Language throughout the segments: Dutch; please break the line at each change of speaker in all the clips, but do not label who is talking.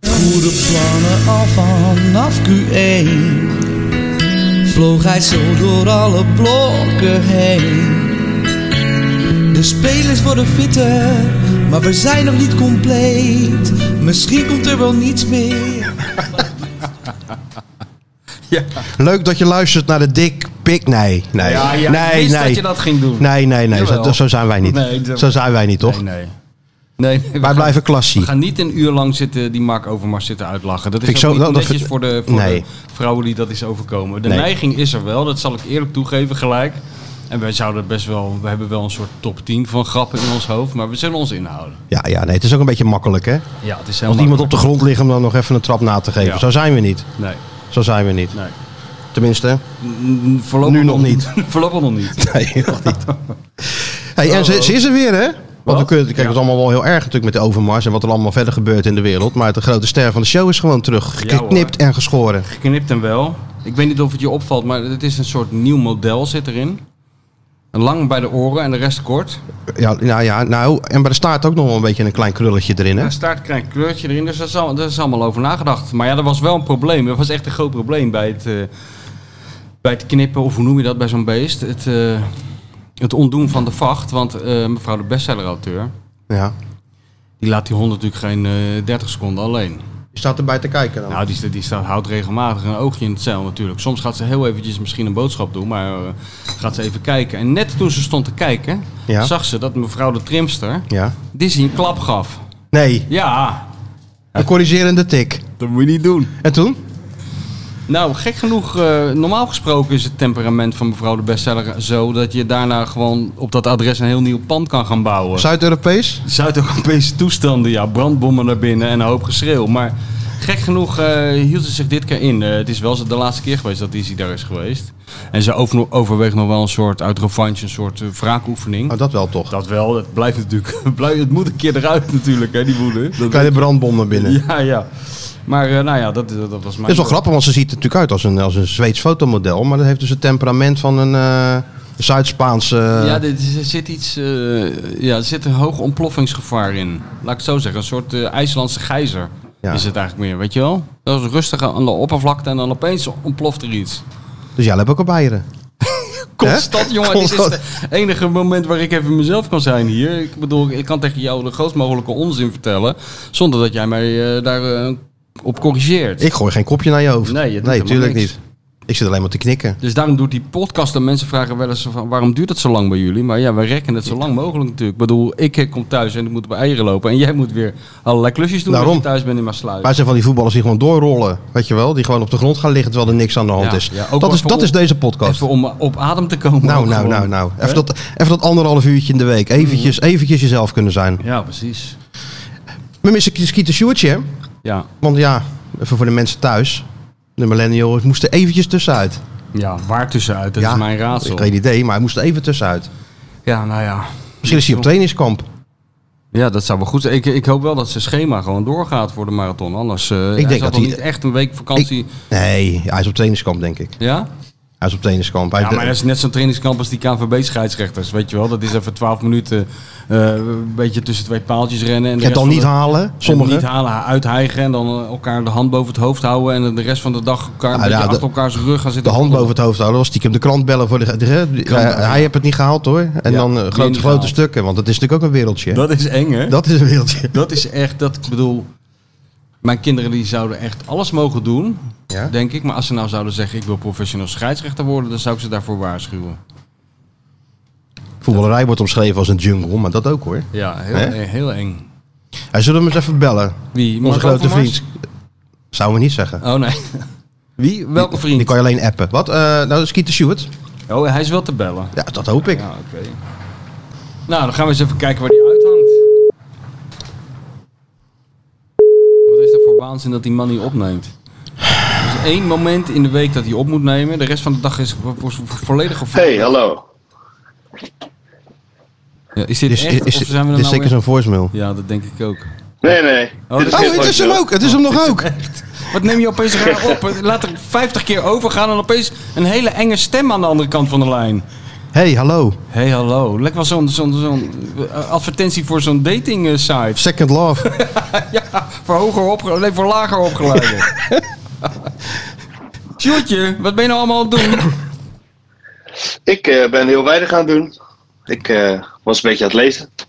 goede plannen al vanaf Q1 Vloog hij zo door alle blokken heen De spelers worden fitter, maar we zijn nog niet compleet Misschien komt er wel niets meer
Leuk dat je luistert naar de dik pik. Nee, nee.
Ja, ja, ik
nee,
wist
nee.
dat je dat ging doen.
Nee, nee, nee. Zo,
Jawel.
zo zijn wij niet.
Nee, dat-
zo zijn wij niet, toch?
Nee, nee. nee, nee, we
Wij
gaan-
blijven
We
klassie.
gaan niet een uur lang zitten die Mark Overmars zitten uitlachen. Dat is
Vind ik
ook
zo-
niet
dat- dat
netjes
vind-
voor, de, voor
Nee.
de vrouwen die dat is overkomen. De
Nee.
neiging is er wel, dat zal ik eerlijk toegeven gelijk. En wij zouden best wel, we hebben wel een soort top 10 van grappen in ons hoofd, maar we zullen ons inhouden.
Ja, ja, nee. Het is ook een beetje makkelijk, hè?
Ja, het is
Als
helemaal.
iemand op de grond ligt, om dan nog even een trap na te geven.
Ja.
Zo zijn we niet.
Nee,
Zo zijn we niet.
nee.
Tenminste.
Mm, Voorlopig
Nu nog niet.
voorlopig nog niet.
Nee, nog niet. Hey, en ze,
Hallo.
ze is er weer, hè? Want we
Oh. Wat?
kunnen, kijk, het
Ja.
is allemaal wel heel erg natuurlijk met de overmars en wat er allemaal verder gebeurt in de wereld. Maar de grote ster van de show is gewoon terug.
Ja, hoor.
Geknipt en geschoren.
Geknipt en wel. Ik weet niet of het je opvalt, maar het is een soort nieuw model zit erin. Lang bij de oren en de rest kort.
Ja, nou ja, nou. En bij de staart ook nog wel een beetje een klein krulletje erin, hè?
Daar staat een klein kleurtje erin, dus daar is, al- daar is allemaal over nagedacht. Maar ja, er was wel een probleem. Er was echt een groot probleem bij het, eh, bij het knippen, of hoe noem je dat bij zo'n beest? Het, eh, het ontdoen van de vacht. Want eh, mevrouw de bestseller-auteur,
Ja.
die laat die hond natuurlijk geen eh, 30 seconden alleen.
Je staat erbij te kijken dan.
Nou, die, sta- die staat, houdt regelmatig een oogje in het zeil natuurlijk. Soms gaat ze heel eventjes misschien een boodschap doen, maar eh, gaat ze even kijken. En net toen ze stond te kijken,
Ja.
zag ze dat mevrouw de trimster
Ja.
Disney een klap gaf.
Nee,
Ja,
een corrigerende tik.
dat moet je niet doen.
En toen?
Nou, gek genoeg, eh, normaal gesproken is het temperament van mevrouw de bestseller zo dat je daarna gewoon op dat adres een heel nieuw pand kan gaan bouwen.
Zuid-Europees?
Zuid-Europese toestanden, ja, brandbommen naar binnen en een hoop geschreeuw. Maar gek genoeg eh, hield ze zich dit keer in. Eh, het is wel de laatste keer geweest dat Izzy daar is geweest. En ze over- overweegt nog wel een soort uit revanche, een soort eh, wraakoefening.
Oh, dat wel toch.
Dat wel, dat blijft natuurlijk. het blijft- het moet een keer eruit natuurlijk, hè, die woede. Dat-
Kleine brandbom naar binnen.
ja, ja. Maar eh, nou ja, dat, dat, dat was mijn.
Dat is wel grappig, want ze ziet er natuurlijk uit als een, als een Zweeds fotomodel. Maar dat heeft dus het temperament van een eh, Zuid-Spaanse...
Ja, dit is- er zit iets. eh, ja, er zit een hoog ontploffingsgevaar in. Laat ik het zo zeggen. Een soort eh, IJslandse gijzer
Ja.
is het eigenlijk meer, weet je wel? Dat is rustig aan de oppervlakte en dan opeens ontploft er iets.
Dus jij hebt ook al bieren.
Constant, jongen. Dit is
Constant.
het enige moment waar ik even mezelf kan zijn hier. Ik bedoel, ik kan tegen jou de grootst mogelijke onzin vertellen. zonder dat jij mij eh, daar eh, op corrigeert.
Ik gooi geen kopje naar je hoofd.
Nee, je doet
nee
helemaal
natuurlijk
niks.
niet. Ik zit alleen maar te knikken.
Dus daarom doet die podcast en mensen vragen wel eens van waarom duurt het zo lang bij jullie? Maar ja, wij rekken het zo lang mogelijk natuurlijk. Ik bedoel, ik eh, kom thuis en ik moet bij eieren lopen en jij moet weer allerlei klusjes doen
Daarom.
als je thuis bent in Maasluis.
Wij zijn van die voetballers die gewoon doorrollen. Weet je wel? Die gewoon op de grond gaan liggen terwijl er niks aan de hand
Ja,
is.
ja, ook
dat
wel
is,
voor
dat
ons.
is deze podcast.
Even om op adem te komen.
Nou,
ook
nou,
gewoon.
nou, nou. Even dat, even dat anderhalf uurtje in de week. Eventjes,
Mm.
eventjes jezelf kunnen zijn.
Ja, precies.
We missen Skeeter Sjoerdje, hè?
Ja,
Want ja, even voor de mensen thuis. De millennials moesten eventjes tussenuit.
ja waar tussenuit? Dat
ja,
is mijn raadsel.
Ik geen idee, maar hij moest er even tussenuit.
Ja, nou ja.
Misschien is hij op trainingskamp.
Ja, dat zou wel goed zijn. Ik, ik hoop wel dat zijn schema gewoon doorgaat voor de marathon. Anders eh ik
denk
denk
dat
dat hij
hij-
niet echt een week vakantie...
Nee, hij is op trainingskamp, denk ik.
Ja?
Hij is op trainingskamp. Hij
Ja, maar dat is net zo'n trainingskamp als die KNVB-scheidsrechters, weet je wel. Dat is even 12 minuten eh, een beetje tussen twee paaltjes rennen. En de rest
het dan
van
niet
de-
halen,
en
sommigen.
Niet halen, uithijgen en dan eh, elkaar de hand boven het hoofd houden. En de rest van de dag elkaar een
Ah,
beetje
ja, de-
achter elkaar zijn rug gaan
de
zitten.
hand boven het hoofd houden, was stiekem de krant bellen voor de. de- de- Eh, hij- hij heeft het niet gehaald hoor. En
Ja,
dan eh,
die
grote,
niet
grote
gehaald.
stukken, want het is natuurlijk ook een wereldje. Dat,
Dat is eng, hè? Dat,
is een wereldje.
is echt, dat ik bedoel... Mijn kinderen die zouden echt alles mogen doen,
Ja?
denk ik. Maar als ze nou zouden zeggen, ik wil professioneel scheidsrechter worden... dan zou ik ze daarvoor waarschuwen.
Voetballerij wordt omschreven als een jungle, maar dat ook hoor.
Ja, heel,
Hè?
heel eng.
Hij zullen hem eens even bellen.
Wie?
Onze
Mark
grote
Overmars?
vriend. Zou we niet zeggen.
Oh, nee. Wie? Welke vriend?
Die kan je alleen appen. Wat? Eh nou, Skeeter Stewart.
Oh, hij is wel te bellen.
Ja, dat hoop ik.
Ja, oké. Nou, dan gaan we eens even kijken waar die uithangt. Wat is er voor waanzin dat die man niet opneemt? Er is één moment in de week dat hij op moet nemen. De rest van de dag is vo- vo- vo- volledig gevoel.
Hey, hallo.
Ja, is dit
Dit is,
echt?
is,
of zijn we er
dit
nou
is zeker
weer-
zo'n voicemail.
Ja, dat denk ik ook.
Nee, nee.
Oh,
Dit
dat-
geen
Oh, het is hem
voicemail.
ook. Het is hem nog ook.
Wat neem je opeens raar op? Laat er 50 keer overgaan en opeens een hele enge stem aan de andere kant van de lijn.
hey, hallo.
hey, hallo. Lekker wel zo'n zo'n zo'n, eh, advertentie voor zo'n dating eh, site.
Second love.
Ja, voor hoger opgeleid. Nee, voor lager opgeleid. Sjoerdje, wat ben je nou allemaal aan het doen?
Ik eh, ben heel weinig aan het doen. Ik eh, was een beetje aan het lezen.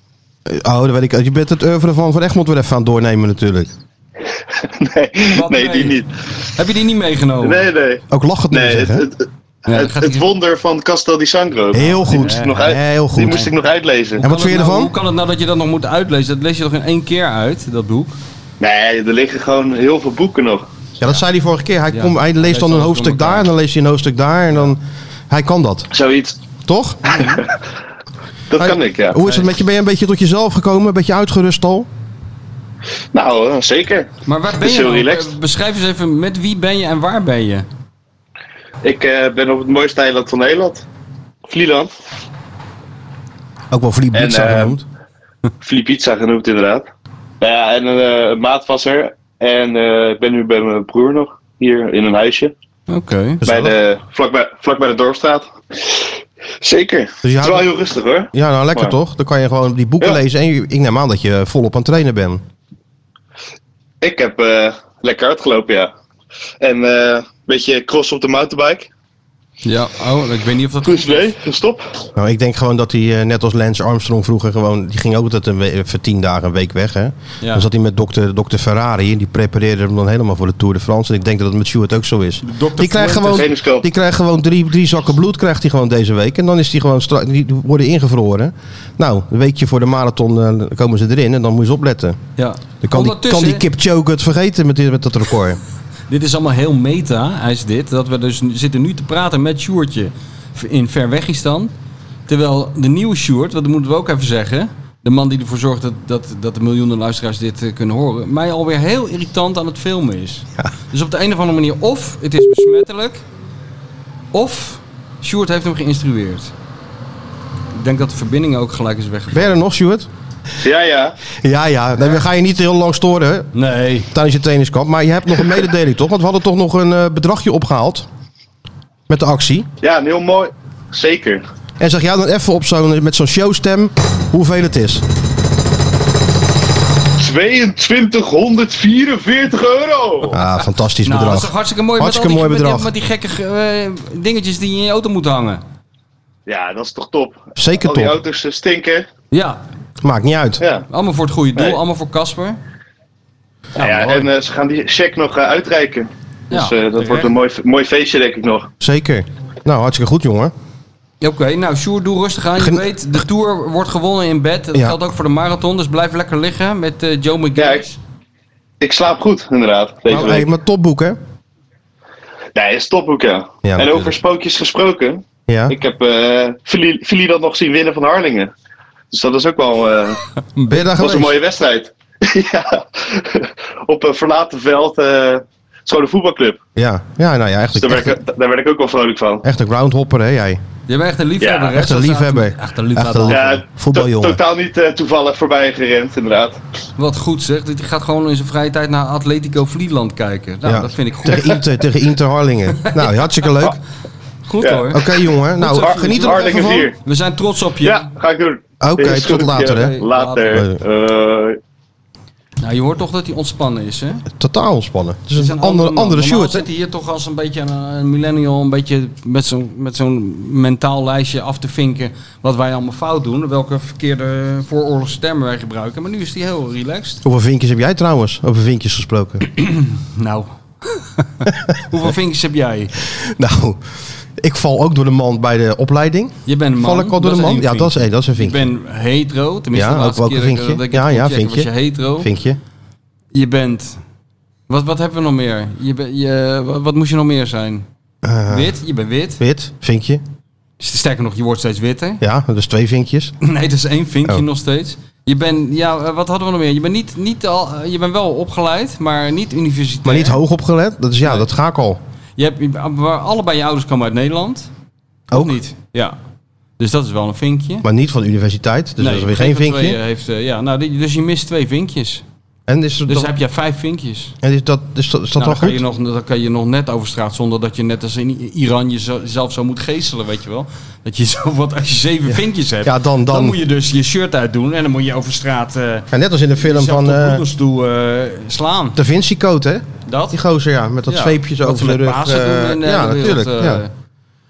Oh, dat weet ik. Je bent het oeuvre van Van Egmond weer even aan het doornemen natuurlijk.
nee,
Wat
nee, die
nee?
niet.
Heb je die niet meegenomen?
Nee, nee.
Ook lachend nu
Nee, het,
Oh. zeggen.
het,
Ja, dan
het,
gaat
het
hij-
wonder van Castel di Sangro.
Heel goed.
ik nog uit-
Heel
Die moest
goed.
ik nog uitlezen.
En wat
Kan
vind
het
je
nou- Hoe
ervan?
kan het nou dat je dat nog moet uitlezen? Dat lees je toch in één keer uit, dat boek?
Nee, er liggen gewoon heel veel boeken nog.
Ja, dat zei hij vorige keer. Hij,
Ja.
komt, hij leest dan
Hij
een
leest
hoofdstuk
alles door
daar en dan leest hij een hoofdstuk daar en dan... Hij kan dat,
Zoiets.
toch?
Dat
Hey,
kan ik, ja.
Oh, Hoe is het met je? Ben je een beetje tot jezelf gekomen? Een beetje uitgerust al?
Nou, eh, zeker.
Maar waar ben
Het is
je?
heel
nou?
relaxed.
Beschrijf eens even met wie ben je en waar ben je?
Ik eh, ben op het mooiste eiland van Nederland. Vlieland.
Ook wel Vliep
En,
Pizza
eh,
genoemd.
Filipizza genoemd, inderdaad. Nou ja, en een eh, een maatvasser. En eh, ik ben nu bij mijn broer nog. Hier in een huisje.
Oké.
Bij
Gezellig.
de, vlak, bij, vlak bij de Dorpstraat. Zeker.
Dus je
het is wel
houdt-
heel rustig hoor.
Ja, nou lekker
Maar-
toch? Dan kan je gewoon die boeken
Ja.
lezen. En je- ik neem aan dat je volop aan het trainen bent.
Ik heb eh, lekker hard gelopen, ja. En eh, een beetje cross op de mountainbike.
Ja, oh, ik weet niet of dat
Cruise nee, een stop.
Nou, ik denk gewoon dat hij, eh, net als Lance Armstrong vroeger, gewoon, die ging ook altijd een we- voor tien dagen een week weg. Hè?
Ja.
Dan zat hij met dokter, dokter Ferrari en die prepareerde hem dan helemaal voor de Tour de France. En ik denk dat het met Stewart ook zo is. Die krijgt gewoon,
Trainingskamp.
die krijgt gewoon drie, drie zakken bloed krijgt hij gewoon deze week. En dan is die gewoon stra- die worden ingevroren. Nou, een weekje voor de marathon eh, komen ze erin en dan moet je eens opletten.
Ja.
Dan kan die, kan
Ondertussen-
die Kipchoge het vergeten met, die- met dat record.
Dit is allemaal heel meta, hij is dit. Dat we dus nu- zitten nu te praten met Sjoertje in Verwegistan. Terwijl de nieuwe Sjoerd, want dat moeten we ook even zeggen... de man die ervoor zorgt dat, dat, dat de miljoenen luisteraars dit eh, kunnen horen... mij alweer heel irritant aan het filmen is. Dus op de een of andere manier, of het is besmettelijk... of Sjoerd heeft hem geïnstrueerd. Ik denk dat de verbinding ook gelijk is weggevallen.
Ben je er nog, Stuart?
Ja, ja.
Ja, ja. Nee, we gaan je niet heel lang storen hè,
Nee.
tijdens je tenniskamp. Maar je hebt nog een mededeling, toch? Want we hadden toch nog een eh, bedragje opgehaald met de actie.
Ja, een heel mooi. Zeker.
En zeg jij dan even op zo'n, met zo'n showstem hoeveel het is.
2244 euro!
Ah, fantastisch
Nou, dat is toch
bedrag.
hartstikke mooi
Hartstikke
met, al die,
mooi
met, die, met die gekke eh, dingetjes die je in je auto moet hangen.
Ja, dat is toch top.
Zeker
Al die
top.
auto's eh, stinken.
Ja,
Maakt niet uit.
Ja.
Allemaal voor het goede doel,
Nee.
allemaal voor Casper. Nou,
Ja,
mooi.
en eh, ze gaan die cheque nog eh, uitreiken. Dus
Ja,
eh, dat
terecht.
wordt een mooi, mooi feestje, denk ik nog.
Zeker. Nou, hartstikke goed, jongen.
Oké, nou Sjoerd, doe rustig aan. Je
Gen-
weet, de Tour wordt gewonnen in bed. Dat
Ja.
geldt ook voor de marathon, dus blijf lekker liggen met eh, Joe McGuinness.
Ik slaap goed, inderdaad. Deze
Nou,
week.
hey, maar topboek, hè?
Nee, is topboek, ja. en
natuurlijk.
over spookjes gesproken.
Ja.
Ik heb eh Fili Fili dat nog zien winnen van Harlingen. Dus dat is ook wel eh,
Ben je daar
was
geweest?
een mooie wedstrijd. ja. Op een verlaten veld. eh, het is gewoon een voetbalclub.
Ja. ja, nou ja, echt,
Dus daar
echt,
werd, ik, daar werd ik ook wel vrolijk van.
echt een groundhopper, hè, jij?
Jij bent echt een liefhebber,
Ja,
hè?
echt een
Zo staat-
liefhebber.
Echt een
Echt
liefhebber.
een liefhebber.
Ja,
Voetbaljongen.
to- totaal niet eh, toevallig voorbij gerend, inderdaad.
Wat goed zeg, die gaat gewoon in zijn vrije tijd naar Atletico Vlieland kijken. Nou,
Ja.
dat vind ik goed.
Tegen Inter, tegen Inter Harlingen. Nou, hartstikke leuk. Oké,
Goed
Ja.
hoor.
jongen. Nou,
Har-
geniet er nog even
Ah. Harlingen
van.
4.
We zijn trots op je.
Ja, ga ik doen.
Oké,
Is
tot
goed,
later,
ja.
hè.
Later. Eh,
Nou, je hoort toch dat hij ontspannen is, hè?
Totaal ontspannen. Het is
Het is
een andere,
man.
andere
Normaal
Sjoerd. hè?
zit hij hier toch als een beetje een, een millennial, een beetje met zo'n met zo'n mentaal lijstje af te vinken wat wij allemaal fout doen, welke verkeerde vooroorlogse termen wij gebruiken. Maar nu is hij heel relaxed.
Hoeveel vinkjes heb jij trouwens? Over vinkjes gesproken.
Nou. Hoeveel vinkjes heb jij?
nou, ik val ook door de mand bij de opleiding.
Je bent een man.
Val ik al door
dat
de
is
man?
één
Ja,
vinkje.
dat is, één, dat is een
Ik
vinkje.
ben hetero, tenminste
Ja,
de
ook
laatste
wel
keer
een
dat ik-
vinkje.
dat ik
Ja,
het
ja,
kon checken was
vinkje.
je hetero.
Vinkje.
Je bent... Wat, wat hebben we nog meer? Je ben, je, wat, wat moest je nog meer zijn?
Eh,
Wit? Je bent wit.
wit. Vinkje.
Sterker nog, je wordt steeds witter.
Ja, dus twee vinkjes.
Nee, dat is één vinkje
Oh.
nog steeds. Je bent, ja, eh, wat hadden we nog meer? Je bent, niet, niet al, eh, je bent wel opgeleid, maar niet universitair.
Maar niet hoog opgelet. Dat is ja, dat ga ik al.
Je hebt, je- waar allebei je ouders komen uit Nederland.
Ook
Of niet? Ja. Dus dat is wel een vinkje.
Maar niet van de universiteit.
Nee,
Dus
eh,
dat is weer geen
van
vinkje.
tweeën Heeft, eh, ja, nou, die- dus je mist twee vinkjes.
En is, er
Dus
dan-
heb jij vijf vinkjes.
en is dat, is dat, is dat
Nou, dan,
dan
kan
goed?
je nog, dan kan je nog net over straat zonder dat je net als in I- Iran jeze- jezelf zo moet geestelen, weet je wel. Dat je zo wat, als je zeven vinkjes hebt,
Ja, dan,
dan,
dan,
moet je dus je shirt uitdoen en dan moet je over straat eh
Ja, net als in de film
jezelf
van
tot
eh
bloedens toe eh, slaan.
Da Vinci Code, hè?
Dat?
Die gozer, ja, met dat
Ja,
zweepje zo
wat
over
ze
de
met
rug.
Pasen
eh,
doen in, eh,
ja,
de wereld,
natuurlijk.
eh,
ja.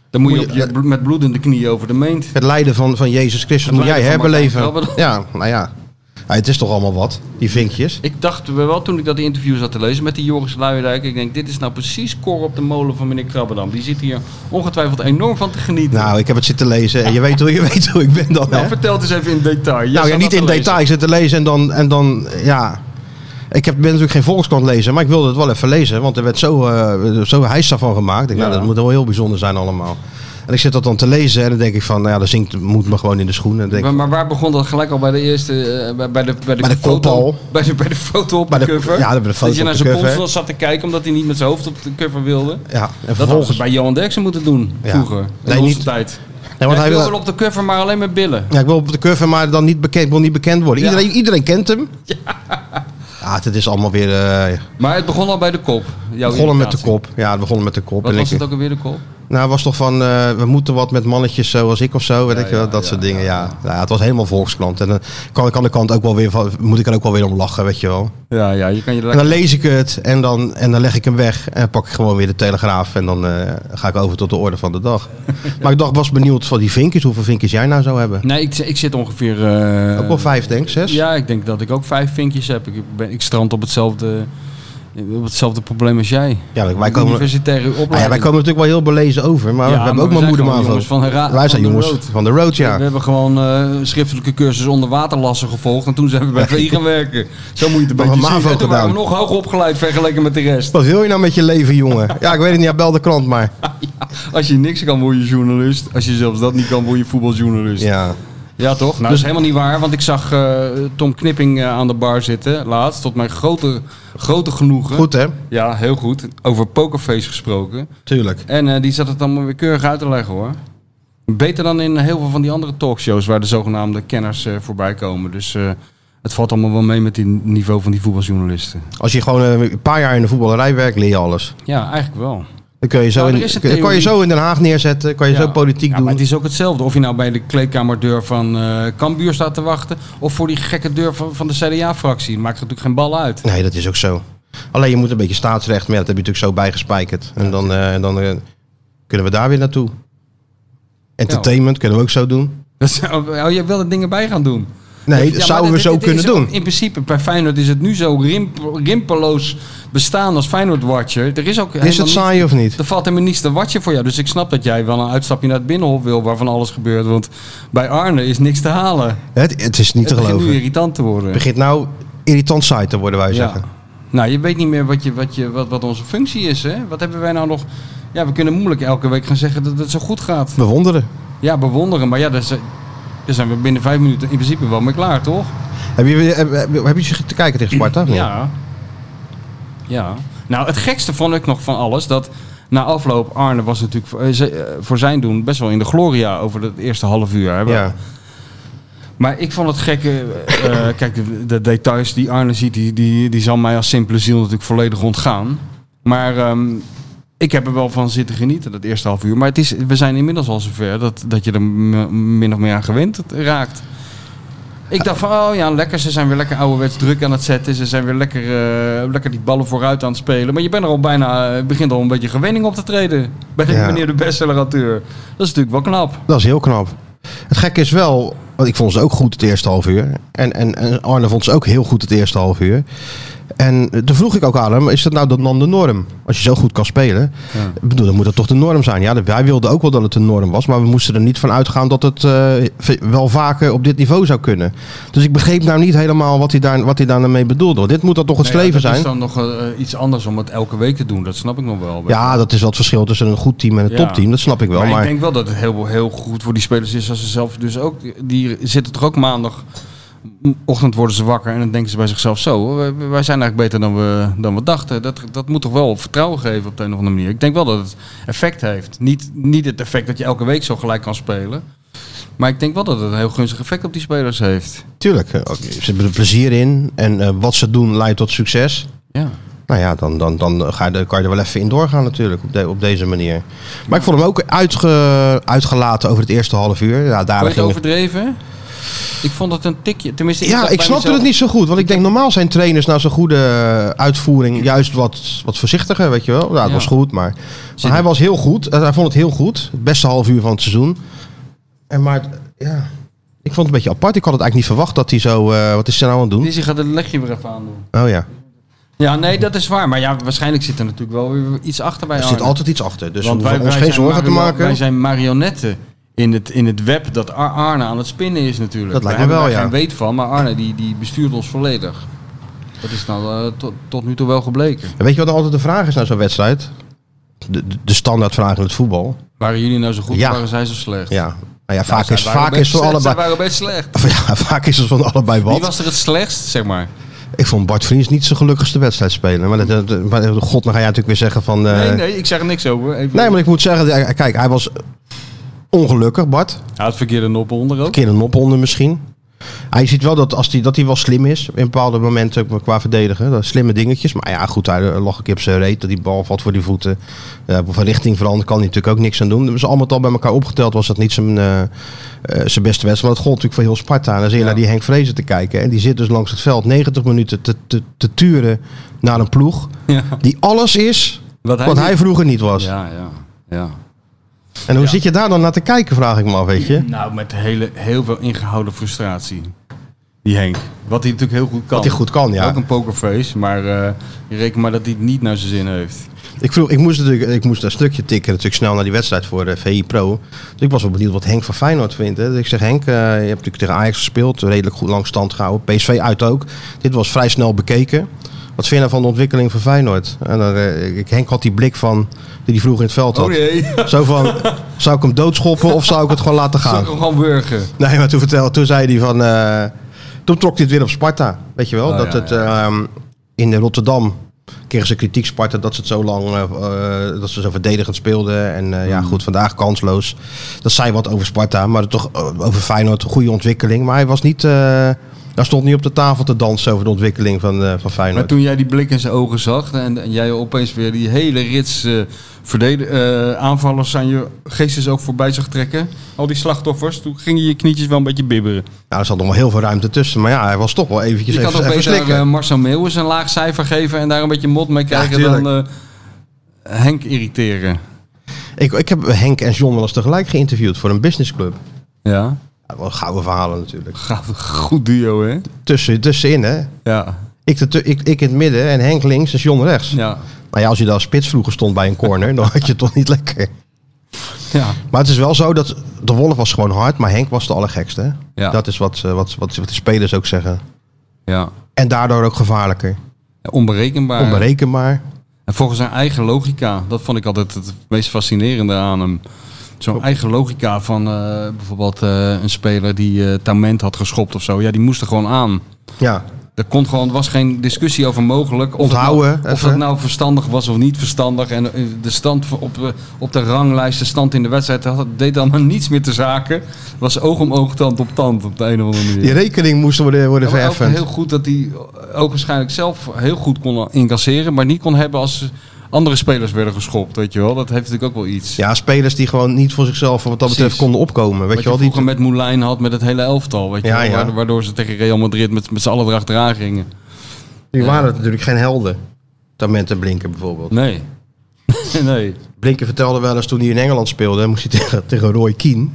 Dan moet je,
Moet je-
op je bl- met bloedende knieën over de meent.
Het lijden van, van Jezus Christus
Het
moet jij
lijden van
herbeleven.
Martijn Krabbe.
Ja, nou ja. Ja, Het is toch allemaal wat, die vinkjes.
Ik dacht wel toen ik dat interview zat te lezen met die Joris Luijendijk. Ik denk, dit is nou precies kor op de molen van meneer Krabbendam. Die zit hier ongetwijfeld enorm van te genieten.
Nou, ik heb het zitten lezen en je weet hoe, je weet hoe ik ben dan.
Nou,
hè?
vertel het eens even in detail. Jij
Nou ja,
zat
niet
dat te
in
lezen.
detail zitten lezen en dan, en dan ja. Ik heb, ben natuurlijk geen Volkskrant lezer, maar ik wilde het wel even lezen. Want er werd zo, eh zo heisa van gemaakt. Ik, denk, nou,
Ja.
dat moet wel heel bijzonder zijn allemaal. En ik zit dat dan te lezen en dan denk ik van, nou ja, dat zinkt, moet me gewoon in de schoenen. En dan denk
Maar,
ik,
maar waar begon dat gelijk al bij de eerste, eh, bij, bij de, bij de,
Bij de
foto,
kop al.
Bij de, bij de foto op
Bij
de,
de-
cover.
ja, bij de foto
dat je
op
naar
de
zijn
cover.
console zat te kijken omdat hij niet met zijn hoofd op de cover wilde.
ja, en
Dat hadden ze
vervolgens.
bij Johan Derksen moeten doen,
Ja.
vroeger. In
Nee,
onze
niet-
tijd.
Nee, want
hij
hij
wil wel
wil,
op de cover, maar alleen met billen.
ja, ik wil op de cover, maar dan niet bekend, wil niet bekend worden.
Ja.
Iedereen, iedereen kent hem. Ja, het is allemaal weer. eh
Maar het begon al bij de kop. Jouw
begonnen met de
irritatie.
kop. Ja, we begonnen met de kop.
Wat
En
was
ik-
het ook alweer de kop?
Nou, het was toch van, eh, we moeten wat met mannetjes zoals ik of zo, weet
Ja,
ik wel,
ja,
dat
ja,
soort dingen,
ja,
ja. Ja. het was helemaal volkskrant. En dan kan ik aan de kant ook wel weer, van, moet ik er ook wel weer om lachen, weet je wel.
Ja, ja, je kan je
En
lekker...
dan lees ik het en dan, en dan leg ik hem weg en pak ik gewoon weer de telegraaf en dan eh, ga ik over tot de orde van de dag. Maar ik dacht, was benieuwd van die vinkjes, hoeveel vinkjes jij nou zou hebben?
Nee, ik, ik zit ongeveer... eh,
ook wel vijf, denk ik, zes?
Ja, ik denk dat ik ook vijf vinkjes heb. Ik, ben, ik strand op hetzelfde, op hetzelfde probleem als jij.
Ja, wij komen,
Universitaire opleiding.
nou ja, wij komen natuurlijk wel heel belezen over, maar
Ja,
we hebben
maar
ook
we
maar
zijn
moeder
gewoon jongens van de ra-
Wij zijn
van de
jongens
road.
van de road, ja.
We hebben gewoon eh, schriftelijke cursus onder waterlassen gevolgd. En toen zijn we bij VI gaan werken. Zo moet je het een
We hebben
beetje zien.
MAVO
En toen waren we
gedaan.
nog hoog opgeleid vergeleken met de rest.
Wat wil je nou met je leven, jongen? Ja, ik weet het niet, ja, bel de krant maar.
Als je niks kan, word je journalist. Als je zelfs dat niet kan, word je voetbaljournalist. Ja,
Ja.
toch? Nou, dat is helemaal niet waar. Want ik zag eh, Tom Knipping eh, aan de bar zitten laatst. Tot mijn grote, grote genoegen.
Goed hè?
Ja, heel goed. Over pokerface gesproken.
Tuurlijk.
En eh, die zat het allemaal weer keurig uit te leggen hoor. Beter dan in heel veel van die andere talkshows waar de zogenaamde kenners eh, voorbij komen. Dus eh, het valt allemaal wel mee met het niveau van die voetbaljournalisten.
Als je gewoon eh, een paar jaar in de voetballerij werkt, leer je alles.
Ja, eigenlijk wel.
Dan, kun je zo
Nou, er
in,
is een
kun- kan je
theorie.
zo in Den Haag neerzetten, kan je
Ja.
zo politiek
Ja,
doen.
maar het is ook hetzelfde. Of je nou bij de kleedkamerdeur van eh Kambuur staat te wachten. Of voor die gekke deur van, van de CDA-fractie. Maakt natuurlijk geen bal uit.
Nee, dat is ook zo. Alleen je moet een beetje staatsrecht, maar ja, dat heb je natuurlijk zo bijgespijkerd. En dan, eh, en dan eh, kunnen we daar weer naartoe. Entertainment kunnen we ook zo doen.
Dat zou, oh, je wil er dingen bij gaan doen.
Nee,
Ja,
dat
maar
zouden we
dit-
zo
dit is
kunnen
ook-
doen.
In principe, bij Feyenoord is het nu zo rimp- rimpeloos bestaan als Feyenoord-watcher. Er is ook
Is het saai of niet?
Er valt helemaal niets te watje voor jou. Dus ik snap dat jij wel een uitstapje naar het Binnenhof wil waarvan alles gebeurt. Want bij Arne is niks te halen.
Het, het is niet
het
te
begint nu
geloven. Het
irritant te worden.
begint nou irritant saai te worden, wij
ja.
zeggen.
Nou, je weet niet meer wat, je, wat, je, wat, wat onze functie is. Hè? Wat hebben wij nou nog... Ja, we kunnen moeilijk elke week gaan zeggen dat het zo goed gaat.
Bewonderen.
Ja, bewonderen. Maar ja, daar zijn, daar zijn we binnen vijf minuten in principe wel mee klaar, toch?
Heb je, weer- heb, heb, heb je zitten kijken tegen Sparta? of niet?
Ja. Ja. Nou, het gekste vond ik nog van alles dat na afloop Arne was natuurlijk voor, eh, ze- eh, voor zijn doen best wel in de gloria over het eerste half uur. Hè?
ja.
Maar ik vond het gekke. eh, kijk, de, de details die Arne ziet, die, die, die zal mij als simpele ziel natuurlijk volledig ontgaan. Maar ehm, ik heb er wel van zitten genieten, dat eerste half uur. Maar het is, we zijn inmiddels al zover dat, dat je er m- min of meer aan gewend raakt. Ik dacht van, oh ja, lekker. Ze zijn weer lekker ouderwets druk aan het zetten. Ze zijn weer lekker, eh, lekker die ballen vooruit aan het spelen. Maar je bent er al bijna, eh, begint al een beetje gewenning op te treden. Bij de,
Ja.
meneer de bestsellerauteur. Dat is natuurlijk wel knap.
Dat is heel knap. Het gekke is wel, want ik vond ze ook goed het eerste half uur. En, en, en Arne vond ze ook heel goed het eerste half uur. En eh, toen vroeg ik ook aan hem, is dat nou dan- dan de norm? Als je zo goed kan spelen,
Ja.
ik bedoel, dan moet dat toch de norm zijn? Ja, dat- wij wilden ook wel dat het de norm was, maar we moesten er niet van uitgaan dat het eh, ve- wel vaker op dit niveau zou kunnen. Dus ik begreep nou niet helemaal wat hij, daar, wat hij daarmee bedoelde. Want dit moet dan toch het
Nou ja,
streven
dat
zijn?
is dan nog eh, eh, iets anders om het elke week te doen. Dat snap ik nog wel.
Ja, dat is wel het verschil tussen een goed team en een
Ja.
topteam, dat snap ik wel.
maar,
Maar,
ik denk wel dat het heel, heel goed voor die spelers is als ze zelf dus ook... Die zitten toch ook maandag... Ochtend worden ze wakker en dan denken ze bij zichzelf zo. Wij wij zijn eigenlijk beter dan we, dan we dachten. Dat, dat moet toch wel vertrouwen geven op de een of andere manier. Ik denk wel dat het effect heeft. Niet, niet het effect dat je elke week zo gelijk kan spelen. Maar ik denk wel dat het een heel gunstig effect op die spelers heeft.
Tuurlijk, eh, ook- ze hebben er plezier in en eh, wat ze doen leidt tot succes.
Ja.
Nou ja, dan, dan, dan ga je, er- kan je er wel even in doorgaan natuurlijk op, de- op deze manier. Maar ik vond hem ook uitge, uitgelaten over het eerste half uur. Ja, daar
Vond je
ging
het overdreven? Ik vond het een tikje. Tenminste, ik
Ja,
dacht
ik
bij
snapte
mezelf-
het niet zo goed. Want ik denk, normaal zijn trainers na zo'n goede eh, uitvoering juist wat, wat voorzichtiger, weet je wel. Ja, het
Ja.
was goed, maar,
Zin
maar hij was heel goed. Eh, hij vond het heel goed. Het beste half uur van het seizoen. En maar, het- ja, ik vond het een beetje apart. Ik had het eigenlijk niet verwacht dat hij zo... eh, wat is hij nou aan het doen?
Lizzie gaat het legje weer even aandoen.
Oh ja,
Ja, nee, dat is waar. Maar ja, waarschijnlijk zit er natuurlijk wel weer iets achter bij
er zit
Arne.
altijd iets achter. Dus we
Want wij,
hoeven ons
wij
geen
zijn
zorgen te
mario- Wij
maken.
zijn marionetten in het, in het web dat Ar- Arne aan het spinnen is natuurlijk.
Dat
Daar
lijkt me
hebben
wel,
wij
ja.
geen weet van, maar Arne die, die bestuurt ons volledig. Dat is nou eh, tot, tot nu toe wel gebleken.
En Weet je wat dan altijd de vraag is naar zo'n wedstrijd? De, de- de standaardvraag in het voetbal.
Waren jullie nou zo goed,
Ja.
waren zij zo slecht?
Ja, nou ja,
Nou,
vaak
zij
is,
waren
vaak
best
is van
slecht,
allebei...
Zij waren best slecht.
Ja, vaak is het van allebei wat.
Wie was er het slechtst, zeg maar?
Ik vond Bart Vriends niet zijn gelukkigste wedstrijd spelen. Maar, dat, dat- maar god, dan ga jij natuurlijk weer zeggen van... eh,
nee, nee, ik zeg er niks over. Even-
nee, maar ik moet zeggen, eh, kijk, hij was ongelukkig, Bart.
Hij had verkeerde noppen onder ook.
Een keer een mop onder misschien. Hij ziet wel dat, als die, dat hij wel slim is in bepaalde momenten qua verdedigen. Dat slimme dingetjes. Maar ja, goed, hij eh, lag een keer op zijn reet. Dat die bal valt voor die voeten. Eh, van richting veranderen kan hij natuurlijk ook niks aan doen. Dus allemaal al bij elkaar opgeteld was dat niet zijn, eh, eh, zijn beste wedstrijd. Maar dat gold natuurlijk voor heel Sparta. En dan zit
Ja.
je naar die Henk Vrezen te kijken. En die zit dus langs het veld 90 minuten te, te, te turen naar een ploeg.
Ja.
Die alles is
Wat
wat hij vroeger niet was.
Ja, ja, ja.
En hoe zit je daar dan naar te kijken, vraag ik me af, weet je.
Nou, met hele, heel veel ingehouden frustratie. Die Henk. Wat hij natuurlijk heel goed kan.
Dat hij goed kan, ja.
Ook een pokerface, maar eh, je reken maar dat hij het niet naar zijn zin heeft.
Ik, vroeg, ik, moest natuurlijk, ik moest een stukje tikken natuurlijk snel naar die wedstrijd voor de VI Pro. Dus ik was wel benieuwd wat Henk van Feyenoord vindt. Hè. Dus ik zeg Henk, eh, je hebt natuurlijk tegen Ajax gespeeld. Redelijk goed lang stand gehouden. PSV uit ook. Dit was vrij snel bekeken. Wat vind je nou van de ontwikkeling van Feyenoord? En dan, eh, ik- Henk had die blik van die hij vroeger in het veld had.
jee.
Zo van, zou ik hem doodschoppen of zou ik het gewoon laten gaan?
gewoon burger.
Nee, maar toen, vertel, toen zei hij van... eh, toen trok hij het weer op Sparta, weet je wel.
Oh,
dat
ja,
het ehm, in Rotterdam kregen ze kritiek Sparta dat ze het zo lang... eh, eh, dat ze zo verdedigend speelden. En eh,
Hmm.
ja, goed, vandaag kansloos. Dat zei wat over Sparta, maar toch eh, over Feyenoord een goede ontwikkeling. Maar hij was niet... eh, hij stond niet op de tafel te dansen over de ontwikkeling van, eh, van
Maar
Feyenoord.
toen jij die blik in zijn ogen zag en, en jij opeens weer die hele rits eh verdede- eh, aanvallers aan je geestes ook voorbij zag trekken. Al die slachtoffers, toen gingen je knietjes wel een beetje bibberen.
Ja, Nou, er zat nog wel heel veel ruimte tussen. Maar ja, hij was toch wel eventjes
Je kan
even,
toch
even
beter
slikken.
eh, Marcel Meeuwis een laag cijfer geven en daar een beetje mot mee krijgen
tuurlijk.
dan eh, Henk irriteren.
ik, ik heb Henk en John wel eens tegelijk geïnterviewd voor een businessclub.
Ja,
Ja, wel gouden verhalen natuurlijk.
goed duo hè?
Tussen, tussenin, hè?
Ja,
Ik, de tu- ik, ik in het midden en Henk links en John rechts.
ja,
Maar ja, als je daar als spits vroeger stond bij een corner, dan had je het toch niet lekker.
ja.
Maar het is wel zo dat de Wolf was gewoon hard, maar Henk was de allergekste. hè?
Ja.
Dat is wat, eh, wat, wat, wat de spelers ook zeggen.
ja.
En daardoor ook gevaarlijker.
Onberekenbaar.
Onberekenbaar.
En volgens zijn eigen logica, dat vond ik altijd het meest fascinerende aan hem. Zo'n eigen logica van eh, bijvoorbeeld eh, een speler die eh, Tament had geschopt of zo. Ja, die moest er gewoon aan.
Ja,
Er kon gewoon, was geen discussie over mogelijk. Of het
Onthouden,
nou, of
even.
dat nou verstandig was of niet verstandig. En eh, de stand voor- op, eh, op de ranglijst, de stand in de wedstrijd, dat had- deed allemaal niets meer te zaken. Was oog om oog, tand op tand op de een of andere manier.
die rekening moest worden, worden
Ja, maar ook
vereffend.
heel goed dat hij ook waarschijnlijk zelf heel goed kon incasseren, maar niet kon hebben als andere spelers werden geschopt, weet je wel. Dat heeft natuurlijk ook wel iets.
Ja, spelers die gewoon niet voor zichzelf wat dat betreft
Precies.
konden opkomen. Weet
Wat
je
je
wel, die
vroeger met Moulijn had met het hele elftal, weet je
Ja,
wel,
ja.
waardo- waardoor ze tegen Real Madrid met, met z'n allen erachteraan gingen.
die waren natuurlijk geen helden. Tament en Blinken bijvoorbeeld.
Nee. nee.
Blinken vertelde wel eens toen hij in Engeland speelde, moest hij tegen, tegen Roy Keane.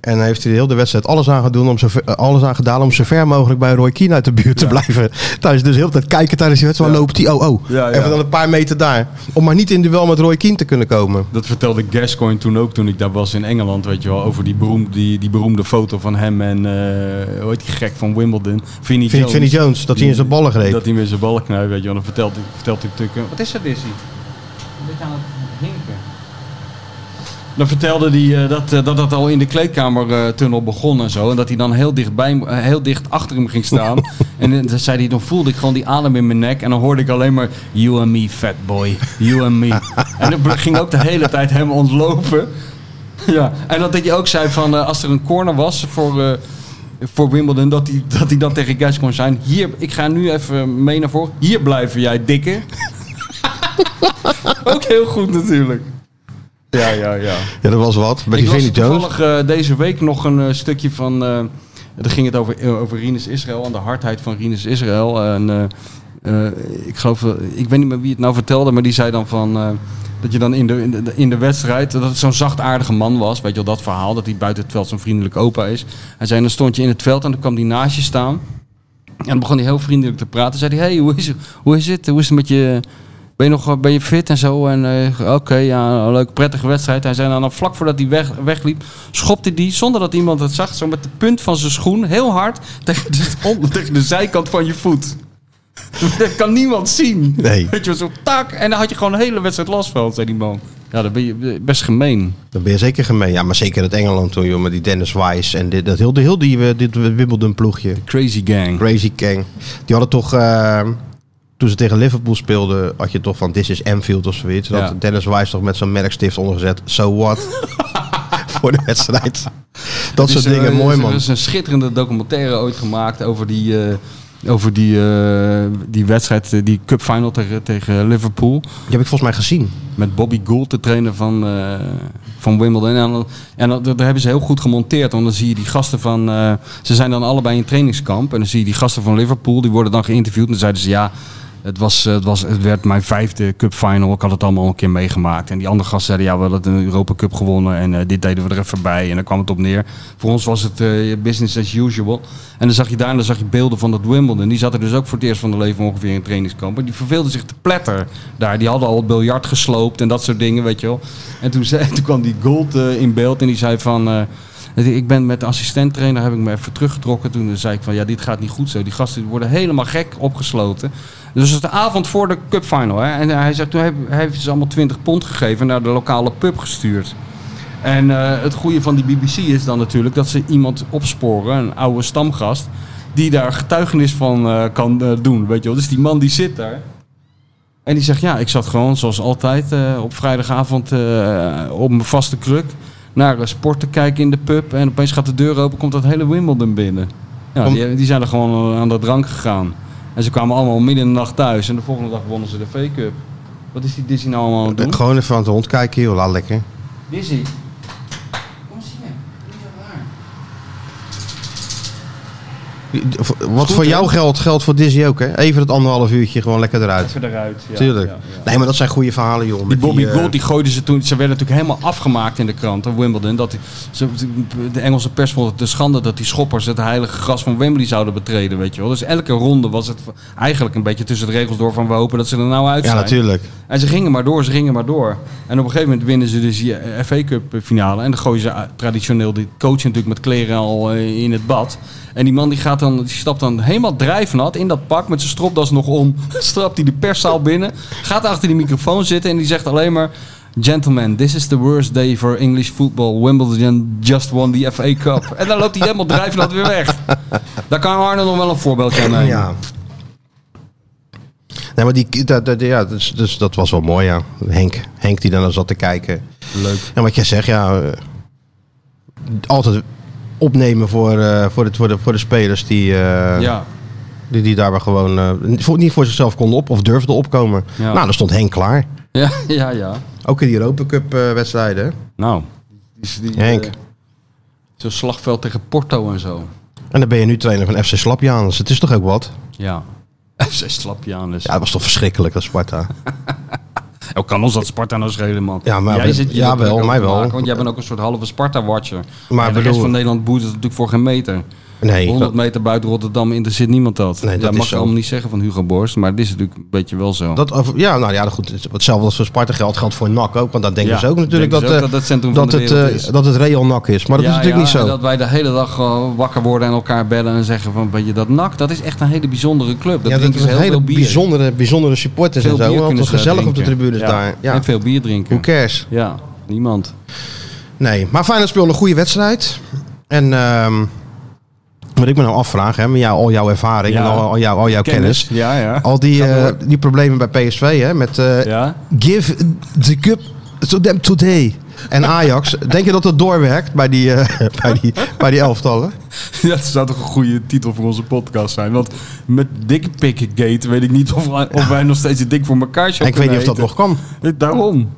En heeft hij de hele wedstrijd alles aan, gedaan om zo, ver- eh, alles aan gedaan om zo ver mogelijk bij Roy Keane uit de buurt te blijven. Thuis dus heel de tijd kijken tijdens die wedstrijd. waar loopt hij? Oh, oh.
Ja, ja.
Even dan een paar meter daar. Om maar niet in duel met Roy Keane te kunnen komen.
Dat vertelde Gascoigne toen ook, toen ik daar was in Engeland, weet je wel, over die, beroemde, die, die beroemde foto van hem en, eh hoe heet die gek van Wimbledon? Vinnie
Vind
Jones.
Jones, Jones dat hij in zijn ballen greep.
Dat hij met zijn ballen knijpt, weet je wel. Dan vertelt, hij- vertelt hij natuurlijk... eh, Wat is dat, Dizzy? Dit aan het hinken. Dan vertelde hij eh, dat, eh, dat dat al in de kleedkamertunnel begon en zo. En dat hij dan heel, dichtbij, mo- eh, heel dicht achter hem ging staan. en eh, dan zei hij, dan voelde ik gewoon die adem in mijn nek. En dan hoorde ik alleen maar, you and me, fat boy. You and me. en dat ging ook de hele tijd hem ontlopen. Ja, en dat je ook zei van eh, als er een corner was voor, eh, voor Wimbledon, dat hij dat hij dan tegen Gas kon zijn. Hier, ik ga nu even mee naar voren. Hier blijven jij, dikke. ook heel goed natuurlijk. Ja, ja, ja.
Ja, dat was wat. Bij die
ik las
Vinnie Jones.
toevallig eh, deze week nog een eh, stukje van. eh daar ging het over, eh, over Rinus Israël en de hardheid van Rinus Israël. En, eh, eh, ik geloof, eh, ik weet niet meer wie het nou vertelde, maar die zei dan van. eh, dat je dan in de, in de, in de wedstrijd, dat het zo'n zachtaardige man was. Weet je wel, dat verhaal, dat hij buiten het veld zo'n vriendelijk opa is. Hij zei, dan stond je in het veld en dan kwam hij naast je staan. En dan begon hij heel vriendelijk te praten. Zei hij, hey, hoe is, het? hoe is het? Hoe is het met je... Ben je, nog, eh, ben je fit en zo? En eh, oké, ja, een leuke prettige wedstrijd. Hij zei "Nou, dan, dan vlak voordat hij weg, wegliep, schopte hij, zonder dat iemand het zag, zo met de punt van zijn schoen, heel hard tegen de, on- tegen de zijkant van je voet. Dat kan niemand zien.
Nee.
Weet je, wel, zo tak. En dan had je gewoon een hele wedstrijd last van, zei die man. Ja, dan ben je best gemeen.
Dan ben je zeker gemeen. Ja, maar zeker dat Engeland toen, joh. Met die Dennis Wise en dit, dat heel, heel die, eh, dit Wimbledon ploegje.
Crazy gang.
Crazy King. Die hadden toch... eh, toen ze tegen Liverpool speelden, had je toch van This is Anfield of zoiets. Dat
Ja.
Dennis Wise toch met zo'n merkstift ondergezet. So what? Voor de wedstrijd. Dat
Dus,
soort
eh,
dingen. Mooi,
er is-
man.
Er is een schitterende documentaire ooit gemaakt over die, eh, over die, eh, die wedstrijd, eh, die Cup Final tegen, tegen Liverpool.
Die heb ik volgens mij gezien.
Met Bobby Gould, de trainer van, eh, van Wimbledon. En, dan- en dat, dat hebben ze heel goed gemonteerd. Want dan zie je die gasten van... eh, ze zijn dan allebei in trainingskamp. En dan zie je die gasten van Liverpool. Die worden dan geïnterviewd. En dan zeiden ze... Ja, het, was, eh, het, was, het werd mijn vijfde Cup Final. Ik had het allemaal een keer meegemaakt. En die andere gasten zeiden... Ja, we hadden een Europa Cup gewonnen. En eh, dit deden we er even bij. En daar kwam het op neer. Voor ons was het eh, business as usual. En dan zag je daar... En dan zag je beelden van dat Wimbledon. Die zaten dus ook voor het eerst van hun leven ongeveer in trainingskamp. En die verveelden zich te pletter daar. Die hadden al het biljart gesloopt en dat soort dingen, weet je wel. En toen, zei, toen kwam die Gold eh, in beeld en die zei van... eh, ik ben met de assistenttrainer, heb ik me even teruggetrokken. Toen zei ik van, ja, dit gaat niet goed zo. Die gasten die worden helemaal gek opgesloten. Dus dat is de avond voor de Cup Final. Hè? En hij zegt, toen heb- hij heeft ze allemaal 20 pond gegeven... en naar de lokale pub gestuurd. En eh, het goede van die BBC is dan natuurlijk dat ze iemand opsporen, een oude stamgast, die daar getuigenis van eh, kan eh, doen. Weet je wel. Dus die man die zit daar. En die zegt, ja, ik zat gewoon zoals altijd eh, op vrijdagavond eh, op mijn vaste kruk naar eh, sport te kijken in de pub. En opeens gaat de deur open, komt dat hele Wimbledon binnen. Ja,
Om-
die, die zijn er gewoon eh, aan de drank gegaan. En ze kwamen allemaal midden in de nacht thuis. En de volgende dag wonnen ze de V-Cup. Wat is die Disney nou allemaal aan het doen?
Gewoon even aan de hond kijken, joh. Laat lekker.
Dizzy. Kom eens hier. Niet zo raar.
Wat
goed,
voor
hè?
jou geldt, geldt voor Dizzy ook, hè? Even dat anderhalf uurtje gewoon lekker eruit.
Even eruit. Ja,
Tuurlijk.
ja, ja.
Nee, maar dat zijn goede verhalen, joh.
Die
Met
Bobby
eh,
Gold die gooiden ze toen. Ze werden natuurlijk helemaal afgemaakt in de krant. hè, Wimbledon. Dat, die- ze, de Engelse pers vond het te schande dat die schoppers het heilige gras van Wembley zouden betreden. Weet je wel. Dus elke ronde was het eigenlijk een beetje tussen de regels door van we hopen dat ze er nou uit
Ja,
zijn.
natuurlijk.
En ze gingen maar door, ze gingen maar door. En op een gegeven moment winnen ze dus die eh, FA Cup finale. En dan gooien ze eh, traditioneel die coach natuurlijk met kleren al eh, in het bad. En die man die, gaat dan, die stapt dan helemaal drijfnat in dat pak met zijn stropdas nog om. Strapt hij de perszaal binnen, gaat achter die microfoon zitten en die zegt alleen maar... Gentlemen, this is the worst day for English football. Wimbledon just won the FA Cup. En dan loopt hij helemaal drijfnat weer weg. Daar kan Arne nog wel een voorbeeldje aan nemen.
Ja. Nee, maar die, dat, dat- ja, dus, dus dat was wel mooi, ja. Henk, Henk die dan zat te kijken.
Leuk.
En wat jij zegt, ja... eh, altijd opnemen voor, eh, voor, de, voor, de, voor de spelers die, eh,
Ja,
die, die daar maar gewoon... eh, niet voor- niet voor zichzelf konden op of durfden opkomen.
Ja.
Nou, dan stond Henk klaar.
ja, ja. ja.
Ook in die Europa Cup eh, wedstrijden, hè?
Nou. Die, die,
Henk.
eh, Zo'n slagveld tegen Porto en zo.
En dan ben je nu trainer van FC Slapjanus. Het is toch ook wat?
Ja. FC Slapjanus.
Ja, dat was toch verschrikkelijk, dat Sparta.
Hoe kan ons dat Sparta dus. nou schelen, man?
Ja, maar-
jij zit hier
ja,
natuurlijk
wel,
ook
mij
te
wel.
Maken, want jij bent ook een soort halve Sparta-watcher.
Maar
Maar de rest
bedoel-
van Nederland boeit het natuurlijk voor geen meter.
Nee,
100
dat,
meter buiten Rotterdam interesseert niemand dat.
Nee, dat
dat
is
mag je
zo.
allemaal niet zeggen van Hugo Borst, maar dit is natuurlijk een beetje wel zo.
dat over- ja, nou ja, goed. Hetzelfde als voor Sparta geldt, geldt voor NAC ook. Want dan denken
Ja,
ze ook natuurlijk dat,
denken ze ook
eh,
dat het centrum van
dat,
de
het,
wereld
eh,
is.
dat het Real NAC is. Maar dat
Ja,
is natuurlijk
ja,
niet
en
zo.
Dat wij de hele dag eh, wakker worden en elkaar bellen en zeggen van, weet je, dat NAC, dat is echt een hele bijzondere club. Dat
ja, dat
drinken ze
is een
heel
hele
veel bier.
bijzondere, bijzondere supporters
Veel
en
bier
zo. Want
kunnen
het
ze daar
gezellig op de
drinken.
tribunes
Ja.
daar. Ja.
En veel bier drinken.
Who cares?
Ja, niemand.
Nee, maar Feyenoord speelde een goede wedstrijd. En ehm, wat ik me nou afvraag, hè, met jou, al jouw ervaring
Ja.
en al, al jouw, al jouw kennis.
Ja, ja.
dus- Al die,
Ga
eh,
door.
die problemen bij PSV, hè, met eh,
ja.
Give the cup to them today. en Ajax. Denk je dat dat doorwerkt bij die, eh, bij die, bij die elftallen?
dat zou toch een goede titel voor onze podcast zijn. Want met Gate weet ik niet of, wij- of wij nog steeds een dik voor elkaar
En
shoppen.
ik weet niet of dat nog kan.
Daarom.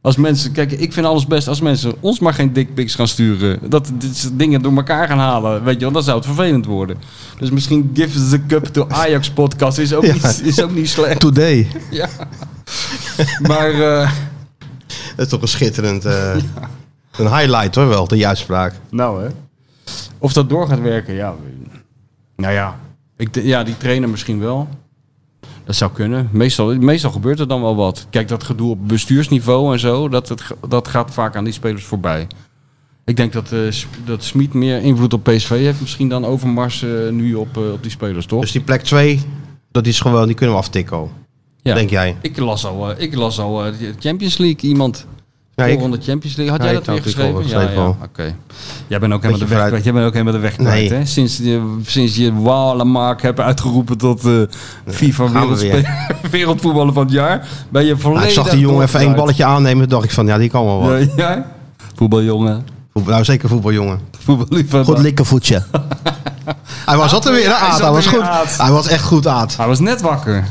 Als mensen, kijk, ik vind alles best als mensen ons maar geen dickpics gaan sturen. Dat dit soort dingen door elkaar gaan halen, weet je wel, dan zou het vervelend worden. Dus misschien Give the Cup to Ajax podcast is ook,
Ja.
niet, is ook niet slecht.
Today.
Ja. Maar eh,
Dat is toch een schitterend... eh, Een highlight hoor wel, de uitspraak.
Nou, hè? Of dat door gaat werken, ja. Nou ja. Ik, d- ja, die trainer misschien wel. Dat zou kunnen. Meestal, meestal gebeurt er dan wel wat. Kijk, dat gedoe op bestuursniveau en zo, dat, het, ge- dat gaat vaak aan die spelers voorbij. Ik denk dat, eh, S- dat Smit meer invloed op PSV heeft misschien dan Overmars eh, nu op, eh, op die spelers, toch?
Dus die plek 2, dat is gewoon, die kunnen we aftikken al.
ja.
Denk jij?
Ik las al, eh, ik las al eh, de Champions League iemand.
Ja, ik-
Volgende Champions League. Had
Ja,
jij
ik
dat weer
had het ook
geschreven?
al
ja,
geschreven
ja.
al.
Oké. Jij bent ook helemaal de
Beetje
weg
vooruit.
kwijt. Jij bent ook helemaal de weg kwijt,
Nee.
hè? Sinds, je- sinds je Walemark hebt uitgeroepen tot eh, FIFA
gaan we
wereldspe- wereldvoetballer van het jaar, ben je volledig...
Nou, ik zag die jongen even één
eruit.
balletje aannemen. Toen dacht ik van, ja, die kan wel wat.
Ja, ja. Voetbaljongen.
Voetbal- Nou, zeker voetbaljongen.
Voetballiefhebber.
Goed likkenvoetje. hij was altijd weer, hè,
Hij
Aad.
zat
Hij was
er weer,
goed.
Aad.
Hij was echt goed, Aad.
Hij was net wakker.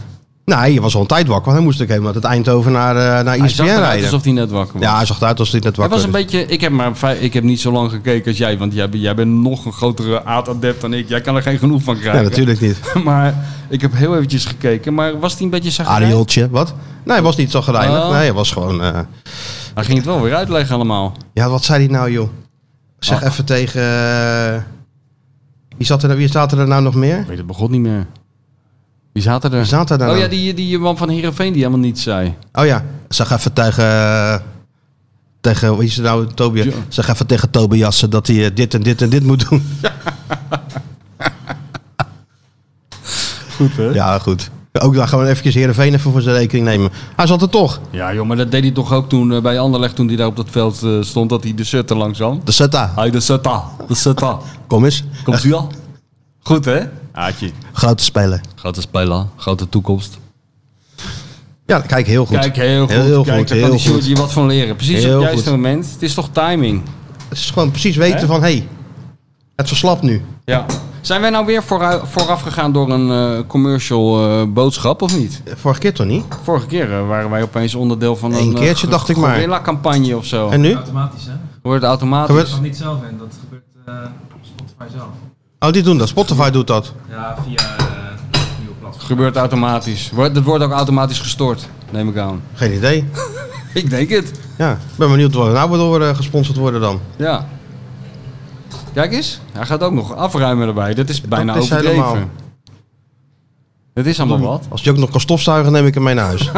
Nee, hij was al een tijd wakker. Want hij moest ook helemaal uit het Eindhoven naar, eh naar
Hij
ESPN
zag eruit
rijden.
alsof hij net wakker was.
Ja, hij zag eruit als hij net
Het
wakker
was een beetje, ik heb, maar, vij- ik heb niet zo lang gekeken als jij, want jij, bent- jij bent nog een grotere aardadept dan ik. Jij kan er geen genoeg van
Nee,
krijgen.
natuurlijk niet.
Maar ik heb heel eventjes gekeken, maar was hij een beetje
Ah,
zagrijnig?
Arieltje, wat? Nee, hij was niet zo gereinigd.
Oh.
Nee, hij was gewoon... eh,
Hij ging het wel weer uitleggen allemaal.
Ja, wat zei hij nou, joh? Zeg
Oh.
even tegen... eh, Wie, zat er, wie zaten er nou nog meer?
Ik weet het begon niet meer. Wie zaten er?
Wie zaten daar
oh
nou?
ja, die, die man van Heerenveen die helemaal niets zei.
Oh ja, zeg even tegen... eh, Tegen, wie is het nou, Tobias?
Ja.
Zeg even tegen Tobiassen dat hij eh, dit en dit en dit moet doen.
Goed, hè?
Ja, goed. Ook dan gewoon eventjes Heerenveen even voor zijn rekening nemen. Hij zat er toch.
Ja joh, maar dat deed hij toch ook toen eh, bij Anderlecht, toen hij daar op dat veld eh, stond, dat hij de sutter langs had.
De Zeta.
Hij de sutter, de sutter.
Kom eens.
Komt u al? Goed hè? Aatje.
Grote speler.
Grote speler, grote toekomst.
Ja, kijk, heel goed.
Kijk, heel goed.
Heel
Kijk,
goed,
daar kan
heel
die Sjoerd hier wat van leren. Precies
Heel
op het juiste
goed.
moment. Het is toch timing.
Het is gewoon precies weten van, hé, hey, het verslapt nu.
Ja. Zijn wij nou weer vooru- vooraf gegaan door een eh, commercial eh, boodschap of niet?
Vorige keer toch niet?
Vorige keer eh, waren wij opeens onderdeel van
Eén
een eh,
keertje,
ge-
dacht ik maar.
guerrilla-campagne of zo.
En nu?
Automatisch, hè?
Wordt het automatisch.
Dat kan niet zelf in, dat gebeurt eh, op Spotify zelf.
Oh, die doen dat. Spotify doet dat.
Ja, via eh nieuwe platform.
Gebeurt automatisch. Wordt, dat wordt ook automatisch gestort, neem ik aan.
Geen idee.
Ik denk het.
Ja, ik ben benieuwd waar we nou door eh, gesponsord worden dan.
Ja. Kijk eens, hij gaat ook nog afruimen erbij. Dat is bijna
is Hm.
overdreven.
helemaal.
Dat is allemaal wat.
Als die ook nog kan stofzuigen, neem ik hem mee naar huis.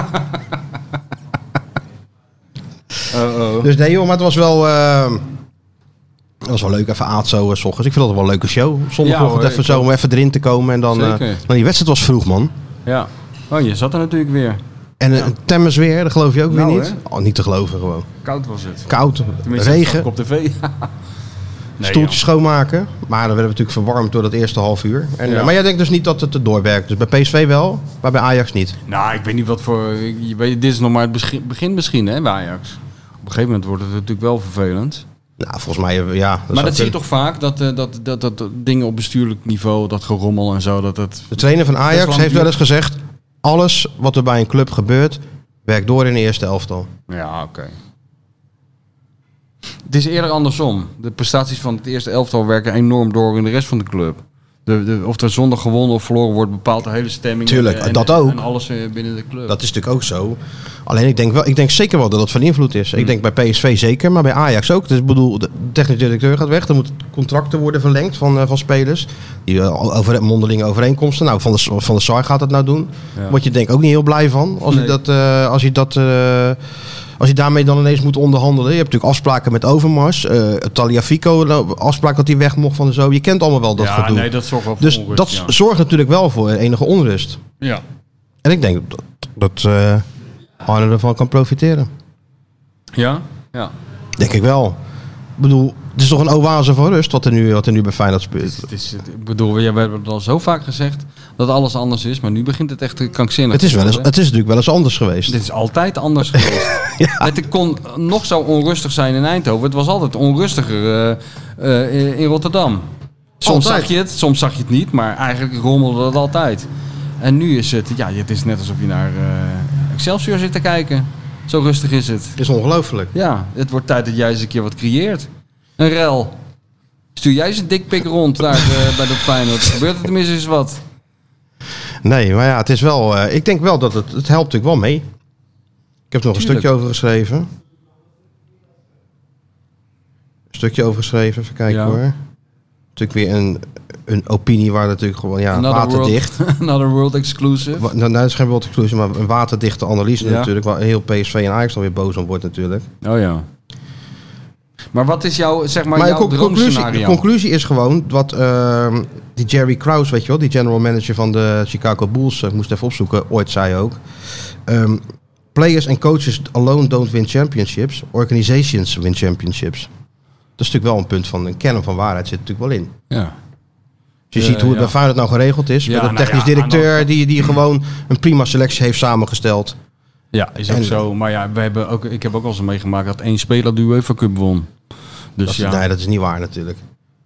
Dus nee joh, maar het was wel... eh, het was wel leuk, even aad zo eh, s ochtends. Ik vind dat wel een leuke show.
Ja,
Zondagochtend
hoor,
even
ik
zo, om even erin te komen. En dan, eh,
Zeker.
dan die wedstrijd was vroeg, man.
Ja. Oh, je zat er natuurlijk weer.
En eh, Temmers weer, dat geloof je ook
Nou,
weer niet. Oh, niet te geloven gewoon.
Koud was het.
Koud,
Tenminste, dat zag
regen,
ik op tv. nee,
stoeltjes schoonmaken. Maar dan werden we natuurlijk verwarmd door dat eerste half uur. En, eh,
Ja.
Maar jij denkt dus niet dat het doorwerkt. Dus bij PSV wel, maar bij Ajax niet.
joh. Nou, ik weet niet wat voor... ik- je weet, dit is nog maar het beschi- begin misschien, hè, bij Ajax. Op een gegeven moment wordt het natuurlijk wel vervelend.
Nou, volgens mij, eh, ja.
maar
zou
dat zie je
kunnen.
toch vaak, dat, eh, dat, dat, dat, dat dingen op bestuurlijk niveau, dat gerommel en zo, dat het...
De trainer van
Dat is
Ajax
wel
heeft wel eens gezegd... alles wat er bij een club gebeurt, werkt door in de eerste elftal.
Ja, oké. Het is eerder andersom. De prestaties van het eerste elftal werken enorm door in de rest van de club. De, de, of er zondag gewonnen of verloren wordt, bepaalt de hele stemming.
Tuurlijk,
en,
dat
en-
ook.
En alles eh, binnen de club.
Dat is natuurlijk ook zo. Alleen ik denk, wel, ik denk zeker wel dat dat van invloed is.
Hmm.
Ik denk bij PSV zeker, maar bij Ajax ook. Dus ik bedoel, de technisch directeur gaat weg. Er moeten contracten worden verlengd van, eh, van spelers. Die eh, over, mondelinge overeenkomsten. Nou, Van de, S- van de Sar gaat dat nou doen.
Ja.
Word je denk ik ook niet heel blij van. Als
Nee.
je dat... eh, als je dat eh, als je daarmee dan ineens moet onderhandelen. Je hebt natuurlijk afspraken met Overmars. eh Taliafico, nou, afspraak dat hij weg mocht van de zo. Je kent allemaal wel dat
ja,
gedoe.
nee, dat zorgt wel voor
dus
onrust,
dat
ja.
zorgt natuurlijk wel voor enige onrust.
ja.
En ik denk dat, dat eh, Arne ervan kan profiteren.
Ja? Ja.
Denk ik wel. Ik bedoel, het is toch een oase van rust wat er nu, wat er nu bij Feyenoord speelt.
Het is, het- ik bedoel, we hebben het al zo vaak gezegd. dat alles anders is. Maar nu begint het echt krankzinnig.
Het is,
te
wel eens,
worden.
het is natuurlijk wel eens anders geweest.
Dit is altijd anders geweest. Het kon nog zo onrustig zijn in Eindhoven. Het was altijd onrustiger eh, eh, in Rotterdam. Soms
Altijd.
zag je het, soms zag je het niet, maar eigenlijk rommelde het altijd. En nu is het, ja, het is net alsof je naar eh, Excelsior zit te kijken. Zo rustig is het.
Het is ongelooflijk.
Ja, het wordt tijd dat jij eens een keer wat creëert. Een rel. Stuur jij eens een dikpik rond daar eh, bij de Feyenoord. Gebeurt er tenminste eens wat.
Nee, maar ja, het is wel. eh, ik denk wel dat het. Het helpt natuurlijk wel mee. Ik heb er nog een
Tuurlijk.
stukje over geschreven. Een stukje over geschreven, even kijken
Ja.
hoor. Natuurlijk weer een, een opinie waar natuurlijk gewoon. Ja, waterdicht.
world, another world exclusive.
Wa- Nou, nou, het is geen world exclusive, maar een waterdichte analyse
Ja.
natuurlijk. Waar heel PSV en Ajax alweer boos om wordt natuurlijk.
Oh ja. Maar wat is jouw, zeg maar,
Maar, de
jouw
con- conclusie, de
droomscenario?
conclusie is gewoon wat ehm, die Jerry Krause, weet je wel, die general manager van de Chicago Bulls, eh, ik moest even opzoeken, ooit zei ook. ehm, Players and coaches alone don't win championships, organizations win championships. Dat is natuurlijk wel een punt van een kern van waarheid zit er natuurlijk wel in.
ja.
Dus je
Eh,
ziet hoe
ja.
bij Feyenoord nou geregeld is.
Ja,
met een
nou
technisch
ja, aan de
directeur die, die gewoon een prima selectie heeft samengesteld.
ja, is ook
En-
zo. Maar ja, we hebben ook, ik heb ook al eens meegemaakt dat één speler de UEFA Cup won. Dus
Dat, is-
ja.
Nee, dat is niet waar natuurlijk.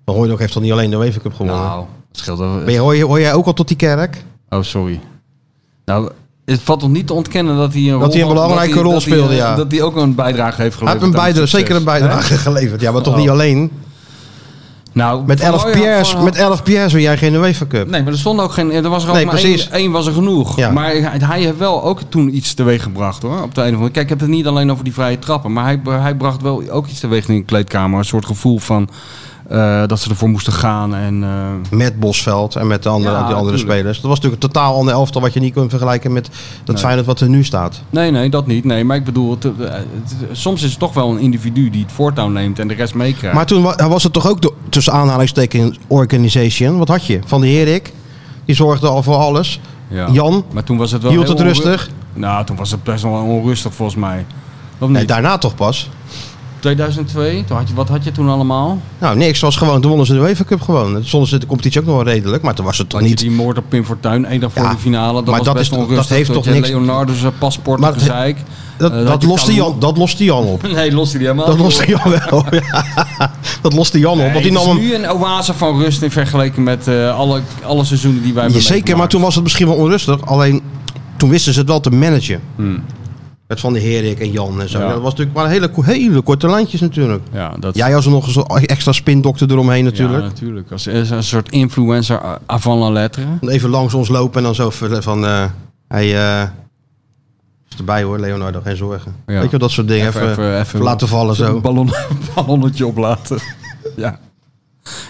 Maar Hooydonk heeft toch niet alleen de UEFA Cup gewonnen?
nou, het scheelt wel-
ben je, hoor, je- hoor jij ook al tot die kerk?
Oh, sorry. Nou, het valt toch niet te ontkennen dat hij een,
hij een belangrijke
dat hij-
rol
dat hij,
speelde,
eh,
ja.
Dat hij ook een bijdrage heeft
Hij
geleverd.
heeft een
aan het
bijdrage,
succes.
zeker een bijdrage geleverd. Ja, maar toch niet alleen.
Nou,
Met
Van
11
Hooijdonk-
Pierre's,
Van-
met 11 Pierre's win jij geen UEFA Cup.
Nee, maar er stond ook geen. Er was er ook
Nee,
maar
precies.
één, één was er genoeg.
Ja.
Maar hij, hij heeft wel ook toen iets teweeg gebracht hoor. Op de een of andere manier. Kijk, ik heb het niet alleen over die vrije trappen. Maar hij, hij bracht wel ook iets teweeg in de kleedkamer. Een soort gevoel van eh, dat ze ervoor moesten gaan. En, eh,
Met Bosveld en met de andere,
Ja,
die andere
natuurlijk.
spelers. Dat was natuurlijk een totaal ander elftal wat je niet kunt vergelijken met dat Feyenoord wat er nu staat.
nee, nee, dat niet. Nee, maar ik bedoel, het, eh, het- soms is het toch wel een individu die het voortouw neemt en de rest meekrijgt.
Maar toen wa- was het toch ook de, tussen aanhalingstekens organization. Wat had je? Van de Herik, die zorgde al voor alles.
Ja.
Jan,
maar toen was het wel
hield
heel
het
onru-
rustig.
Nou, toen was het best wel onrustig volgens mij. Of niet?
Nee, daarna toch pas.
2002, toen had je, wat had je toen allemaal?
Nou, niks. Was gewoon, toen wonnen ze de UEFA Cup gewoon. Toen Stonden ze de competitie ook nog wel redelijk. Maar toen was het toch
Had je
niet...
die moord op Pim Fortuyn, één dag voor
Ja,
de finale. Dat
maar
was
dat
best
is- dat
onrustig.
heeft
Toen
toch
had je
niks-
Leonardo zijn paspoort
Maar
op
dat-
gezeik.
Dat,
Eh, had
dat,
je
loste
Kalou-
Jan, dat loste Jan op.
Nee, lost hij helemaal
Dat
niet
loste
op.
Jan wel. ja. Dat loste Jan op.
Nee,
Want die
het is
nam hem...
nu een oase van rust in vergeleken met eh, alle, alle seizoenen die wij
Ja,
hebben
zeker, maar
meegemaakt.
toen was het misschien wel onrustig. Alleen toen wisten ze het wel te managen. Met Van de Herik en Jan en zo.
Hmm. Ja.
Dat was natuurlijk maar hele, ko- hele korte lijntjes natuurlijk.
Ja, dat
Jij als er nog eens een extra spindokter eromheen natuurlijk.
Ja, natuurlijk. Als als een soort influencer a- avant la lettre.
Dan Even langs ons lopen en dan zo van... van eh, hij eh, is erbij hoor, Leonardo, geen zorgen.
Ja.
Weet je wel, dat soort dingen. Even, even laten vallen zo.
Een ballon, ballonnetje oplaten. ja.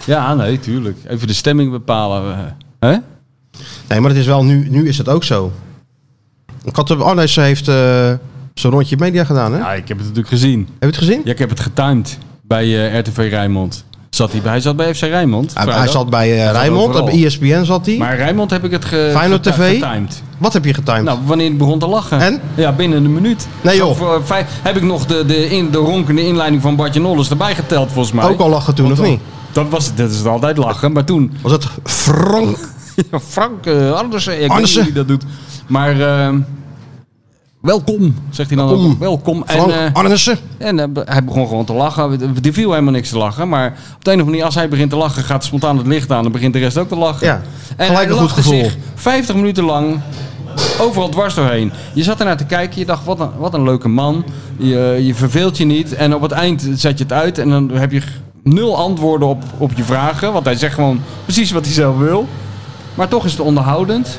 ja, nee, tuurlijk. Even de stemming bepalen. eh. Hè?
Nee, maar het is wel nu, nu is het ook zo. Ik had, Arnes heeft eh, zo'n rondje media gedaan, hè?
Ja, ik heb het natuurlijk gezien.
Heb je het gezien?
Ja, ik heb het getimed bij eh, RTV Rijnmond. Zat hij, bij- hij zat bij FC Rijnmond.
Hij, hij
vrijdag.
zat bij eh, Rijnmond,
overal.
op ESPN zat hij.
Maar Rijnmond heb ik het ge
Feyenoord
geti-
TV?
getimed.
Wat heb je getimed?
Nou, wanneer ik begon te lachen.
En?
Ja, binnen een minuut.
Nee,
Zo
joh.
voor vijf- heb ik nog de, de, in, de ronkende inleiding van Bartje Nolles erbij geteld, volgens mij.
ook al lachen toen, of niet?
Dat, was, dat is het altijd lachen, maar toen...
Was het Frank?
Frank eh, Andersen, ik
Andersen.
weet niet wie dat doet. Maar... eh, Welkom, zegt hij dan
Welkom.
ook. Welkom.
Frank
en, eh,
Arnissen?
En eh, be- hij begon gewoon te lachen. Er viel helemaal niks te lachen. Maar op de een of andere manier, als hij begint te lachen, gaat spontaan het licht aan. Dan begint de rest ook te lachen.
Ja,
en
gelijk
hij
een goed
lachte
gevoel.
zich 50 minuten lang overal dwars doorheen. Je zat ernaar te kijken. Je dacht, wat een, wat een leuke man. Je, je verveelt je niet. En op het eind zet je het uit. En dan heb je g- nul antwoorden op, op je vragen. Want hij zegt gewoon precies wat hij zelf wil. Maar toch is het onderhoudend.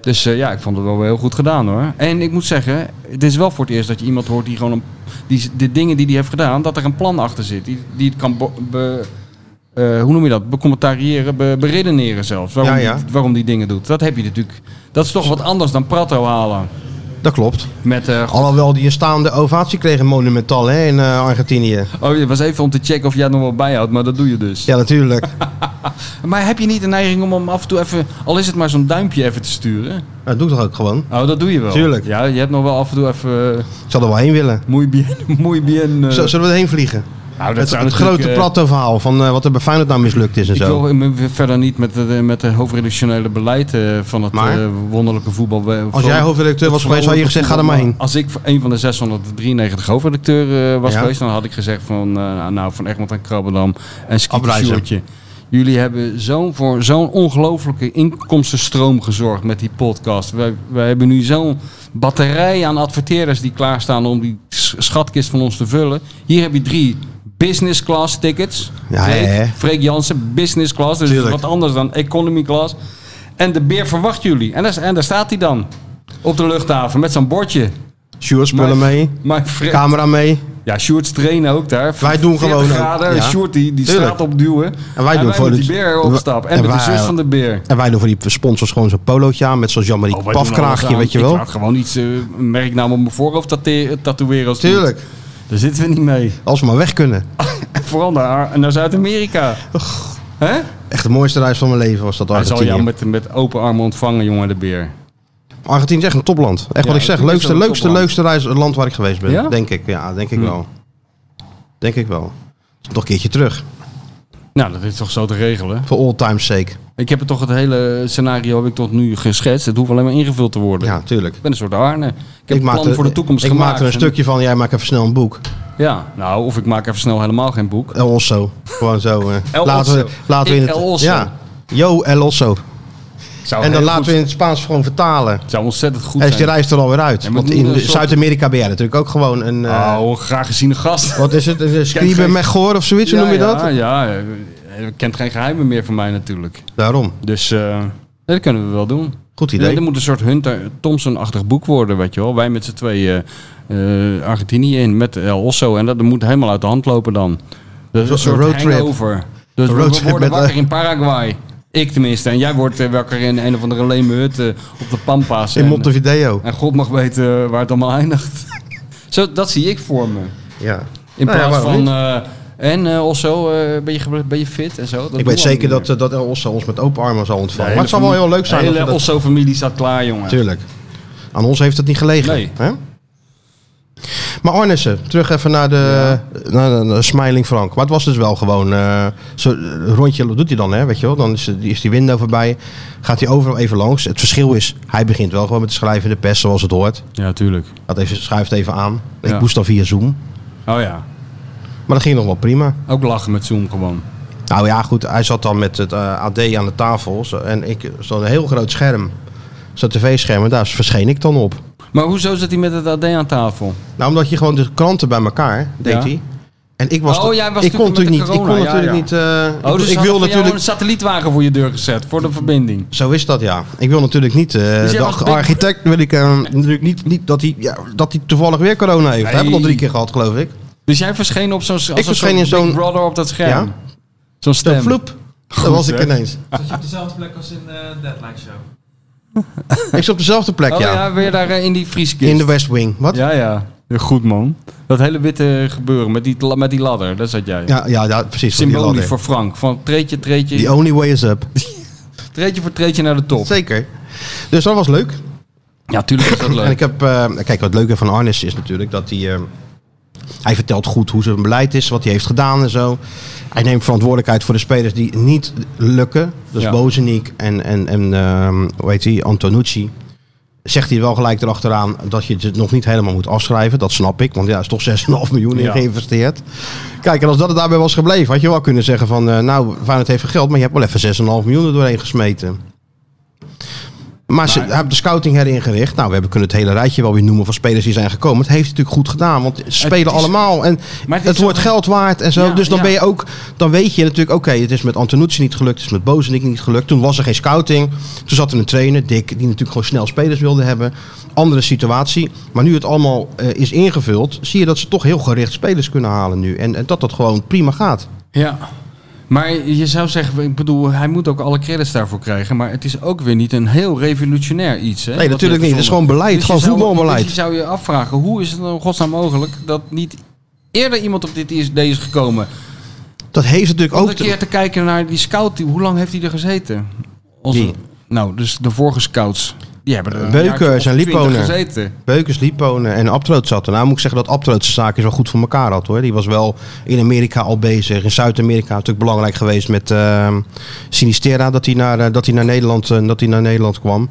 Dus eh, ja, ik vond het wel weer heel goed gedaan hoor. En ik moet zeggen, het is wel voor het eerst dat je iemand hoort die gewoon een, die, de dingen die hij heeft gedaan, dat er een plan achter zit. Die, die het kan, be, be- eh, hoe noem je dat, becommentariëren, be, beredeneren zelfs. Waarom,
Ja, ja.
Die, waarom die dingen doet. Dat heb je natuurlijk. Dat is toch wat anders dan Prato halen.
Dat klopt.
Met, eh,
Alhoewel die een staande ovatie kreeg in Monumental hè, in eh, Argentinië.
oh, het was even om te checken of jij het nog wel bijhoudt, maar dat doe je dus.
Ja, natuurlijk.
Maar heb je niet de neiging om hem af en toe even, al is het maar zo'n duimpje even te sturen?
Dat doe ik toch ook gewoon.
Oh, dat doe je wel.
Tuurlijk.
Ja, je hebt nog wel af en toe even... eh,
Ik zou er wel heen willen.
Muy bien, muy bien. eh,
Z- Zullen we erheen vliegen?
Nou, dat
het,
zou
het
natuurlijk,
grote
eh,
platte verhaal van eh, wat er bij Feyenoord nou mislukt is en
Ik
zo.
wil me verder niet met de, met de hoofdredactionele beleid eh, van het
Maar?
eh, wonderlijke voetbal. eh,
Als
van-
jij hoofdredacteur was
het
geweest, had je gezegd, ga er maar heen.
Als ik een van de 693 hoofdredacteur eh, was
Ja.
geweest, dan had ik gezegd van, eh, nou, van Egmond en Krabbendam en
Afreizen.
Sjoertje. Jullie hebben zo'n voor zo'n ongelofelijke inkomstenstroom gezorgd met die podcast. Wij, wij hebben nu zo'n batterij aan adverteerders die klaarstaan om die s- schatkist van ons te vullen. Hier heb je drie business class tickets.
Ja,
Freek,
hè, hè.
Freek Jansen, business class. Dus
Tuurlijk.
wat anders dan economy class. En de beer verwacht jullie. En daar, en daar staat hij dan. Op de luchthaven met zo'n bordje.
Sjoerd, spullen
Maar-
mee,
Maar Fre-
camera mee.
ja, Sjoerd's trainen ook daar.
Wij doen
40
gewoon ook,
graden.
ja.
Sjoerd die, die
Tuurlijk.
straat opduwen.
En wij doen
met
voor de-
die beer op stap. En,
en
met de
wij-
zus van de beer.
En wij doen voor die sponsors gewoon zo'n polootje aan met zo'n Jean-Marie
Oh, wij Oh, doen
Pafkraagje,
alles
weet je
aan.
wel.
Ik laat gewoon iets, eh, een merknaam op mijn voorhoofd tate- tatoeëren. Als het
Tuurlijk,
moet. Daar zitten we niet mee.
als we maar weg kunnen.
En vooral naar, naar Zuid-Amerika. Hè?
Echt de mooiste reis van mijn leven was dat
Hij zal jou
Argentinië.
met, met open armen ontvangen, jongen, de beer.
Argentinië is echt een topland. Echt wat
Ja,
ik zeg,
het is
leukste,
wel een
leukste,
topland.
leukste reis, land waar ik geweest ben.
Ja? Hm.
Denk ik, ja, denk ik wel. Denk ik wel. Toch een keertje terug,
Nou, dat is toch zo te regelen.
voor all time's sake.
Ik heb het toch het hele scenario heb ik tot nu geschetst. Het hoeft alleen maar ingevuld te worden.
Ja, tuurlijk.
Ik ben een soort Arne. Ik heb een
maak
plan
er-
voor de toekomst
ik
gemaakt.
maak er een
en-
stukje van, jij maakt even snel een boek.
Ja, nou, of ik maak even snel helemaal geen boek.
El Osso. Gewoon zo. eh,
El
laten we,
Osso.
laten we in
Ik
het,
El Osso.
Ja. Yo, El Osso.
Zou
en dan
heel
laten
goed-
we in het Spaans gewoon vertalen.
Zou ontzettend goed
En is die
zijn.
reis er alweer uit.
Ja, maar
Want
het moet
in
een
de-
soort-
Zuid-Amerika ben jij natuurlijk ook gewoon een... eh,
Oh, een graag geziene gast.
Wat is het? Een scribe
geen-
Mechor of zoiets,
Ja,
hoe noem je
ja,
dat?
Ja, je kent geen geheimen meer van mij natuurlijk.
Daarom.
Dus eh, nee, dat kunnen we wel doen.
Goed
Nee,
idee.
dat moet een soort Hunter Thompson-achtig boek worden, weet je wel. Wij met z'n tweeën eh, Argentinië in met El Osso. En dat moet helemaal uit de hand lopen dan. Dat is
Een
een soort
roadtrip.
hangover. Dus
Een
we-
roadtrip
we worden
met,
wakker
eh,
in Paraguay. Ik tenminste. En jij wordt eh, wakker in een of andere leme hut eh, op de Pampas.
In
En-
Montevideo.
En God mag weten eh, waar het allemaal eindigt. Zo, dat zie ik voor me.
Ja.
In
Nou ja,
plaats
waarom
van.
niet?
eh, en eh also, eh, ben, je, ge- ben je fit en zo? Dat
Ik
doen
weet
we
zeker
niet
dat,
meer.
eh, dat El Osso ons met open armen zal
De
ontvangen.
hele
Maar het zal wel
familie-
heel leuk zijn.
De
als we
hele
dat-
Osso-familie staat klaar, jongen.
Tuurlijk. Aan ons heeft het niet gelegen.
Nee.
Hè? Maar Arnissen, terug even naar de, naar de, naar de Smiling Frank. Maar het was dus wel gewoon... eh, zo, een rondje doet hij dan, hè, weet je wel. Dan is, is die window voorbij. Gaat hij overal even langs. Het verschil is, hij begint wel gewoon met het schrijven in de pers zoals het hoort.
Ja, tuurlijk.
Dat even, schuift even aan. Ik
Ja.
moest dan via Zoom.
Oh ja.
Maar dat ging nog wel prima.
Ook lachen met Zoom gewoon.
Nou ja, goed. Hij zat dan met het eh, AD aan de tafel. Zo- en ik zat een heel groot scherm. Zo'n tv-scherm. En daar verscheen ik dan op.
Maar hoezo zit hij met het AD aan tafel?
Nou, omdat je gewoon de kranten bij elkaar deed
Ja.
hij. En ik was,
Oh,
toch-
jij was
ik kon
natuurlijk
natuurlijk
met
niet.
de corona,
Ik kon natuurlijk
ja,
niet. eh, ik-
Oh, dus
ik wil natuurlijk.
een satellietwagen voor je deur gezet, voor de verbinding.
Zo is dat ja. Ik wil natuurlijk niet. eh,
Dus jij
de
was
ach-
bang-
architect wil ik eh, natuurlijk niet, niet dat hij ja, dat hij toevallig weer corona heeft. Hij heeft het al
Nee.
drie keer gehad, geloof ik.
Dus jij verscheen op zo'n... als een
verscheen
soort
in zo'n-
Big Brother op dat scherm.
Ja.
Zo'n
Zo
stem.
floep. Daar was ik
hè?
ineens.
Zat je op dezelfde plek als in eh Deadline Show?
Ik zat op dezelfde plek,
Oh
ja.
ja. weer daar eh, in die vrieskist.
In de West Wing. Wat? Ja,
Ja, ja. Ja, Goed, man. Dat hele witte gebeuren met die, met die ladder, daar zat jij.
ja, ja, precies. van die
Symbolisch
ladder.
voor Frank. Van treetje, treetje,
The only way is up.
treetje voor treetje naar de top.
Zeker. Dus dat was leuk.
Ja, tuurlijk is dat
En
leuk.
ik heb, eh, kijk, wat leuke van Arnes is natuurlijk dat hij, eh, hij vertelt goed hoe zijn beleid is, wat hij heeft gedaan en zo. Hij neemt verantwoordelijkheid voor de spelers die niet lukken. Dus
Ja.
Bozeniek en, en, en ehm, hoe heet hij, Antonucci. Zegt hij wel gelijk erachteraan dat je het nog niet helemaal moet afschrijven. Dat snap ik, want ja, er is toch 6,5 miljoen in
Ja.
geïnvesteerd. Kijk, en als dat het daarbij was gebleven, had je wel kunnen zeggen van... eh, nou, Feyenoord heeft geen geld, maar je hebt wel even 6,5 miljoen er doorheen gesmeten. Maar ze hebben de scouting heringericht. Nou, we hebben kunnen het hele rijtje wel weer noemen van spelers die zijn gekomen. Het heeft natuurlijk goed gedaan, want ze spelen
is-
allemaal. En
Maar
het,
het is
wordt
ook-
geld waard en zo.
Ja,
dus dan
ja.
ben je ook, dan weet je natuurlijk, oké, het is met Antonucci niet gelukt, het is met Bozenik niet gelukt. Toen was er geen scouting. Toen zat er een trainer, Dick, die natuurlijk gewoon snel spelers wilde hebben. Andere situatie. Maar nu het allemaal eh, is ingevuld, zie je dat ze toch heel gericht spelers kunnen halen nu. En, en dat dat gewoon prima gaat.
Ja. Maar je zou zeggen, ik bedoel, hij moet ook alle credits daarvoor krijgen. Maar het is ook weer niet een heel revolutionair iets. Hè, wat
Nee,
hij
natuurlijk
heeft
niet. Het is gewoon
verzonnen.
beleid,
Dus
gewoon
je zou-
voetbalbeleid.
Dus je zou je afvragen, hoe is het nou in godsnaam mogelijk dat niet eerder iemand op dit ISD is gekomen?
Dat heeft natuurlijk
Om
ook.
een keer te kijken naar die scout, die- hoe lang heeft hij er gezeten? Onze,
Wie?
Nou, dus de vorige scouts. Die hebben er een
Beukers
jaartje of
en
20
Liponen.
gezeten.
Beukers, Liponen en Abtroot zat er. Nou moet ik zeggen dat Abtroot zijn zaakjes wel goed voor elkaar had hoor. Die was wel in Amerika al bezig. In Zuid-Amerika natuurlijk belangrijk geweest met ehm, Sinistera dat hij naar, eh, dat hij naar, Nederland, eh, dat hij naar Nederland kwam.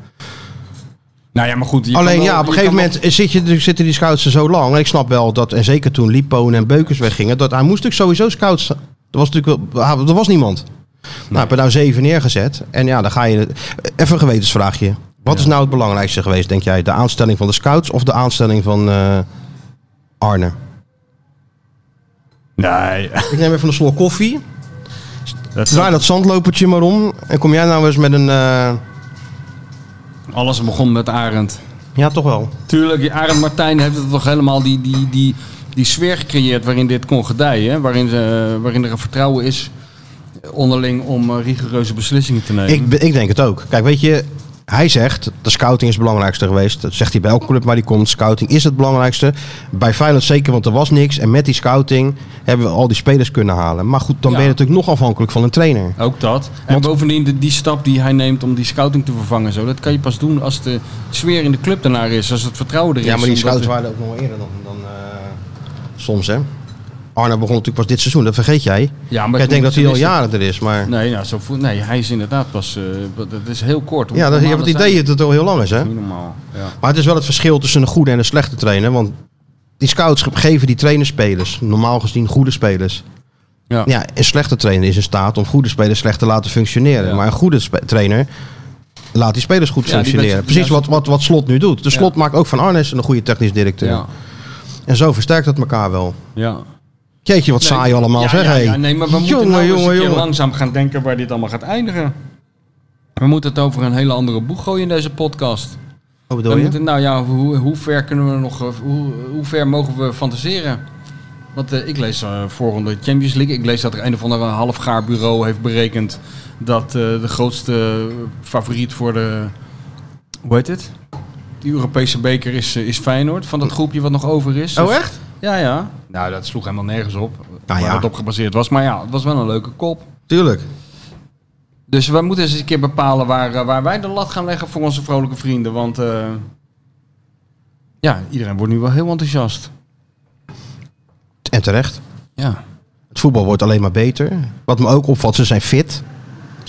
Nou ja, maar goed. je
Alleen
kan wel-
ja, op een
je kan
gegeven moment zit je, zitten die scouts er zo lang. En ik snap wel dat, en zeker toen Liponen en Beukers weggingen, dat hij moest natuurlijk sowieso scouts. Er was natuurlijk wel, ah, er was niemand. Nou, heb er nou zeven neergezet. En ja, dan ga je. Even een gewetensvraagje. Wat is nou het belangrijkste geweest, denk jij? De aanstelling van de scouts of de aanstelling van eh, Arne?
nog- Nee,
Ik neem even een slok koffie.
dat is
Draai dat zandlopertje maar om. En kom jij nou eens met een. eh,
alles begon met Arend.
ja, toch wel.
Tuurlijk, die Arend Martijn heeft het toch helemaal die, die, die, die sfeer gecreëerd waarin dit kon gedijen. hè? Waarin, ze, waarin er een vertrouwen is onderling om eh, rigoureuze beslissingen te nemen.
Ik, ik denk het ook. Kijk, weet je, hij zegt de scouting is het belangrijkste geweest. Dat zegt hij bij elke club waar hij komt. Scouting is het belangrijkste. Bij Feyenoord zeker, want er was niks. En met die scouting hebben we al die spelers kunnen halen. Maar goed, dan
Ja.
ben je natuurlijk nog afhankelijk van een trainer.
Ook dat. En
Want-
bovendien de, die stap die hij neemt om die scouting te vervangen. en Zo, dat kan je pas doen als de sfeer in de club daarnaar is. Als het vertrouwen er is.
Ja, maar die
Omdat
scouts
het-
waren ook nog wel eerder dan, dan eh, soms, hè. Arne begon natuurlijk pas dit seizoen, dat vergeet jij.
Ja,
Ik
toen
denk dat hij al
wist het-
jaren er is, maar...
Nee, nou, zo voel- nee, hij is inderdaad pas... eh, wat- dat is heel kort.
Ja, dat, je hebt
Normaal
het
zijn-
idee dat het al heel lang is, hè.
Niet normaal. Ja.
Maar het is wel het verschil tussen een goede en een slechte trainer. Want die scouts geven die trainers spelers. Normaal gezien goede spelers.
Ja.
ja, een slechte trainer is in staat om goede spelers slecht te laten functioneren.
Ja.
Maar een goede spe- trainer laat die spelers
Ja,
goed
die
functioneren.
best-
Precies
ja,
wat, wat, wat Slot nu doet. De
Ja.
Slot maakt ook van Arnes een goede technisch directeur.
Ja.
En zo versterkt dat elkaar wel.
ja.
Jeetje, wat saai allemaal
ja,
zeg.
ja,
hé.
ja, nee, maar we moeten
jongen,
nou eens
jongen,
een keer
jongen.
langzaam gaan denken waar dit allemaal gaat eindigen. We moeten het over een hele andere boeg gooien in deze podcast.
Wat
We
Oh, bedoel je?
moeten, nou ja, hoe, hoe ver kunnen we nog, eh, hoe, hoe ver mogen we fantaseren? Want eh, ik lees eh voorronde Champions League. Ik lees dat er een of andere halfgaar bureau heeft berekend dat eh, de grootste favoriet voor de, hoe heet het? Die Europese beker is, eh, is Feyenoord, van dat groepje wat nog over is. Dus-
Hm. Oh echt?
ja, ja. Nou, dat sloeg helemaal nergens op. waar
Nou ja.
dat op gebaseerd was. Maar ja, het was wel een leuke kop.
Tuurlijk.
Dus we moeten eens een keer bepalen waar, eh, waar wij de lat gaan leggen voor onze vrolijke vrienden. Want eh, ja, iedereen wordt nu wel heel enthousiast.
En terecht.
Ja.
Het voetbal wordt alleen maar beter. Wat me ook opvalt, ze zijn fit.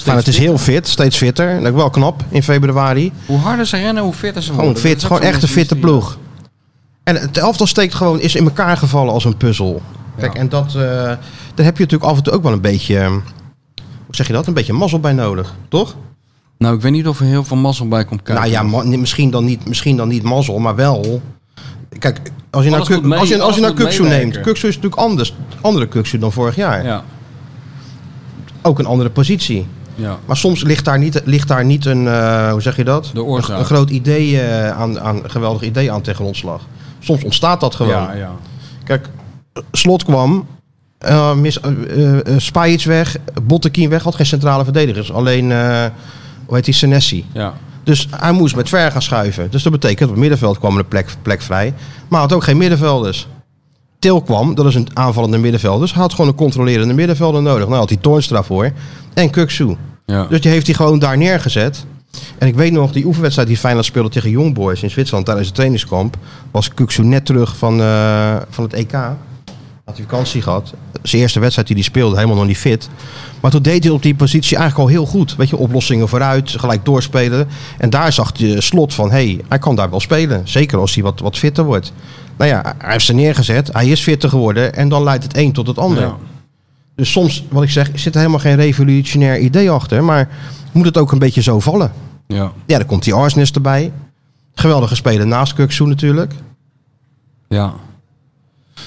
Maar het is heel fit, steeds fitter. Dat is wel knap in februari.
Hoe harder ze rennen, hoe fitter ze
Gewoon
worden. Oh, Dat
fit,
is ook
gewoon
zo'n
echt een fitte
mysterie.
ploeg. En het elftal steekt gewoon, is in elkaar gevallen als een puzzel. Kijk, en dat, eh, daar heb je natuurlijk af en toe ook wel een beetje, eh, hoe zeg je dat, een beetje mazzel bij nodig, toch?
Nou, ik weet niet of er heel veel mazzel bij komt kijken.
Nou ja, ma- nee, misschien, dan niet, misschien dan niet mazzel, maar wel... Kijk, als je nou,
Alles
Kuk-
moet mee-
als je, als
alles
je nou
moet
Kuksu
meewerken.
neemt, Kuksu is natuurlijk anders, andere Kuksu dan vorig jaar.
ja.
Ook een andere positie.
ja.
Maar soms ligt daar niet, ligt daar niet een, eh, hoe zeg je dat?
De
Een,
oorzaak.
een groot idee eh, aan, aan, een geweldig idee aan ten grondslag. Soms ontstaat dat gewoon.
ja, ja.
Kijk, Slot kwam. eh mis, eh eh, Spajic weg. Bottekien weg. Had geen centrale verdedigers. Alleen, eh, hoe heet die, Senesi.
ja.
Dus hij moest met ver gaan schuiven. Dus dat betekent, op het middenveld kwam er een plek, plek vrij. Maar hij had ook geen middenvelders. Til kwam, dat is een aanvallende middenvelder. Dus hij had gewoon een controlerende middenvelder nodig. Nou had hij Toornstra voor. En Kuksu.
ja.
Dus die heeft hij gewoon daar neergezet. En ik weet nog, die oefenwedstrijd die Feyenoord speelde tegen Young Boys in Zwitserland tijdens het trainingskamp, was Kuksu net terug van, eh, van het EK. Had hij vakantie gehad. Zijn eerste wedstrijd die hij speelde, helemaal nog niet fit. Maar toen deed hij op die positie eigenlijk al heel goed. Weet je, oplossingen vooruit, gelijk doorspelen. En daar zag de slot van, hé, hey, hij kan daar wel spelen. Zeker als hij wat, wat fitter wordt. Nou ja, hij heeft ze neergezet. Hij is fitter geworden. En dan leidt het een tot het ander.
Ja.
Dus soms, wat ik zeg, zit er helemaal geen revolutionair idee achter. Maar moet het ook een beetje zo vallen?
ja.
Ja, dan komt die Arsnes erbij. Geweldige speler naast Kuksu natuurlijk.
Ja.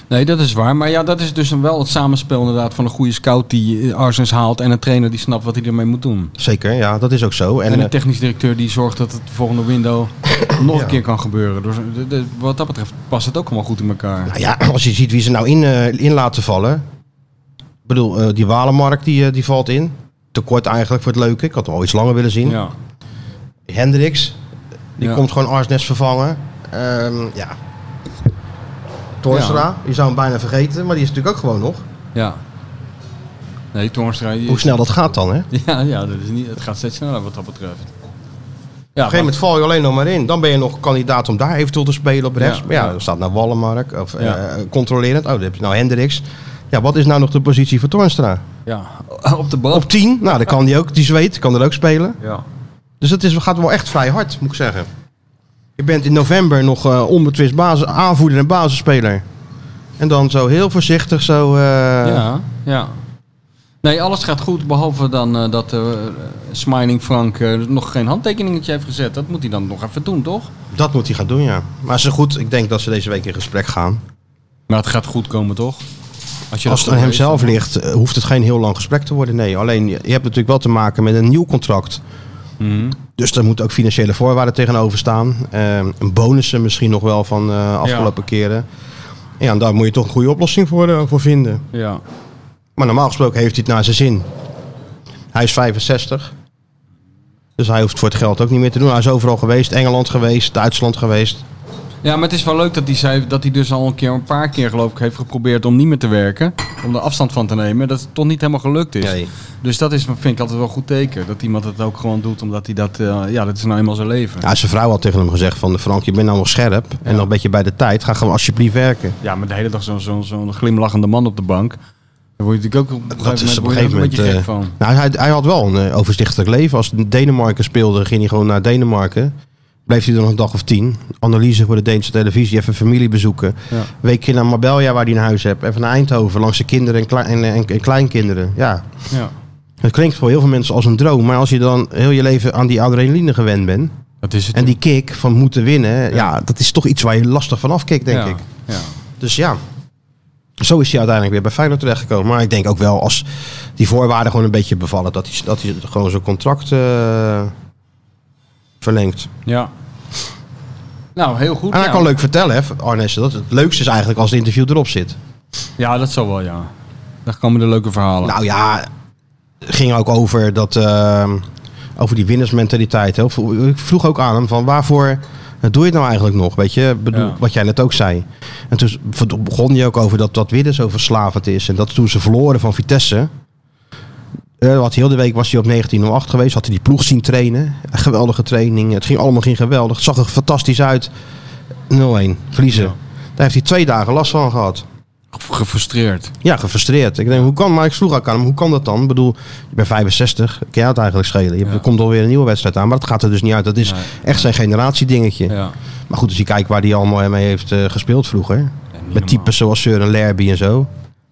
Nee, dat is waar. Maar ja, dat is dus dan wel het samenspel inderdaad van een goede scout die eh, Arsens haalt en een trainer die snapt wat hij ermee moet doen.
Zeker, ja, dat is ook zo. En,
En een
eh,
technisch directeur die zorgt dat het volgende window nog
Ja.
een keer kan gebeuren. Dus de- de- wat dat betreft past het ook allemaal goed in elkaar.
nou ja, als je ziet wie ze nou in, eh, in laten vallen. Ik bedoel, eh, die Walenmark die, eh, die valt in. Tekort eigenlijk voor het leuke. Ik had hem al iets langer willen zien.
Ja.
Hendricks, die
Ja.
komt gewoon Arsnes vervangen. Ehm, ja. Torstra, je zou hem bijna vergeten, maar die is natuurlijk ook gewoon nog.
Ja. Nee, Toornstra... die-
Hoe snel dat gaat dan, hè?
Ja, ja dat is niet, het gaat steeds sneller wat dat betreft.
op een gegeven moment val je alleen nog maar in. Dan ben je nog kandidaat om daar eventueel te spelen op rechts.
Ja,
maar ja,
ja.
dan staat nou Wallenmark of eh
Ja.
controlerend. Oh, dan heb je nou Hendricks. Ja, wat is nou nog de positie voor Toornstra?
ja. op de bal.
Op 10, nou dan kan die ook, die zweet, kan er ook spelen.
Ja.
Dus het is, gaat wel echt vrij hard, moet ik zeggen. Je bent in november nog eh onbetwist basis, aanvoerder en basisspeler. En dan zo heel voorzichtig zo... eh,
ja, ja. Nee, alles gaat goed, behalve dan eh, dat eh, Smiling Frank eh, nog geen handtekeningetje heeft gezet. Dat moet hij dan nog even doen, toch?
Dat moet hij gaan doen, ja. Maar ze goed, ik denk dat ze deze week in gesprek gaan.
Maar het gaat goed komen, toch? je
Als het aan hem zelf ligt, eh, hoeft het geen heel lang gesprek te worden. Nee, alleen je je hebt natuurlijk wel te maken met een nieuw contract. Dus daar moeten ook financiële voorwaarden tegenover staan. Ehm, een bonussen misschien nog wel van eh afgelopen keren. En ja, en daar moet je toch een goede oplossing voor, eh, voor vinden.
Ja.
Maar normaal gesproken heeft hij het naar zijn zin. Hij is 65. Dus hij hoeft voor het geld ook niet meer te doen. Hij is overal geweest. Engeland geweest, Duitsland geweest.
ja, maar het is wel leuk dat hij zei dat hij dus al een keer een paar keer geloof ik heeft geprobeerd om niet meer te werken. Om er afstand van te nemen. Dat het toch niet helemaal gelukt is. Dus dat is, vind ik altijd wel een goed teken. Dat iemand het ook gewoon doet omdat hij dat... eh, ja, dat is nou eenmaal zijn leven.
Ja, zijn vrouw had tegen hem gezegd van... Frank, je bent nou nog scherp en nog een beetje bij de tijd. Ga gewoon alsjeblieft werken.
Ja, maar de hele dag zo'n zo'n zo'n glimlachende man op de bank. Daar word je natuurlijk ook op een
Dat
gegeven
is
moment,
op een
word je er
gegeven
ook een
moment...
beetje gek van.
eh, nou, hij, hij had wel een eh, overzichtelijk leven. Als Denemarken speelde, ging hij gewoon naar Denemarken. Bleef hij er nog een dag of tien. Analyse voor de Deense televisie, even familie bezoeken.
Ja.
Weekje naar Marbella, waar hij een huis hebt. Even naar Eindhoven, langs de kinderen en, klei- en, en, en kleinkinderen. Ja,
Ja.
het klinkt voor heel veel mensen als een droom. Maar als je dan heel je leven aan die adrenaline gewend bent...
Dat is het.
en die kick van moeten winnen... Ja, dat is toch iets waar je lastig van afkikt, denk
ja.
ik.
Ja.
Dus ja, zo is hij uiteindelijk weer bij Feyenoord terechtgekomen. Maar ik denk ook wel als die voorwaarden gewoon een beetje bevallen, dat hij, dat hij gewoon zijn contract eh, verlengt.
ja. Nou, heel goed.
En hij
ja.
Ah, kan leuk vertellen, hè, Arnessen, dat het leukste is eigenlijk als het interview erop zit.
Ja, dat zal wel, ja. Daar komen de leuke verhalen.
Nou ja, het ging ook over dat. eh, over die winnersmentaliteit. hè. Ik vroeg ook aan hem van waarvoor doe je het nou eigenlijk nog? Weet je, Ik bedoel,
Ja.
wat jij net ook zei. En toen begon hij ook over dat dat winnen zo verslavend is. En dat toen ze verloren van Vitesse. eh, wat heel de week was hij op 1908 geweest. Had hij die ploeg zien trainen. Een geweldige training. Het ging allemaal ging geweldig. Het zag er fantastisch uit. 0-1. Verliezen.
Ja.
Daar heeft hij twee dagen last van gehad.
Gefrustreerd.
Ja, gefrustreerd. Ik denk, hoe kan, maar ik vroeg ook aan hem, hoe kan dat dan? Ik bedoel, je bent 65, kan je het eigenlijk schelen? Je,
Ja.
Er komt alweer een nieuwe wedstrijd aan, maar dat gaat er dus niet uit. Dat is
Nee.
echt zijn generatiedingetje.
Ja.
Maar goed, als je kijkt waar hij allemaal mee heeft eh, gespeeld vroeger. Met
type.
types zoals Søren Lerby en zo.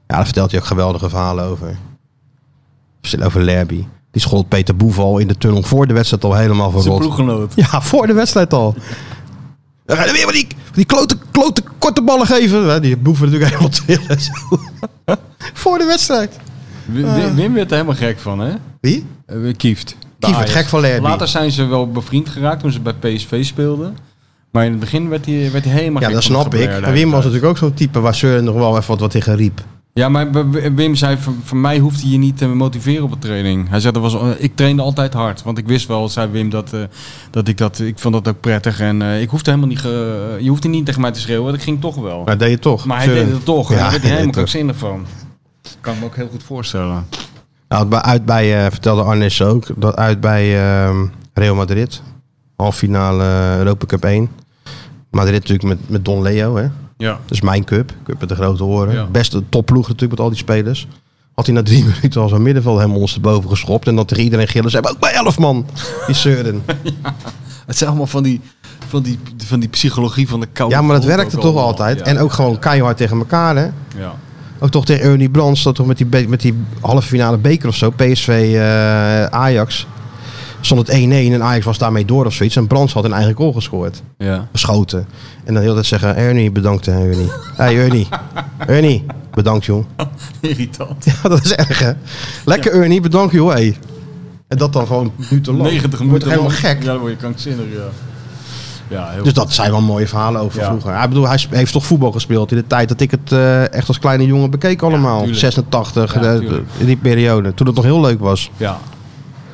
Ja, daar vertelt hij ook geweldige verhalen over. Stel over Lerby. Die schold Peter Boeval in de tunnel voor de wedstrijd al helemaal van
Zijn
rot.
ploeggenoot.
Ja, voor de wedstrijd al. We gaan weer maar die, die klote, klote korte ballen geven. Ja, Die boeven natuurlijk helemaal trillen. zo. voor de wedstrijd.
Wim- Wim Wim werd er helemaal gek van, hè?
Wie?
Eh, Kieft. Bij
Kief werd
Ajax.
gek van Lerby.
Later zijn ze wel bevriend geraakt toen ze bij PSV speelden. Maar in het begin werd hij, werd hij helemaal
ja,
gek
dat
van
snap
het
ik.
gebeuren de
En Wim
hele
was
tijd.
natuurlijk ook zo'n type waar Seur nog wel even wat, wat tegen riep.
Ja, maar B- B- Wim zei, van, van mij hoeft hij je niet te motiveren op een training. Hij zei, dat was, eh, ik trainde altijd hard. Want ik wist wel, zei Wim, dat, eh, dat ik dat, ik vond dat ook prettig. En eh, ik hoefde helemaal niet, ge- eh, je hoefde niet tegen mij te schreeuwen, dat ging toch wel.
Maar dat deed je toch.
Maar hij
Seuren.
deed het toch. en
Ja,
daar werd
hij
hij
deed
helemaal
het
krankzinnig van. kan ik me ook heel goed voorstellen.
Nou, bij- uit bij, eh, vertelde Arnes ook, dat uit bij ehm Real Madrid. Halffinale eh, Europa Cup 1. Madrid natuurlijk met, met Don Leo, hè.
Ja.
Dat is mijn cup. Cup met de grote horen.
Ja.
Beste topploeg natuurlijk met al die spelers. Had hij na drie minuten al zijn middenveld helemaal ondersteboven geschopt. En dan tegen iedereen gillen. Ze hebben ook bij elf man. Die zeuren.
Het zijn allemaal van die, van die, van die psychologie van de koude.
ja, maar dat
grond
werkte
ook
toch
allemaal.
altijd.
Ja.
en ook gewoon keihard tegen elkaar, hè.
Ja.
Ook toch tegen Ernie Brands. Dat toch met die, be- met die halve finale beker of zo. PSV eh, Ajax. Stond het 1-1 en Ajax was daarmee door of zoiets. En Brands had een eigen goal gescoord.
Ja.
geschoten. En dan heel dat zeggen, Ernie, bedankt hè, Ernie. hey, Ernie. Ernie, bedankt joh.
Irritant.
Ja, dat is erg hè. Lekker Ernie, bedankt joh. Hey. En dat dan gewoon minuten lang.
90 minuten.
Wordt toch helemaal
lang.
gek.
Ja, dan word je krankzinnig, ja. Ja, heel
Dus dat zijn wel mooie verhalen over
Ja.
vroeger. Hij, bedoel, hij sp- heeft toch voetbal gespeeld in de tijd dat ik het eh, echt als kleine jongen bekeek allemaal.
tuurlijk.
86,
Ja,
de-
tuurlijk.
in die periode. Toen het nog heel leuk was.
Ja.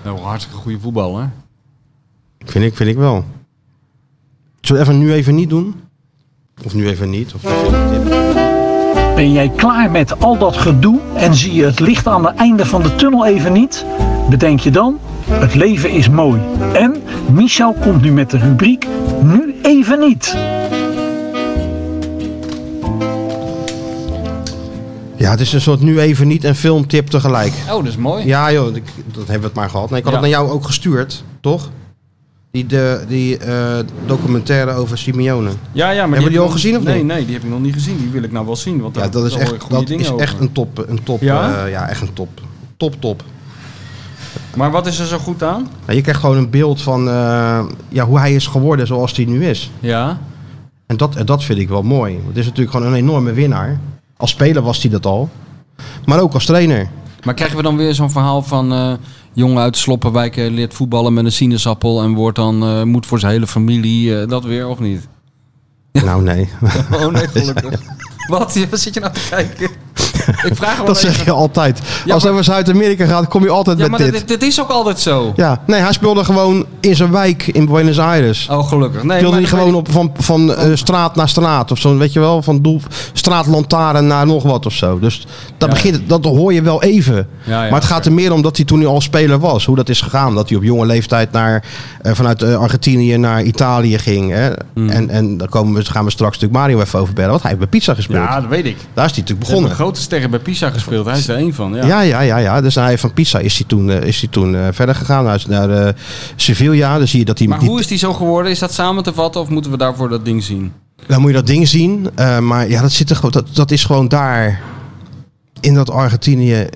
Nou, hartstikke goede voetballer.
Vind ik, vind ik wel. Zullen we even nu even niet doen? Of nu even niet? Of
Ben jij klaar met al dat gedoe en zie je het licht aan het einde van de tunnel even niet? Bedenk je dan, Het leven is mooi. En Michel komt nu met de rubriek Nu even niet.
Ja, het is een soort nu even niet en filmtip tegelijk.
Oh, dat is mooi.
Ja joh, ik- dat hebben we het maar gehad. Nee, ik had
Ja.
het naar jou ook gestuurd, toch? Die, de, die eh, documentaire over Simeone.
Ja, ja, maar
Hebben die
heb
al
ik-
gezien of
nee,
niet?
Nee, die heb ik nog niet gezien. Die wil ik nou wel zien. Want
Ja,
daar
dat is
hoor ik
echt,
goede
dat
dingen
is
over.
echt een top, een top,
Ja?
ja? ja, echt een top, top, top.
Maar wat is er zo goed aan?
Ja, je krijgt gewoon een beeld van eh, ja, hoe hij is geworden zoals hij nu is.
Ja.
En dat, en dat vind ik wel mooi. Want het is natuurlijk gewoon een enorme winnaar. Als speler was hij dat al. Maar ook als trainer.
Maar krijgen we dan weer zo'n verhaal van eh jongen uit Sloppenwijk eh, leert voetballen met een sinaasappel en wordt dan eh, moet voor zijn hele familie eh, dat weer of niet?
Nou nee,
Oh nee, gelukkig. Wat? Ja, Waar zit je nou te kijken? Ik vraag gewoon
dat
even.
zeg je altijd.
Ja,
Als hij
maar-
naar Zuid-Amerika gaat, kom je altijd
Ja, maar
met
dit.
dit.
Dit, is ook altijd zo.
Ja, nee, hij speelde gewoon in zijn wijk in Buenos Aires.
Oh, gelukkig. Nee,
Speelde
maar- Oh.
hij gewoon op van, van eh, straat naar straat of zo, weet je wel? Van doel, straatlantaarn naar nog wat of zo. Dus dat,
Ja.
begint, dat hoor je wel even.
Ja, ja,
maar het gaat er meer om dat hij toen al speler was. Hoe dat is gegaan. Dat hij op jonge leeftijd naar, eh, vanuit eh, Argentinië naar Italië ging. Hè?
Hmm.
En, en daar komen we, gaan we straks natuurlijk Mario even over bellen. Want hij heeft bij Pizza gespeeld.
Ja, dat weet ik.
daar is hij natuurlijk
Begonnen.
begonnen.
De grote sterren bij Pisa gespeeld. Hij is er één van. Ja.
Ja, ja, ja, ja. Dus hij heeft van Pizza is hij toen, eh, is hij toen eh, verder gegaan. Hij is naar eh, Sevilla. Dan zie je dat hij...
Maar
die-
hoe is die zo geworden? Is dat samen te vatten of moeten we daarvoor dat ding zien?
Dan moet je dat ding zien. eh, maar ja, dat, zit er, gewoon- dat, dat is gewoon daar. In dat Argentinië.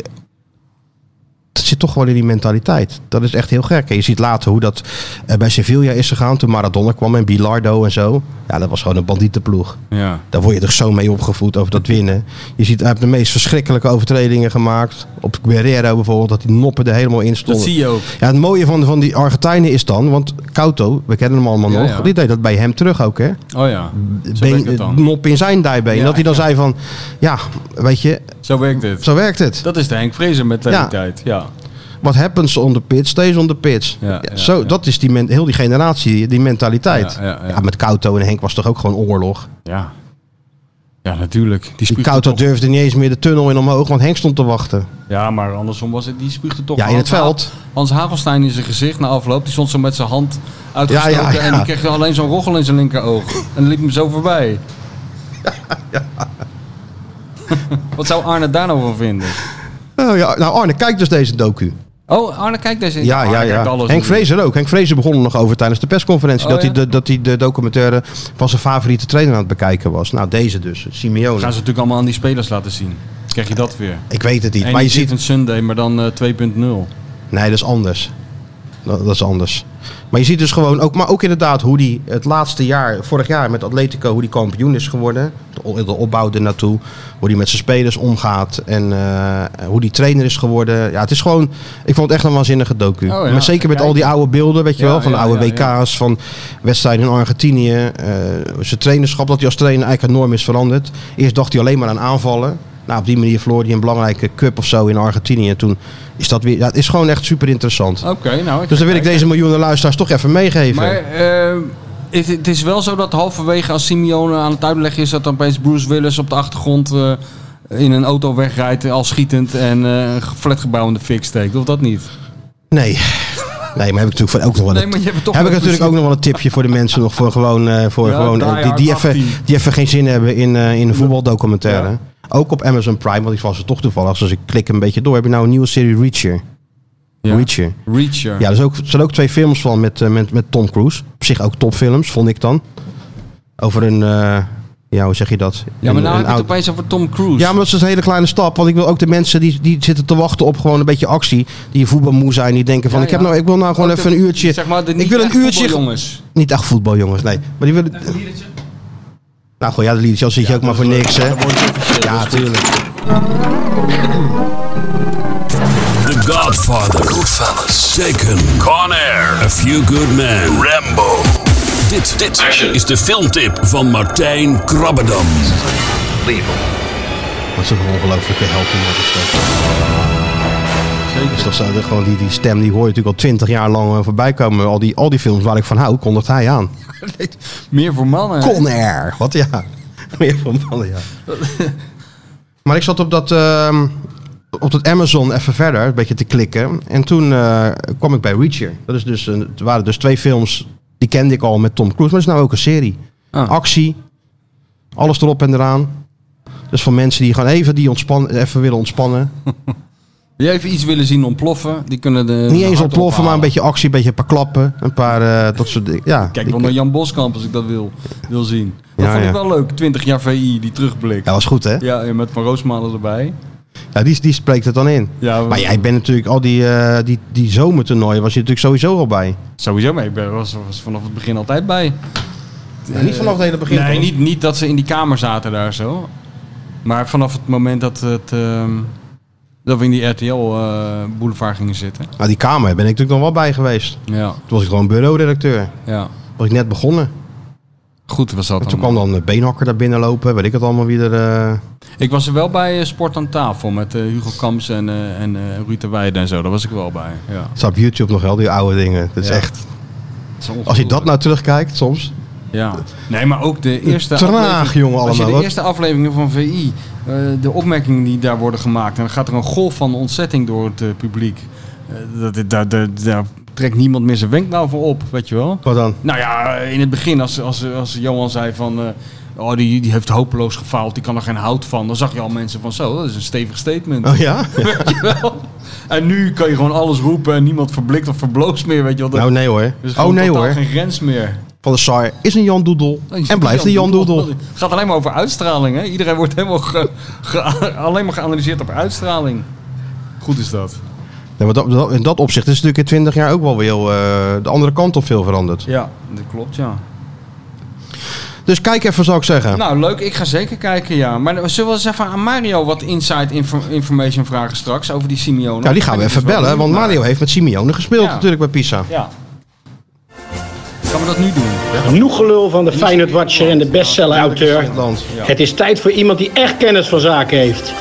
Dat zit toch gewoon in die mentaliteit. Dat is echt heel gek. En je ziet later hoe dat eh, bij Sevilla is gegaan. Toen Maradona kwam en Bilardo en zo. Ja, dat was gewoon een bandietenploeg.
Ja.
Daar word je toch zo mee opgevoed over dat winnen. Je ziet, hij heeft de meest verschrikkelijke overtredingen gemaakt. Op Guerrero bijvoorbeeld, dat die noppen er helemaal in stonden.
Dat zie je ook.
Ja, het mooie van, van die Argentijnen is dan, want Couto, we kennen hem allemaal
Ja,
nog,
ja.
die deed dat bij hem terug ook, hè?
Oh ja. Zo werkt het
been,
dan.
mop in zijn dijbeen.
Ja,
dat hij dan
ja.
zei van, ja, weet je,
Zo werkt het.
zo werkt het.
Dat is de Henk Vrezer mentaliteit. Ja.
What happens on the pitch, stays on the pitch.
Ja,
Ja,
ja,
zo,
ja.
Dat is die men, heel die generatie, die mentaliteit.
Ja,
Ja,
ja, ja.
met Couto en Henk was toch ook gewoon oorlog.
Ja. Ja, natuurlijk. Die
Die
spuugt
Couto
er toch-
durfde niet eens meer de tunnel in omhoog, want Henk stond te wachten.
Ja, maar andersom was het. Die spuugde toch.
ja, in het
Hans Ha-
veld.
Hans Hagelstein in zijn gezicht na afloop. Die stond zo met zijn hand uitgestoken.
Ja, ja, ja.
En die kreeg alleen zo'n roggel in zijn linkeroog. En liep hem zo voorbij. Wat zou Arne daar nou van vinden?
Oh, ja, nou Arne, kijk dus deze docu.
Oh, Arne, kijk deze.
Ja,
Arne
ja,
kijkt
ja.
alles
Henk
natuurlijk.
Vrezer ook. Henk Vrezer begon er nog over tijdens de persconferentie.
Oh,
dat,
ja?
hij de, dat hij de documentaire van zijn favoriete trainer aan het bekijken was. Nou, deze dus, Simeone.
Gaan ze natuurlijk allemaal aan die spelers laten zien. Krijg je dat weer.
Ik weet het niet,
En
maar je ziet...
een Sunday, maar dan eh, 2.0.
Nee, dat is anders. Dat, dat is anders. Maar je ziet dus gewoon ook, maar ook inderdaad hoe die het laatste jaar, vorig jaar met Atletico, hoe die kampioen is geworden. De, o- de opbouw ernaartoe. Hoe die met zijn spelers omgaat. En eh, hoe die trainer is geworden. Ja, het is gewoon, ik vond het echt een waanzinnige docu.
Oh, ja,
maar zeker met
kijk.
al die oude beelden, weet je
Ja,
wel. Van de
ja,
oude
ja, ja.
WK's, van wedstrijden in Argentinië. eh, zijn trainerschap, dat hij als trainer eigenlijk enorm is veranderd. Eerst dacht hij alleen maar aan aanvallen. Nou, op die manier verloor hij een belangrijke cup of zo in Argentinië. En toen is dat weer. Ja, het is gewoon echt super interessant.
Oké, nou.
Dus dan wil ik
kijk.
deze miljoenen luisteraars toch even meegeven.
Maar eh, het, het is wel zo dat halverwege als Simeone aan het uitleggen is... dat dan opeens Bruce Willis op de achtergrond eh, in een auto wegrijdt... eh, al schietend en eh, een flatgebouw in de fik steekt. Of dat niet?
Nee. Nee, maar heb ik natuurlijk voor- ook nog wel
Nee,
een-
maar je hebt toch
heb
wel
ik natuurlijk
plezier.
ook nog wel een tipje voor de mensen nog voor gewoon, eh, voor
Ja,
gewoon eh,
die
die, die,
hard
even,
18.
die even geen zin hebben in, eh, in een voetbaldocumentaire. Ook op Amazon Prime, want ik was er toch toevallig. Dus ik klik een beetje door. Heb je nou een nieuwe serie Reacher?
Ja.
Reacher.
Reacher.
Ja, er zijn ook, er zijn ook twee films van met, eh, met, met Tom Cruise. Op zich ook topfilms, vond ik dan. Over een, eh, ja, hoe zeg je dat?
Ja, maar
Een-
nou
een
heb je het
oud-
opeens over Tom Cruise.
Ja, maar dat is een hele kleine stap. Want ik wil ook de mensen die, die zitten te wachten op gewoon een beetje actie. Die voetbalmoe zijn. Die denken van,
Ja,
ik, heb
ja.
nou, ik wil nou gewoon
Ook
even
de-
een uurtje.
Zeg maar, de
ik wil een uurtje...
jongens.
Niet echt voetbal, jongens. Nee. Maar die willen... Nou, goh, ja, de liedjes. Dan zit je ook maar voor niks, hè. Ja, tuurlijk.
The Godfather. Goodfellas. Taken. Con Air. A Few Good Men. Rambo. Dit, dit is de filmtip van Martijn Krabbedam.
Dat is toch een ongelofelijke held die dat is. toch? Dat is toch zo, dat gewoon die, die stem die hoor je natuurlijk al twintig jaar lang eh, voorbij komen. Al die, al die films waar ik van hou, kondigt hij aan.
Meer voor mannen.
Con Air. Wat ja. Meer van mannen, ja. maar ik zat op dat... ehm, op dat Amazon even verder een beetje te klikken. En toen eh, kwam ik bij Reacher. Dat is dus een, het waren dus twee films, die kende ik al met Tom Cruise. Maar het is nou ook een serie.
Ah.
Actie, alles erop en eraan. Dus van mensen die gewoon even, die ontspannen, even willen ontspannen.
Die even iets willen zien ontploffen, die kunnen de...
Niet
hart
eens ontploffen, maar
ophalen.
een beetje actie, een beetje een paar klappen. Een paar, eh, dat soort dingen. Ja,
Kijk
die-
wel naar Jan Boskamp als ik dat wil, wil zien. Dat
Ja,
vond ik wel
ja.
leuk, 20 jaar VI, die terugblik.
ja, was goed hè?
Ja, en met Van Roosmalen erbij.
Ja, die, die spreekt het dan in.
Ja,
Maar jij bent natuurlijk al die, eh, die, die zomertoernooien was je natuurlijk sowieso al bij.
Sowieso, maar ik ben, was, was vanaf het begin altijd bij.
niet vanaf het hele begin.
Nee, niet, niet dat ze in die kamer zaten daar zo. Maar vanaf het moment dat, het, ehm, dat we in die RTL-boulevard eh, gingen zitten.
Nou, die kamer ben ik natuurlijk nog wel bij geweest.
Ja,
Toen was ik gewoon bureauredacteur.
ja.
Was ik net begonnen.
Goed was dat
En toen
allemaal.
kwam dan de beenhakker daar binnenlopen. Weet ik het allemaal wie er... eh,
Ik was er wel bij eh, Sport aan tafel met eh, Hugo Kams en, eh en eh, Ruud de Weijden en zo. Daar was ik wel bij. Ja.
staat op YouTube nog wel, die oude dingen. Dat is
Ja.
echt...
Dat is ongelooflijk.
Als je dat nou terugkijkt soms.
Ja. Nee, maar ook de eerste
Traag, jongen,
Als je
allemaal,
de
hoor.
eerste afleveringen van VI, eh, de opmerkingen die daar worden gemaakt, en dan gaat er een golf van ontzetting door het eh, publiek. Eh, dat, dat, dat, dat- daar trekt niemand meer zijn wenkbrauw voor op, weet je wel?
Wat dan?
Nou ja, in het begin, als, als, als Johan zei van. eh, Oh, die, die heeft hopeloos gefaald, die kan er geen hout van. Dan zag je al mensen van zo, dat is een stevig statement.
Oh ja?
Weet je wel? En nu kan je gewoon alles roepen en niemand verblikt of verbloost meer, weet je wel? Dat-
Nou nee hoor.
er is
Oh
Dus gewoon
nee
totaal
hoor.
geen grens meer.
Van de Saar is een Jan Doedel. En blijft een Jan Doedel.
Het gaat alleen maar over uitstraling. Hè? Iedereen wordt helemaal ge- ge- alleen maar geanalyseerd op uitstraling. Goed is dat.
Nee, maar dat, dat- in dat opzicht is het natuurlijk in 20 jaar ook wel weer heel, eh, de andere kant op veel veranderd.
Ja, dat klopt, ja.
Dus kijk even, zou ik zeggen.
Nou, leuk. Ik ga zeker kijken, ja. Maar zullen we eens even aan Mario wat inside info- information vragen straks over die Simeone?
nou, die gaan we
Ik ben dus
even
wel
bellen. Want
benieuwd
Mario heeft met Simeone gespeeld
Ja.
natuurlijk bij Pisa.
naar. Ja. Gaan we dat nu doen?
Genoeg gelul van de Feyenoord-watcher en de bestseller-auteur.
Het land.
Het is tijd voor iemand die echt kennis van zaken heeft.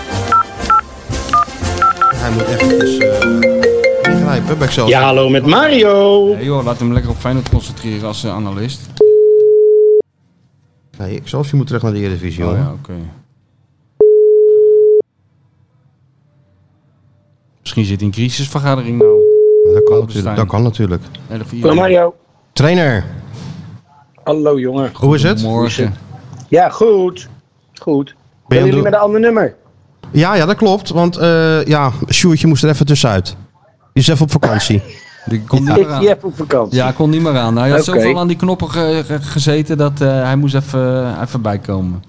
Hij moet eventjes eh ingrijpen bij Excelsior.
Ja, hallo met Mario.
Nee joh, laat hem lekker op Feyenoord concentreren als eh, analist.
Nee, Excelsior moet terug naar de Eredivisie.
Oh
hoor.
ja, oké. Misschien zit hij in crisisvergadering nou.
Dat kan,
Stijn.
natuurlijk, dat kan natuurlijk.
Nee, dat voor
Hallo
iedereen.
Mario.
Trainer,
Hallo jongen.
hoe is het?
Morgen.
Ja, goed. Goed.
Ben je aan het
Willen jullie
doen?
met een ander nummer?
Ja, ja, dat klopt. Want eh ja, Sjoertje moest er even tussenuit. Die is even op vakantie.
Die kon niet
Ik
meer aan.
die heb op vakantie.
Ja, hij kon niet meer aan. Hij had
Oké.
zoveel aan die knoppen ge- ge- gezeten dat eh, hij moest even, even bijkomen.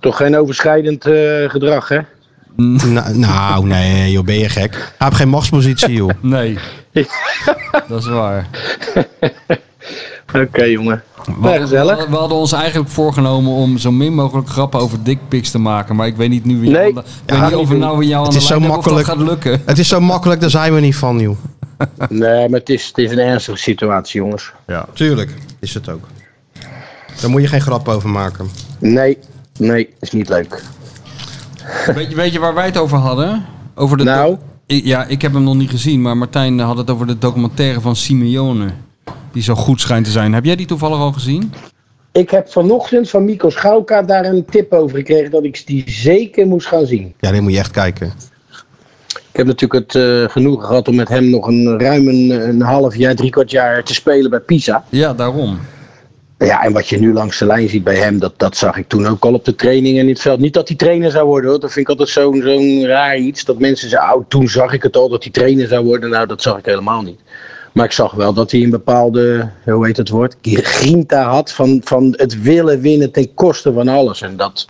Toch geen overschrijdend eh, gedrag, hè?
nou, nou, nee, joh, ben je gek. Hij heeft geen machtspositie, joh.
Nee. dat is waar.
Oké, jongen.
We,
Ja, gezellig.
we- we hadden ons eigenlijk voorgenomen om zo min mogelijk grappen over dickpics te maken. Maar ik weet niet nu wie
Nee.
aan de- ik weet
Ja,
niet of we nou weer jou aan
het
de
is
lijn hebben
zo
of dat
makkelijk.
gaat lukken.
Het is zo makkelijk, daar zijn we niet van, joh.
Nee, maar het is, het is een ernstige situatie, jongens.
Tuurlijk, is het ook. Daar moet je geen grap over maken.
Nee, nee, is niet leuk.
Weet je, weet je waar wij het over hadden? Over de
Nou?
Ik- ja, ik heb hem nog niet gezien, maar Martijn had het over de documentaire van Simeone. Die zo goed schijnt te zijn. Heb jij die toevallig al gezien?
Ik heb vanochtend van Mikos Gauka daar een tip over gekregen dat ik die zeker moest gaan zien.
Ja, die moet je echt kijken.
Ik heb natuurlijk het eh, genoegen gehad om met hem nog een ruim een, een half jaar, drie kwart jaar te spelen bij Pisa.
Ja, daarom.
Ja, en wat je nu langs de lijn ziet bij hem, dat, dat zag ik toen ook al op de training en in het veld. Niet dat hij trainer zou worden, hoor. dat vind ik altijd zo'n zo'n raar iets. Dat mensen zeggen, oh, toen zag ik het al dat hij trainer zou worden. Nou, dat zag ik helemaal niet. Maar ik zag wel dat hij een bepaalde, hoe heet het woord, grinta had van, van het willen winnen ten koste van alles. En dat,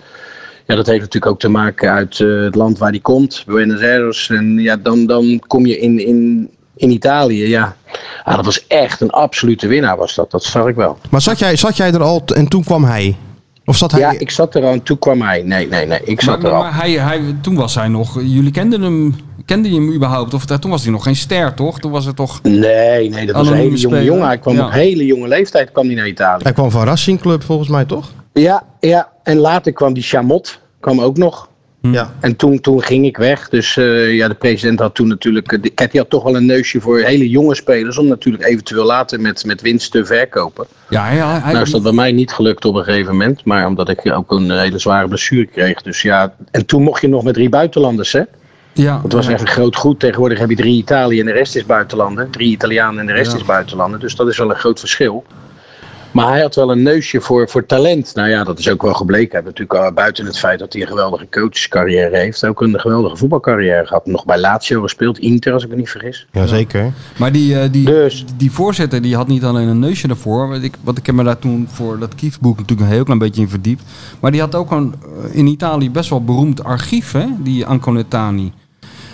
ja, dat heeft natuurlijk ook te maken uit eh, het land waar hij komt, Buenos Aires. En ja, dan, dan kom je in, in, in Italië, ja. Ah, dat was echt een absolute winnaar was dat, dat zag ik wel.
Maar zat jij, zat jij er al t- en toen kwam hij? Of zat hij...
Ja, ik zat er al en toen kwam hij. Nee, nee, nee, ik zat
maar
er al.
maar hij, hij, toen was hij nog. Jullie kenden hem, kenden je hem überhaupt? Of toen was hij nog geen ster, toch? Toen was het toch.
Nee, nee, dat was een
Anonieme
hele jonge
speler.
jongen. Hij kwam
Ja.
op hele jonge leeftijd kwam hij naar Italië.
Hij kwam van Racing Club, volgens mij, toch?
Ja, ja, en later kwam die Chamot, kwam ook nog.
Ja.
En toen, toen ging ik weg. Dus eh, ja, de president had toen natuurlijk... eh, die- Kijk, die had toch wel een neusje voor hele jonge spelers... om natuurlijk eventueel later met, met winst te verkopen.
Ja, hij, hij,
Nou is dat bij mij niet gelukt op een gegeven moment. Maar omdat ik ook een hele zware blessure kreeg. Dus ja, en toen mocht je nog met drie buitenlanders, hè?
Ja,
Het was echt een groot goed. Tegenwoordig heb je drie Italië en de rest is buitenlanden. Drie Italianen en de rest
Ja.
is buitenlanden. Dus dat is wel een groot verschil. Maar hij had wel een neusje voor, voor talent. Nou ja, dat is ook wel gebleken. Hij heeft natuurlijk eh, buiten het feit dat hij een geweldige coachcarrière heeft, ook een geweldige voetbalcarrière gehad. Nog bij Lazio gespeeld, Inter als ik me niet vergis.
Jazeker.
Maar die, eh, die,
Dus.
die voorzitter die had niet alleen een neusje ervoor. Want ik, want ik heb me daar toen voor dat Kiefboek natuurlijk een heel klein beetje in verdiept. Maar die had ook een, eh, in Italië best wel beroemd archief, hè? die Anconetani.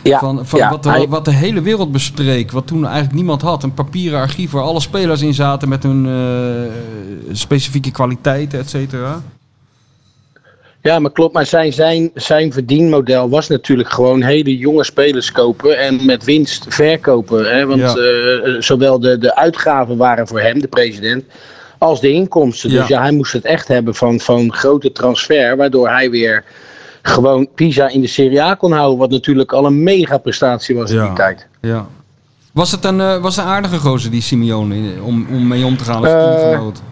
Ja,
van van
ja,
wat, de,
hij-
wat de hele wereld bestreek, wat toen eigenlijk niemand had. Een papieren archief waar alle spelers in zaten met hun eh, specifieke kwaliteiten, et cetera.
Ja, maar klopt. Maar zijn, zijn, zijn verdienmodel was natuurlijk gewoon hele jonge spelers kopen en met winst verkopen. Hè? Want
Ja.
eh, eh, zowel de, de uitgaven waren voor hem, de president, als de inkomsten. Dus
Ja.
ja, hij moest het echt hebben van, van grote transfer, waardoor hij weer gewoon Pisa in de Serie A kon houden. Wat natuurlijk al een mega prestatie was in
Ja.
die tijd.
Ja. Was het een, eh, was het een aardige gozer, die Simeone, in- om, om mee om te gaan als
Eh,
teamgenoot?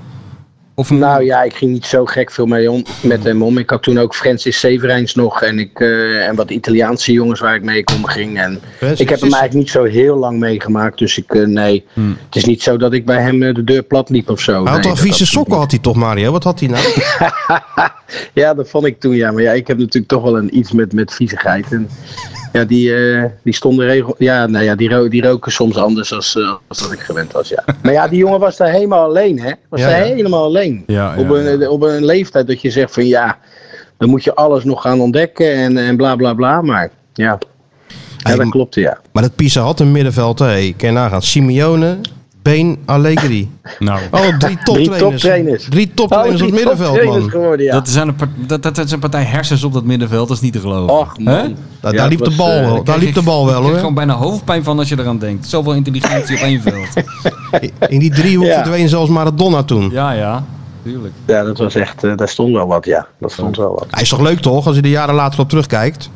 Of een-
Nou ja, ik ging niet zo gek veel mee om, met hem om. Ik had toen ook Francis Severijns nog en, ik, eh, en wat Italiaanse jongens waar ik mee om ging. En ik heb hem eigenlijk niet zo heel lang meegemaakt. Dus ik, eh, nee,
Hmm.
het is niet zo dat ik bij hem eh, de deur plat liep of zo.
Hij had
nee,
al
dat
vieze
absoluut
sokken, had hij toch, Mario? Wat had hij nou?
niet. Ja, dat vond ik toen, ja. Maar ja, ik heb natuurlijk toch wel een, iets met, met viezigheid. En, ja, die, eh, die stonden regel... Ja, nou ja, die, ro- die roken soms anders als, eh, als dat ik gewend was, ja. Maar ja, die jongen was daar helemaal alleen, hè. Was
Ja,
daar
ja.
helemaal alleen.
ja,
op, een, op een leeftijd dat je zegt van ja, dan moet je alles nog gaan ontdekken en, en bla bla bla. Maar ja, ja
Hey,
dat klopt ja.
Maar dat Pisa had een middenveld, hé. Hey, kan je nagaan. Simeone, Been, Allegri.
Nou,
Oh, drie toptrainers.
toptrainers. Oh,
Drie toptrainers op het middenveld,
toptrainers
man.
geworden, ja.
Dat, zijn een part- dat, dat, dat is een partij hersens op dat middenveld, dat is niet te geloven.
Och man.
Hè?
Ja,
Daar,
dat
daar liep de
was,
bal
eh,
wel, daar
Krijg
liep de
ik-
bal wel,
Ik krijg
hoor.
gewoon bijna hoofdpijn van als je eraan denkt. Zoveel intelligentie op één veld.
In die driehoek
Ja.
verdween zelfs Maradona toen.
Ja, ja. Tuurlijk.
Ja, dat was echt, eh, daar stond wel wat, ja. Dat stond wel wat.
Hij is toch leuk, toch? Als je er jaren later op terugkijkt.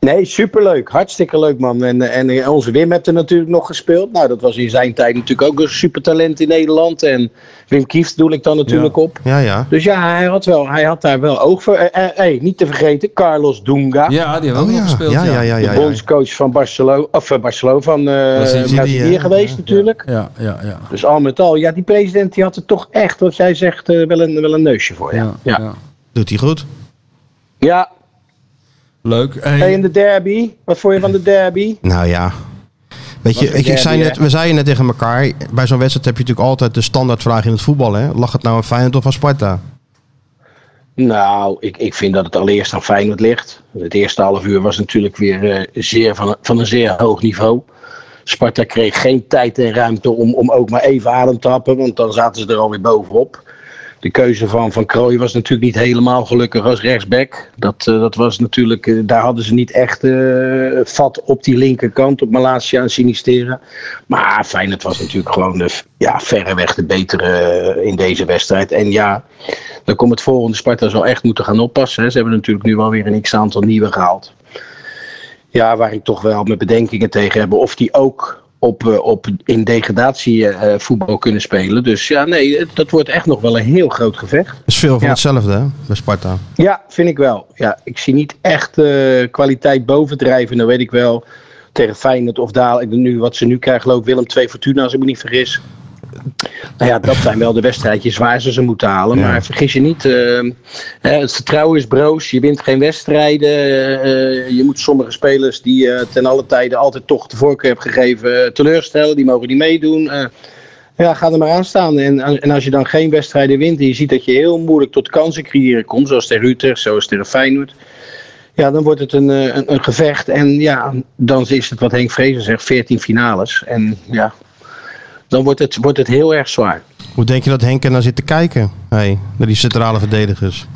Nee, superleuk. Hartstikke leuk, man. En, eh, en eh, onze Wim hebt er natuurlijk nog gespeeld. Nou, dat was in zijn tijd natuurlijk ook een supertalent in Nederland. En Wim Kieft doe ik dan natuurlijk op.
Ja, ja.
Dus ja, hij had, wel, hij had daar wel oog voor. Eh, eh, hey, niet te vergeten, Carlos Dunga.
Ja, die hebben we ook
Oh,
nog
ja.
gespeeld.
Ja, ja, ja,
de
ja. ja.
bondscoach van Barcelona, of eh, Barcelona van eh
Brazilië,
Brazilië
ja.
geweest natuurlijk.
Ja, ja, ja.
Dus al met al, ja, die president die had er toch echt, wat jij zegt, eh, wel, een, wel een neusje voor. Ja, ja. ja.
Doet hij goed.
Leuk. Hey,
Hey, en de derby, wat vond je van de derby?
Nou ja. Weet je,
Wat een
ik, ik zei
derby,
net, we zeiden net tegen elkaar. Bij zo'n wedstrijd heb je natuurlijk altijd de standaardvraag in het voetbal. Hè? Lag het nou aan Feyenoord of aan Sparta?
Nou, ik, ik vind dat het allereerst aan Feyenoord ligt. Het eerste half uur was natuurlijk weer eh, zeer van, van een zeer hoog niveau. Sparta kreeg geen tijd en ruimte om, om ook maar even adem te happen, want dan zaten ze er alweer bovenop. De keuze van Van Krooi was natuurlijk niet helemaal gelukkig als rechtsback. Dat, eh, dat was natuurlijk, eh, daar hadden ze niet echt eh, vat op die linkerkant, op Malasia en Sinistera. Maar Feyenoord was natuurlijk gewoon de, ja, verreweg de betere eh, in deze wedstrijd. En ja, dan komt het volgende Sparta zal echt moeten gaan oppassen. Hè. Ze hebben natuurlijk nu wel weer een x-aantal nieuwe gehaald. Ja, waar ik toch wel mijn bedenkingen tegen heb. Of die ook op, eh, op in degradatie eh, voetbal kunnen spelen. Dus ja, nee, het- dat wordt echt nog wel een heel groot gevecht.
is veel van
Ja.
hetzelfde hè, bij Sparta.
Ja, vind ik wel. Ja, ik zie niet echt eh, kwaliteit bovendrijven. Dan weet ik wel tegen Feyenoord of Daal. Nu, wat ze nu krijgen, geloof ik, Willem 2 Fortuna, als ik me niet vergis. Nou ja, dat zijn wel de wedstrijdjes waar ze ze moeten halen.
Ja.
Maar vergis je niet, eh, eh, het vertrouwen is broos. Je wint geen wedstrijden. eh, eh, je moet sommige spelers die je ten alle tijde altijd toch de voorkeur hebt gegeven eh, teleurstellen. Die mogen niet meedoen. Eh, ja, ga er maar aan staan. En, en als je dan geen wedstrijden wint en je ziet dat je heel moeilijk tot kansen creëren komt. Zoals tegen Utrecht, zoals tegen Feyenoord. Ja, dan wordt het een, eh, een, een gevecht. En ja, dan is het wat Henk Vrezen zegt, 14 finales. En ja, dan wordt het, wordt het heel erg zwaar.
Hoe denk je dat Henk er naar zit te kijken? Hey, naar die centrale verdedigers.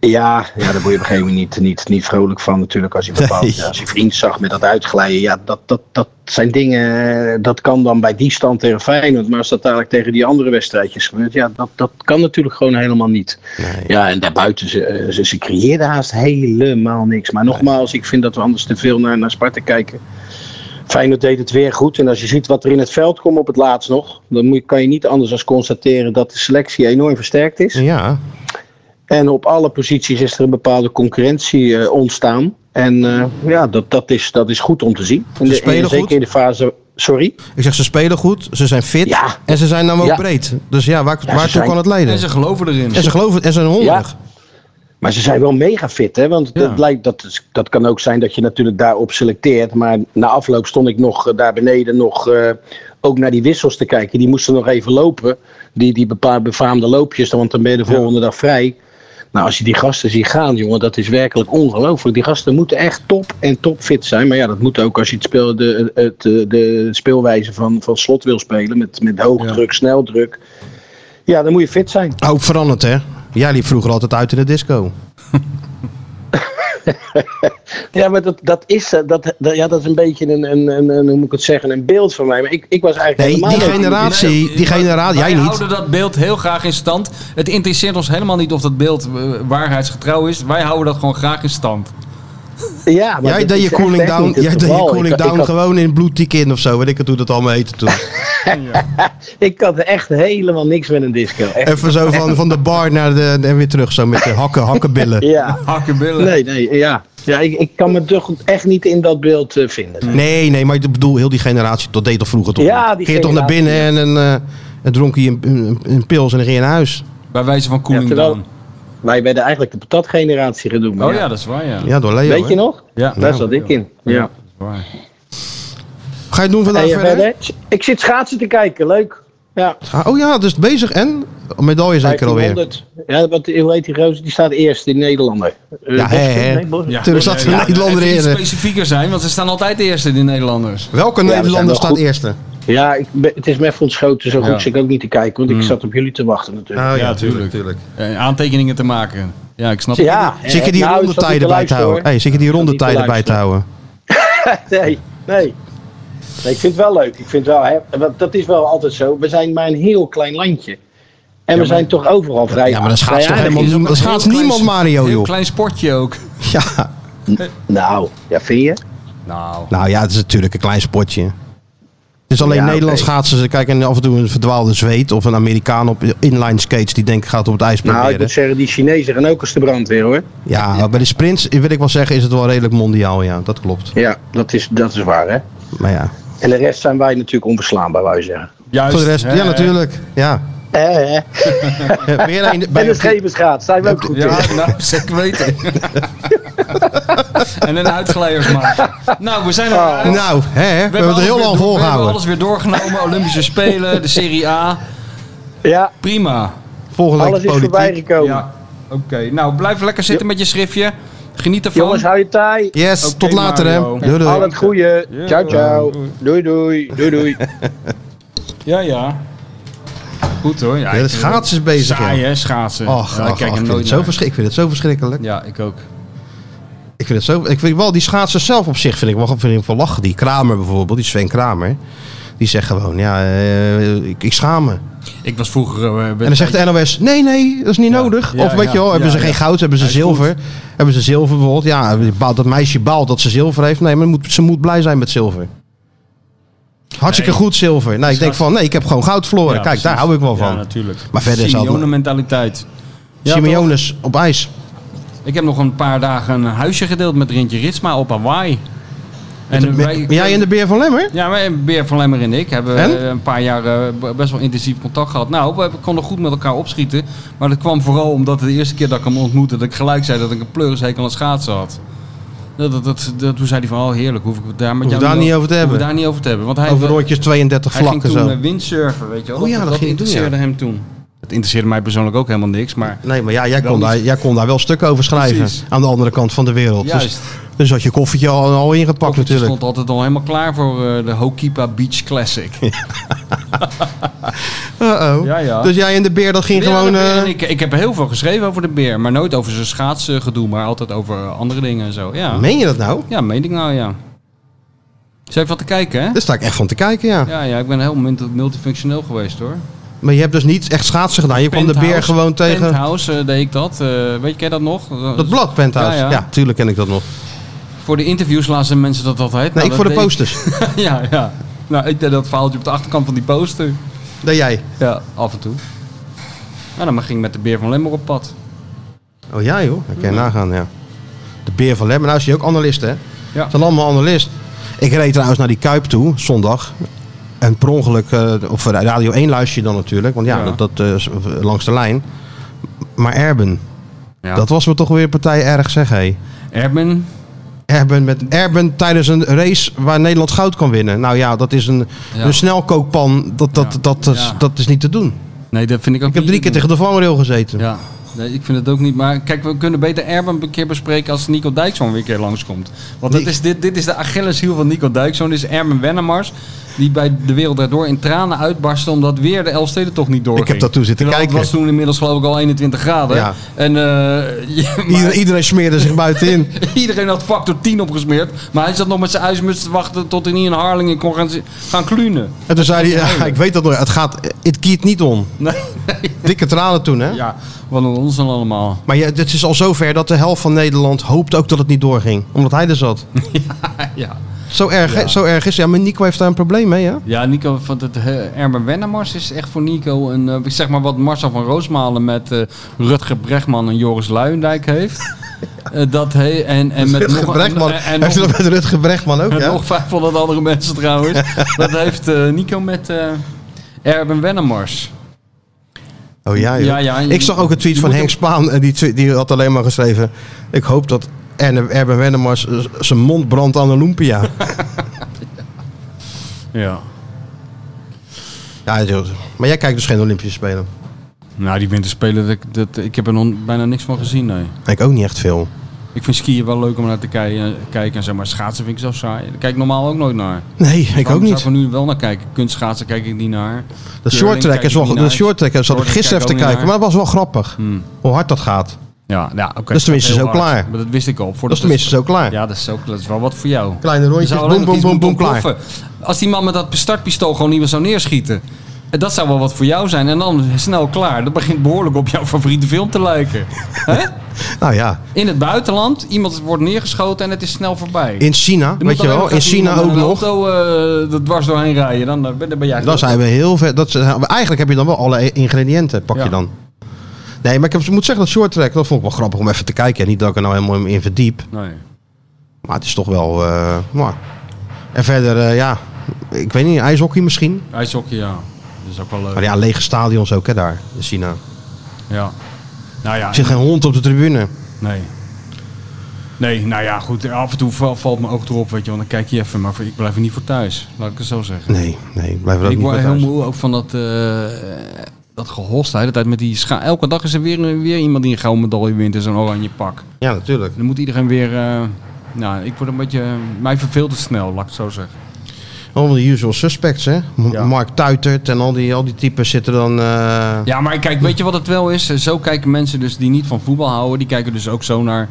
Ja, ja, daar word je op een gegeven moment niet, niet, niet vrolijk van natuurlijk. Als je bepaalt,
Nee.
ja, als je vriend zag met dat uitglijden. Ja, dat, dat, dat zijn dingen, eh, dat kan dan bij die stand tegen Feyenoord. Maar als dat dadelijk tegen die andere wedstrijdjes gebeurt, ja, dat, dat kan natuurlijk gewoon helemaal niet. Ja, en daarbuiten, ze, eh, ze, ze creëerden haast helemaal niks. Maar nogmaals, ik vind dat we anders te veel naar, naar Sparta kijken. Feyenoord deed het weer goed. En als je ziet wat er in het veld komt op het laatst nog, dan moet, kan je niet anders dan constateren dat de selectie enorm versterkt is.
Ja,
En op alle posities is er een bepaalde concurrentie eh, ontstaan. En uh, ja, dat, dat, is, dat is goed om te zien.
In de, ze spelen in,
zeker
goed.
in de fase. Sorry?
Ik zeg, ze spelen goed, ze zijn fit
Ja.
en ze zijn dan ook
Ja.
breed. Dus ja, waar,
ze
waartoe
zijn-
kan het leiden?
En ze geloven erin.
En ze geloven het en ze zijn hongerig.
Maar ze zijn wel mega fit, hè? Want dat, lijkt, dat, is- dat kan ook zijn dat je natuurlijk daarop selecteert. Maar na afloop stond ik nog eh, daar beneden nog eh, ook naar die wissels te kijken. Die moesten nog even lopen. Die, die bepa- befaamde loopjes, want dan ben je de volgende dag vrij. Nou, als je die gasten ziet gaan, jongen, dat is werkelijk ongelooflijk. Die gasten moeten echt top en topfit zijn. Maar ja, dat moet ook als je het speel, de, het, eh, de speelwijze van, van slot wil spelen. Met, met hoog druk, snel druk. Ja, dan moet je fit zijn.
Ook veranderd, hè? Jij liep vroeger altijd uit in de disco.
Ja, maar dat, dat is eh, dat, dat- ja, dat is een beetje een, een, een, een- hoe moet ik het zeggen, een beeld van mij. Maar ik, ik was eigenlijk
Nee,
helemaal
die
niet-
generatie, die generatie, jij
Wij
niet.
houden dat beeld heel graag in stand. Het interesseert ons helemaal niet of dat beeld eh, waarheidsgetrouw is. Wij houden dat gewoon graag in stand.
Ja, maar
Jij
dat
deed
is
je
echt
cooling
echt
down,
niet het
jij deed je
geval.
cooling
Ik- ik
down
had-
gewoon in bloed in of zo. Weet ik het hoe dat allemaal heette toen.
Ik had echt helemaal niks met een disco. Echt.
Even zo van, van de bar naar de, en weer terug zo met de hakken, hakkenbillen.
Ja,
Hakkenbillen.
nee, nee, ja. Ja, ik, ik kan me toch echt niet in dat beeld eh, vinden.
Nee, nee, maar ik bedoel, heel die generatie, dat deed toch vroeger toch?
Ja, die
ging je toch naar binnen en, een, eh, en dronk je een, een, een pils en dan ging je naar huis.
Bij wijze van
Ja,
cooling
terwijl
down.
wij werden eigenlijk de patatgeneratie genoemd. maar
Oh ja, dat is waar, ja.
Ja, door Leo.
Weet
hè?
je nog?
Ja.
Daar zat ik in. Ja.
Ga je het doen vandaag
En je
verder?
verder? Ik zit schaatsen te kijken, leuk. Ja.
Ah, oh ja, dus bezig en? Medaille zeker alweer.
1500. Ja, wat, hoe heet die gozer? Die staat eerst in Nederlander. Eh,
Ja, hè,
Boskamp,
hè.
nee, Bos-
Ja.
Toen zat de Nederlander
Even iets
in.
specifieker zijn, want ze staan altijd de eerste, die Nederlanders.
Welke
we zijn
Nederlander
wel
staat
goed.
eerste?
Ja, ik ben- het is me even ontschoten. Zo goed
Ja. Mm.
zit ik ook niet te kijken, want ik zat op jullie te wachten
Oh,
natuurlijk.
ja, tuurlijk,
tuurlijk.
Eh, aantekeningen te maken. Ja, ik snap het.
ja, eh,
Zit je die
nou, ik zat niet
rondetijden bij te
luisteren,
houden?
hoor.
Hey, zit je die
Ik zat niet te
rondetijden bij te houden?
Nee, nee. Nee, ik vind het wel leuk. Ik vind het wel, hè, want dat is wel altijd zo. We zijn maar een heel klein landje. En we zijn toch overal vrij.
Ja, maar dat
vrij
schaats toch
aardig.
helemaal
ook
niemand,
een
dat
heel
schaats
klein
niemand
sp-
Mario,
Heel
joh.
klein sportje ook.
Ja.
Nou, ja, vind je?
Nou,
Nou ja, het is natuurlijk een klein sportje. Het is alleen
Ja,
Nederlands
oké.
schaatsen. Ze kijken af en toe een verdwaalde zweet of een Amerikaan op inline skates die denkt gaat op het ijs
Nou, ik
proberen.
moet zeggen, die Chinezen gaan ook eens de brand weer hoor.
Ja, maar bij de sprints wil ik wel zeggen is het wel redelijk mondiaal. Ja, dat klopt.
Ja, dat is, dat is waar hè.
Maar ja,
En de rest zijn wij natuurlijk onverslaanbaar, wou je zeggen.
juist.
voor de rest,
hè,
ja natuurlijk. Ja.
Eh, eh.
Ben jij nou in de- bij
En
je-
de scheepsgaat, zijn we ook goed in.
Ja, nou, zeker weten. en een uitglijers maken. Nou, we
Oh.
zijn er. uit.
nou, hè, hè, we, hebben het
alles
heel
weer door-
lang
We hebben
volgehouden.
alles weer doorgenomen. Olympische Spelen, de Serie A.
Ja,
Prima.
Volgende week
alles is
politiek.
voorbij gekomen.
Ja, oké. Nou, blijf lekker zitten met je schriftje. Geniet ervan.
Jongens, hou je taai.
Yes,
Oké,
tot later hè.
Mario.
Doei doei.
Al het goede. Ciao, ciao. Doei, doei. Doei, doei.
Ja, ja. Goed hoor. Ja,
Ja, de
ik vind het
schaats is bezig.
Saai
joh.
hè, schaatsen.
Och,
Ja,
ach,
ik kijk
ach,
hem
ik, vind
nooit
het zo
naar.
verschrik- ik vind het zo verschrikkelijk.
Ja, ik ook.
Ik vind het zo. Ik vind wel die schaatsers zelf op zich vind ik wel vind ik van lachen. Die Kramer bijvoorbeeld, die Sven Kramer. Die zegt gewoon, ja, eh, ik, ik schaam me. En
Ik was vroeger... eh, bij-
dan zegt de NOS, nee, nee, dat is niet nodig.
ja,
of weet
ja,
je wel, hebben
ja,
ze geen
ja.
goud, hebben ze
Hij is
zilver. Hebben ze zilver bijvoorbeeld. Ja, baalt- dat meisje baalt dat ze zilver heeft. Nee, maar moet, ze moet blij zijn met zilver. Hartstikke
Nee.
goed zilver. Nee, ik denk van, nee, ik heb gewoon goud verloren.
Ja,
Kijk, daar
precies.
hou ik wel
Ja,
van.
natuurlijk.
Maar verder is dat-
Simeone-mentaliteit. Ja,
Simeones op ijs.
toch? Ik heb nog een paar dagen een huisje gedeeld met Rintje Ritsma op Hawaii. En wij-
Ben jij in de beer van Lemmer?
Ja, wij, Beer van Lemmer en ik hebben
En?
eh, een paar jaar eh, b- best wel intensief contact gehad. Nou, we hebben- konden goed met elkaar opschieten. Maar dat kwam vooral omdat de eerste keer dat ik hem ontmoette, dat ik gelijk zei dat ik een pleurishekel aan schaatsen had. Dat, dat, dat, dat- toen zei hij van, oh heerlijk, hoef ik het daar met
Hoef
jou
daar niet over te
hoef ik
hebben.
daar niet over te hebben. Want hij, eh,
Over rondjes 32
hij ging
vlakken
toen
zo.
eh, windsurfen, weet je wel.
Oh ja, dat ging hij doen,
interesseerde hem toen. Dat interesseerde mij persoonlijk ook helemaal niks, maar...
Nee, maar ja, jij,
Wel
kon
niet.
daar, jij kon daar wel stukken over schrijven.
Precies.
Aan de andere kant van de wereld.
Juist.
Dus, dus had je koffietje al, al ingepakt
Ik
natuurlijk.
stond altijd al helemaal klaar voor eh, de Hokipa Beach Classic.
Uh-oh.
Ja, ja.
Dus jij en de beer, dat ging
Ja,
gewoon...
de beer.
eh,
En ik, ik heb heel veel geschreven over de beer, maar nooit over zijn schaatsgedoe, maar altijd over andere dingen en zo. Ja,
Meen je dat nou?
ja meen ik nou, ja. Is even wat te kijken, hè?
Daar sta ik echt van te kijken, ja.
Ja, ja, ik ben heel multi- multifunctioneel geweest, hoor.
Maar je hebt dus niet echt schaatsen gedaan. Je kwam de beer
Penthouse-
gewoon tegen...
Penthouse eh, deed ik dat. Eh, weet je, ken je dat nog?
Dat blad, Penthouse. Ja,
Ja, ja.
tuurlijk ken ik dat nog.
Voor de interviews lazen mensen dat altijd.
Nee, ik voor de
poster.
posters.
ja, ja. Nou, ik deed dat verhaaltje op de achterkant van die poster.
Nee, jij.
Ja, af en toe. Nou, dan ging ik met de beer van Lemmer op pad.
Oh ja, joh. Dat kan je nagaan, ja. de beer van Lem. En nou is hij ook analist, hè?
Ja.
Ze zijn allemaal analist. Ik reed trouwens naar die Kuip toe, zondag. En per ongeluk, eh, of Radio 1 luister je dan natuurlijk. Want ja,
Ja.
dat, dat, eh, langs de lijn. Maar Erben,
Ja.
dat was me toch weer partij erg, zeg hé.
Erben,
Erben, met, Erben tijdens een race waar Nederland goud kan winnen. Nou ja, dat is een,
Ja.
een snelkookpan. Dat, dat,
Ja.
dat, dat, is-
Ja.
dat is niet te doen.
nee, dat vind ik ook
Ik heb
niet-
drie keer tegen de vangrail gezeten.
Ja, nee, ik vind het ook niet. Maar kijk, we kunnen beter Erben een keer bespreken als Nico Dijkshoorn weer een keer langskomt. Want dat
Nee.
is, dit, dit is de Achilleshiel van Nico Dijkshoorn. Dit is Erben Wennemars, die bij De Wereld Daardoor in tranen uitbarstte... omdat weer de Elfstedentocht niet doorging.
Ik heb dat toen zitten
Terwijl
kijken.
Het was toen inmiddels geloof ik al 21 graden.
Ja.
En eh, ja, maar
Ieder- iedereen smeerde zich buitenin.
iedereen had factor 10 opgesmeerd. Maar hij zat nog met zijn ijsmuts te wachten tot hij niet in Harlingen kon gaan, zi- gaan klunen.
En toen zei hij, ja, ik weet dat nog. Het gaat, het kiert niet om.
Nee,
Dikke tranen toen, hè?
ja, wat een ons dan allemaal.
Maar ja, het is al zover dat de helft van Nederland hoopt ook dat het niet doorging. Omdat hij er zat.
Ja.
Zo erg, hè? zo erg is het. Ja, maar Nico heeft daar een probleem mee, hè?
Ja, Nico van het eh, Erben Wennemars is echt voor Nico een eh, zeg maar wat Marcel van Roosmalen met eh, Rutger Bregman en Joris Luijendijk heeft. Eh, dat he, en, en met
Rutger
nog,
Brechtman.
en, en
heeft hij
nog,
dat met Rutger Brechtman ook,
en
ja?
nog 500 andere mensen trouwens. dat heeft eh, Nico met eh, Erben Wennemars.
Oh ja, joh.
Ja, ja, je-
Ik zag ook een tweet
je
van
moet
Henk Spaan. En die, twe- die had alleen maar geschreven... Ik hoop dat Erne- Erben Wennemars eh, zijn mond brandt aan de lumpia.
Ja.
ja, joh. maar jij kijkt dus geen Olympische Spelen.
Nou, die winterspelen, dat, dat, ik heb er nog bijna niks van gezien. Nee.
Ik ook niet echt veel.
Ik vind skiën wel leuk om naar te kei- kijken. En zeg maar, schaatsen vind ik zo saai. Daar kijk ik normaal ook nooit naar.
Nee, ik ook
Waarom
niet.
Zou ik er nu wel naar kijken. Kunstschaatsen kijk ik niet naar.
Dat
Curling
short track
kijk
is
ik
wel...
niet
Dat
naar.
short track eh, zat ik
Shorttrack Hmm.
gisteren
kijk
even te
ik ook
kijken. Maar
niet
het was wel grappig. Hoe hard dat gaat.
Ja, ja oké.
Dus tenminste
Heel
zo
hard.
klaar.
Maar dat wist ik al. Voor
Dat is tenminste zo klaar.
Ja, dat is, ook, dat is wel wat voor jou.
Kleine rondjes,
Je zou alleen
boem,
nog iets
boem, boem,
moeten
boem, klaar.
ontploffen. Als die man met dat startpistool gewoon niet meer zou neerschieten. eh, Dat zou wel wat voor jou zijn. En dan snel klaar. Dat begint behoorlijk op jouw favoriete film te lijken. Hè?
Nou ja,
In het buitenland, iemand wordt neergeschoten en het is snel voorbij.
in China,
Er moet
weet je
alleen
wel,
nog
in
even
China
iemand
ook
met een
nog.
auto eh, er dwars doorheen rijden. Dan, eh, ben, dan ben jij
Dan zijn we heel ver. Dat zijn, eigenlijk heb je dan wel alle ingrediënten, pak je
Ja.
dan. Nee, maar ik heb, moet zeggen dat short track, dat vond ik wel grappig om even te kijken. Niet dat ik er nou helemaal in verdiep,
Nee.
maar het is toch wel... eh, maar. En verder, eh, ja, ik weet niet, ijshockey misschien?
IJshockey, ja. Dat is ook wel leuk.
Maar ja, lege stadions ook hè, daar in China.
Ja. Nou ja,
Er zit geen hond op de tribune.
nee. Nee, nou ja, goed. Af en toe val- valt mijn oog erop, weet je. Want dan kijk je even. Maar voor- ik blijf er niet voor thuis. Laat ik het zo zeggen.
Nee, nee, ik blijf er ook
ik
niet
word
meer
heel
thuis.
moe ook van dat... eh, dat gehost, hè. de hele tijd met die scha Elke dag is er weer, weer iemand die een gouden medaille wint in zo'n oranje pak.
Ja, natuurlijk.
Dan moet iedereen weer... eh, nou, ik word een beetje... Mij verveelt het snel, laat ik het zo zeggen.
Allemaal de usual suspects, hè? M-
Ja.
Mark Tuitert en al die, al die typen zitten dan... eh,
Ja, maar kijk, weet je wat het wel is? Zo kijken mensen dus die niet van voetbal houden, die kijken dus ook zo naar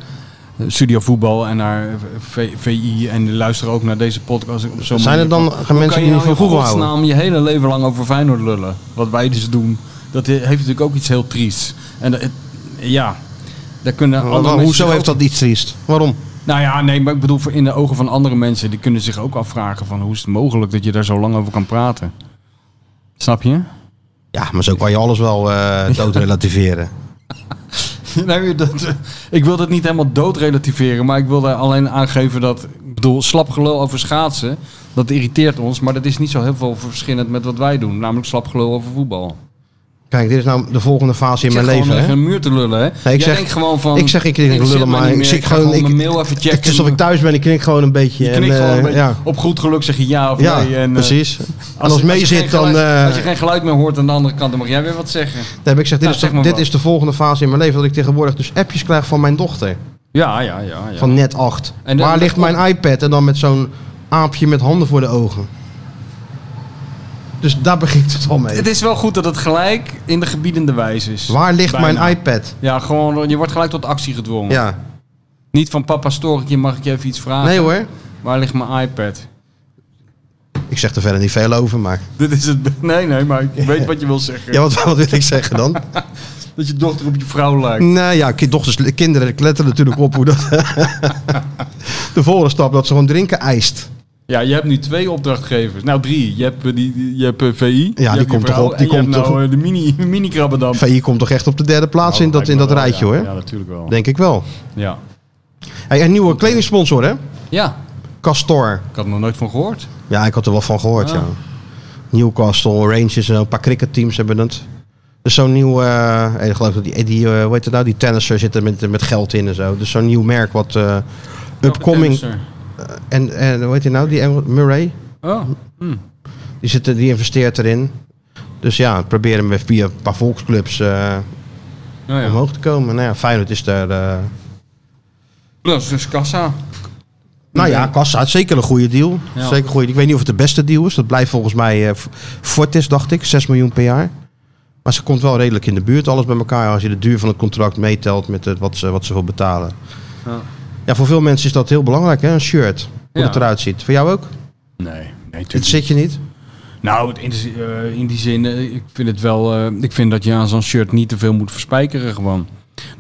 eh, Studio Voetbal en naar eh, V- VI en die luisteren ook naar deze podcast. Op zo'n
Zijn er
manier
dan
van,
geen mensen die niet van voetbal
Hoe kan je nou
houden?
in godsnaam je hele leven lang over Feyenoord lullen? Wat wij dus doen, dat heeft natuurlijk ook iets heel triest. En dat- het- ja, daar kunnen
Wa-
andere
wa-
mensen
Hoezo
zich
heeft
ook-
dat iets triest? Waarom?
Nou ja, nee, maar ik bedoel voor in de ogen van andere mensen, die kunnen zich ook afvragen van hoe is het mogelijk dat je daar zo lang over kan praten? Snap je?
Ja, maar zo kan je alles wel eh doodrelativeren.
Nee, dat, eh, ik wil dat niet helemaal doodrelativeren, maar ik wil daar alleen aangeven dat... Ik bedoel, slap gelul over schaatsen, dat irriteert ons. Maar dat is niet zo heel veel verschillend met wat wij doen. Namelijk slap gelul over voetbal.
Kijk, dit is nou de volgende fase in
Ik
mijn
zit
leven.
gewoon
Hè?
tegen een muur te lullen, hè?
Nee, ik
Jij
zeg-
denkt gewoon van...
ik zeg, ik denk
interesseert
lullen,
mij
maar
niet
ik
meer,
zit
ga
gewoon- ik-
mijn mail even checken.
Het is alsof ik thuis ben, ik knik gewoon een beetje.
je knikt
en,
gewoon
eh,
een beetje.
Ja,
Op goed geluk zeg je ja of
ja
nee. En, eh,
precies. En als,
je-
het mee
je geen
zit, dan...
geluid- Als je
eh
geen geluid meer hoort aan de andere kant, dan mag jij weer wat zeggen.
dan heb ik gezegd, dit,
Nou,
is,
zeg maar
dit
wat.
is de volgende fase in mijn leven. Dat ik tegenwoordig dus appjes krijg van mijn dochter.
Ja, ja, ja. ja.
Van net acht.
En dan-
Waar ligt mijn iPad? En dan met zo'n aapje met handen voor de ogen. Dus daar begint het al mee.
Het is wel goed dat het gelijk in de gebiedende wijs is.
Waar ligt
Bijna.
mijn iPad?
Ja, gewoon, je wordt gelijk tot actie gedwongen.
Ja.
Niet van papa stoor ik je, mag ik je even iets vragen?
Nee hoor.
Waar ligt mijn iPad?
Ik zeg er verder niet veel over, maar...
Dit is het. be- Nee, nee, maar ik weet wat je wil zeggen.
Ja, wat, wat wil ik zeggen dan?
Dat je dochter op je vrouw lijkt.
Nou ja, ki- dochters, kinderen letten natuurlijk op hoe dat... de volgende stap, dat ze gewoon drinken eist.
Ja, je hebt nu twee opdrachtgevers. Nou, drie. Je hebt, eh, die, die- je hebt eh, VI. je hebt je
komt
vrouw
toch op, die
en je
komt
hebt
toch
nou, eh, de mini, mini krabbendam. Nou,
VI komt toch echt op de derde plaats in dat, in dat rijtje, hoor.
Ja, natuurlijk wel.
Denk ik wel.
Ja.
Hey, een
eh.
nieuwe kledingsponsor, hè?
Ja,
Castor.
ik had er nog nooit van gehoord.
Ja, ik had er wel van gehoord,
Ah.
ja. Newcastle, Rangers en een paar cricketteams hebben het. Dus zo'n nieuw, eh, ik geloof dat die, die eh, hoe heet het nou, die tennisser zit er met, met geld in en zo. Dus zo'n nieuw merk wat eh, upcoming,
Tennisser.
en, en hoe heet hij nou, die Engel- Murray,
Oh,
die, zit, er- die investeert erin. Dus ja, proberen hem weer via een paar volksclubs eh,
nou ja.
omhoog te komen. Nou ja, Feyenoord is daar, eh,
Dat is dus kassa.
nou ja, Kassa, het is zeker een goede deal.
Ja.
Zeker een goede, ik weet niet of het de beste deal is, dat blijft volgens mij eh, F- Fortis, dacht ik, 6 miljoen per jaar. Maar ze komt wel redelijk in de buurt, alles bij elkaar. Als je de duur van het contract meetelt met het, wat, ze, wat ze voor betalen.
Ja.
Ja. voor veel mensen is dat heel belangrijk, hè? een shirt. Hoe
Ja.
het eruit ziet. Voor jou ook?
Nee, nee,
Dit
tuurlijk.
zit je niet.
Nou, het in, die zi- eh, in die zin, eh, ik vind het wel. eh, ik vind dat je aan zo'n shirt niet te veel moet verspijkeren gewoon.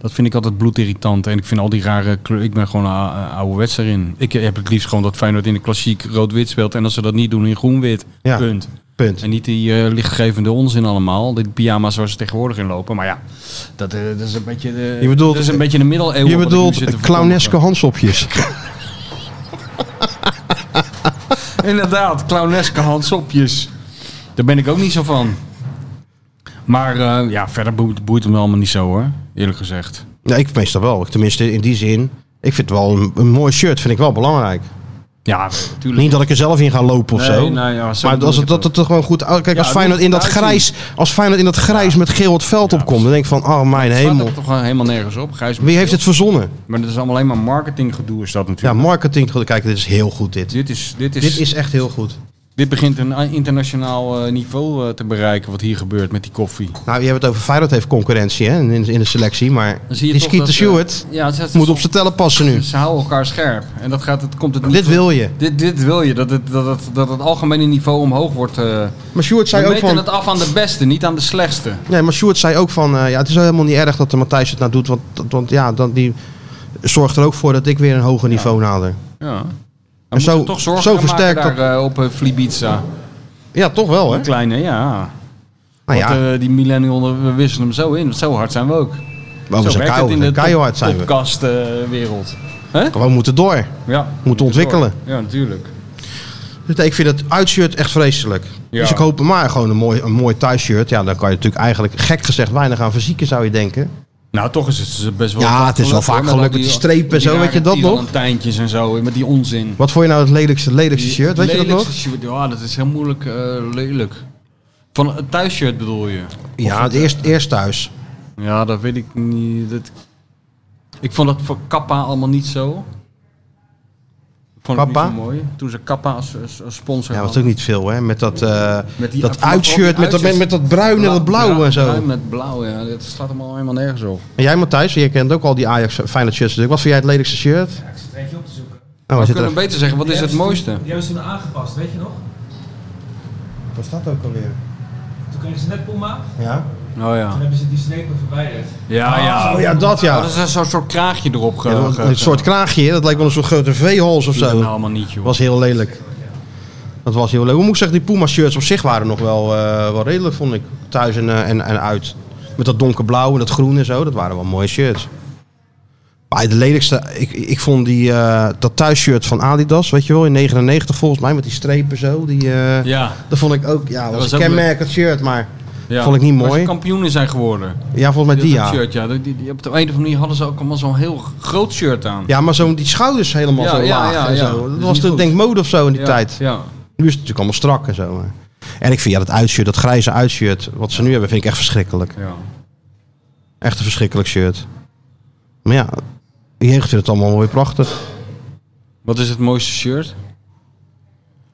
Dat vind ik altijd bloedirritant. En ik vind al die rare kleuren. Ik ben gewoon een ou- eh, ouderwets erin. Ik heb het liefst gewoon dat Feyenoord in de klassiek rood-wit speelt. En als ze dat niet doen in groen-wit.
Ja.
Punt.
Punt.
En niet die eh, lichtgevende onzin allemaal. Die pyjama's waar ze tegenwoordig in lopen. Maar ja, dat, eh, dat is een beetje. De,
Je bedoelt-
dat is een beetje de middeleeuwen.
je
wat ik nu
bedoelt
zit te
clowneske
verkondigen.
handsopjes.
Inderdaad, clowneske handsopjes. Daar ben ik ook niet zo van. Maar eh, ja, verder boeit, boeit het me allemaal niet zo hoor. Eerlijk gezegd.
nee, ik meestal wel. Ik- Tenminste, in die zin. Ik vind wel een, een mooi shirt, vind ik wel belangrijk.
Ja, tuurlijk.
Niet dat ik er zelf in ga lopen of
Nee,
zo.
nou ja, zo
maar
bedoel
als
ik
het, dat
ook.
het er gewoon goed uit. Kijk,
Ja, nou,
als Feyenoord
het
in
moet
dat grijs, als Feyenoord in dat grijs met geel het veld opkomt, dan denk ik van, oh mijn
Het slaat
hemel.
er toch gewoon helemaal nergens op. Gijs
Wie heeft het verzonnen?
Maar dat is allemaal alleen maar marketinggedoe is dat
Ja,
natuurlijk.
marketing. Kijk, dit is heel goed dit.
dit, is, dit, is,
Dit
dit,
is echt heel goed.
begint een internationaal eh, niveau eh, te bereiken wat hier gebeurt met die koffie.
Nou, je hebt het over Feyenoord heeft concurrentie hè, in, in de selectie, maar
Dan zie je toch
die Skeeter
dat, eh,
Stewart
ja, ze- ze-
moet op zijn tellen passen nu.
Ze houden elkaar scherp. En dat gaat, het komt het niet
Dit
goed-
wil je.
Dit, dit wil je, dat het, dat, het, dat het algemene niveau omhoog wordt. eh
Maar Stewart
we
zei ook
meten
van,
het af aan de beste, niet aan de slechtste.
nee, maar Sjoerd zei ook van, eh, ja, het is helemaal niet erg dat de Matthijs het nou doet, want, want ja, dan die zorgt er ook voor dat ik weer een hoger niveau nader.
Ja.
En zo- zo versterkt
daar, eh, op eh, Flibiza.
Ja, toch wel, hè?
Een kleine, ja.
Nou
Want
ja,
eh, die millennials, we wisselen hem zo in. want Zo hard zijn we ook.
maar we
zo
zijn
werkt het in de
keihard, keihard zijn we.
podcastwereld.
Gewoon moeten door.
ja.
Moeten ontwikkelen.
Ja, natuurlijk.
Dus nee, ik vind het uitshirt echt vreselijk.
Ja.
Dus ik hoop maar gewoon een mooi, een mooi thuisshirt. Ja, dan kan je natuurlijk eigenlijk gek gezegd weinig aan verzieken, zou je denken.
Nou, toch is het best wel
Ja,
vaak
het is wel
gelukt,
vaak
hoor, met
gelukt met die
al
strepen en zo,
rare
weet je dat nog?
Tierenlantijntjes en zo, met die onzin.
Wat vond je nou het lelijkste, lelijkste shirt? Weet je dat nog?
Lelijkste shirt, ja, dat is heel moeilijk eh, lelijk. Van een thuisshirt bedoel je?
Ja, het eerst, eerst thuis.
Ja, dat weet ik niet. Dat... Ik vond dat voor Kappa allemaal niet zo. Ik vond het
Kappa?
niet zo mooi. Toen ze Kappa als, als, als sponsor
Ja, was
hadden.
ook niet veel, hè? Met dat, eh,
Met die-
dat
vooral
uitshirt,
die
met dat, met,
uitjes.
met dat bruine, dat blauwe en zo. Oh,
bruin met blauw, ja. Dat slaat hem al helemaal nergens op.
En jij Matthijs, jij kent ook al die Ajax Feyenoord shirts. natuurlijk. Wat vind jij het lelijkste shirt?
Ja, ik zit er eentje op te zoeken.
Nou,
we
zit
kunnen
er...
beter zeggen, wat is het mooiste?
Die hebben ze toen aangepast, weet je nog?
Wat staat ook alweer?
Toen kregen ze net Puma,
Ja?
Oh ja.
toen hebben ze die strepen verwijderd.
Ja, ja.
Oh ja, dat ja.
Ah, Dat is een soort, soort kraagje erop ge-
Ja, dat-
ge-
een soort kraagje, hè? dat lijkt wel een soort grote veehals of
ge-
zo.
allemaal niet, joh.
was heel lelijk. Dat was heel leuk. Hoe moet ik zeggen, die Puma shirts op zich waren nog wel, eh, wel redelijk, vond ik. Thuis en, eh, en, en uit. Met dat donkerblauw en dat groen en zo, dat waren wel mooie shirts. Maar de lelijkste, ik, ik vond die, eh, dat thuisshirt van Adidas, weet je wel, in 99 volgens mij, met die strepen zo. Die, eh,
Ja,
Dat vond ik ook, ja, dat was,
was
een
ook
kenmerkend shirt, maar
ja.
vond ik niet
Waar ze
mooi.
kampioenen zijn geworden.
Ja, volgens mij die,
Dat
ja.
shirt, ja. Die, die, die- op de een of andere manier hadden ze ook allemaal zo'n heel groot shirt aan.
Ja, maar zo'n die schouders helemaal
Ja,
zo
ja,
laag
ja,
en
ja.
zo.
Dat
Dat
is
was
niet
toen
goed.
denk ik mode of zo in die
Ja,
tijd.
Ja.
Nu is het natuurlijk allemaal strak en zo. maar- En ik vind ja, dat uitshirt, dat grijze uitshirt, wat ze nu hebben, vind ik echt verschrikkelijk.
ja.
Echt een verschrikkelijk shirt. Maar ja, de jeugd vindt het allemaal mooi prachtig.
Wat is het mooiste shirt?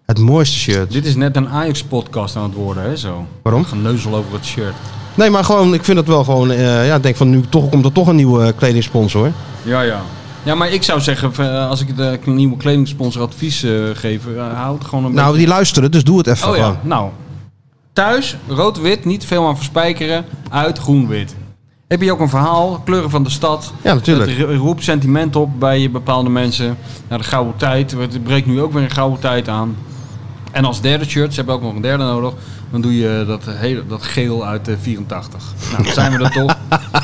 Het mooiste shirt.
Dit is net een Ajax-podcast aan het worden, hè, zo.
Waarom?
Geneuzel over het shirt.
Nee, maar gewoon, ik vind dat wel gewoon, eh, ja, ik denk van nu toch komt er toch een nieuwe eh, kledingsponsor.
Ja, ja. Ja, maar ik zou zeggen, eh, als ik de nieuwe kledingsponsor advies eh, geef, eh, hou het gewoon een
Nou, die luisteren, dus doe het even
beetje... Oh ja,
gewoon.
nou. Thuis, rood-wit, niet veel aan verspijkeren. Uit, groen-wit. Heb je ook een verhaal, kleuren van de stad.
Ja, natuurlijk.
Het ro- roept sentiment op bij bepaalde mensen. Nou, de gouden tijd, het breekt nu ook weer een gouden tijd aan. En als derde shirt, ze hebben ook nog een derde nodig, dan doe je dat, hele, dat geel uit eh, 84. Nou, dan zijn we er toch.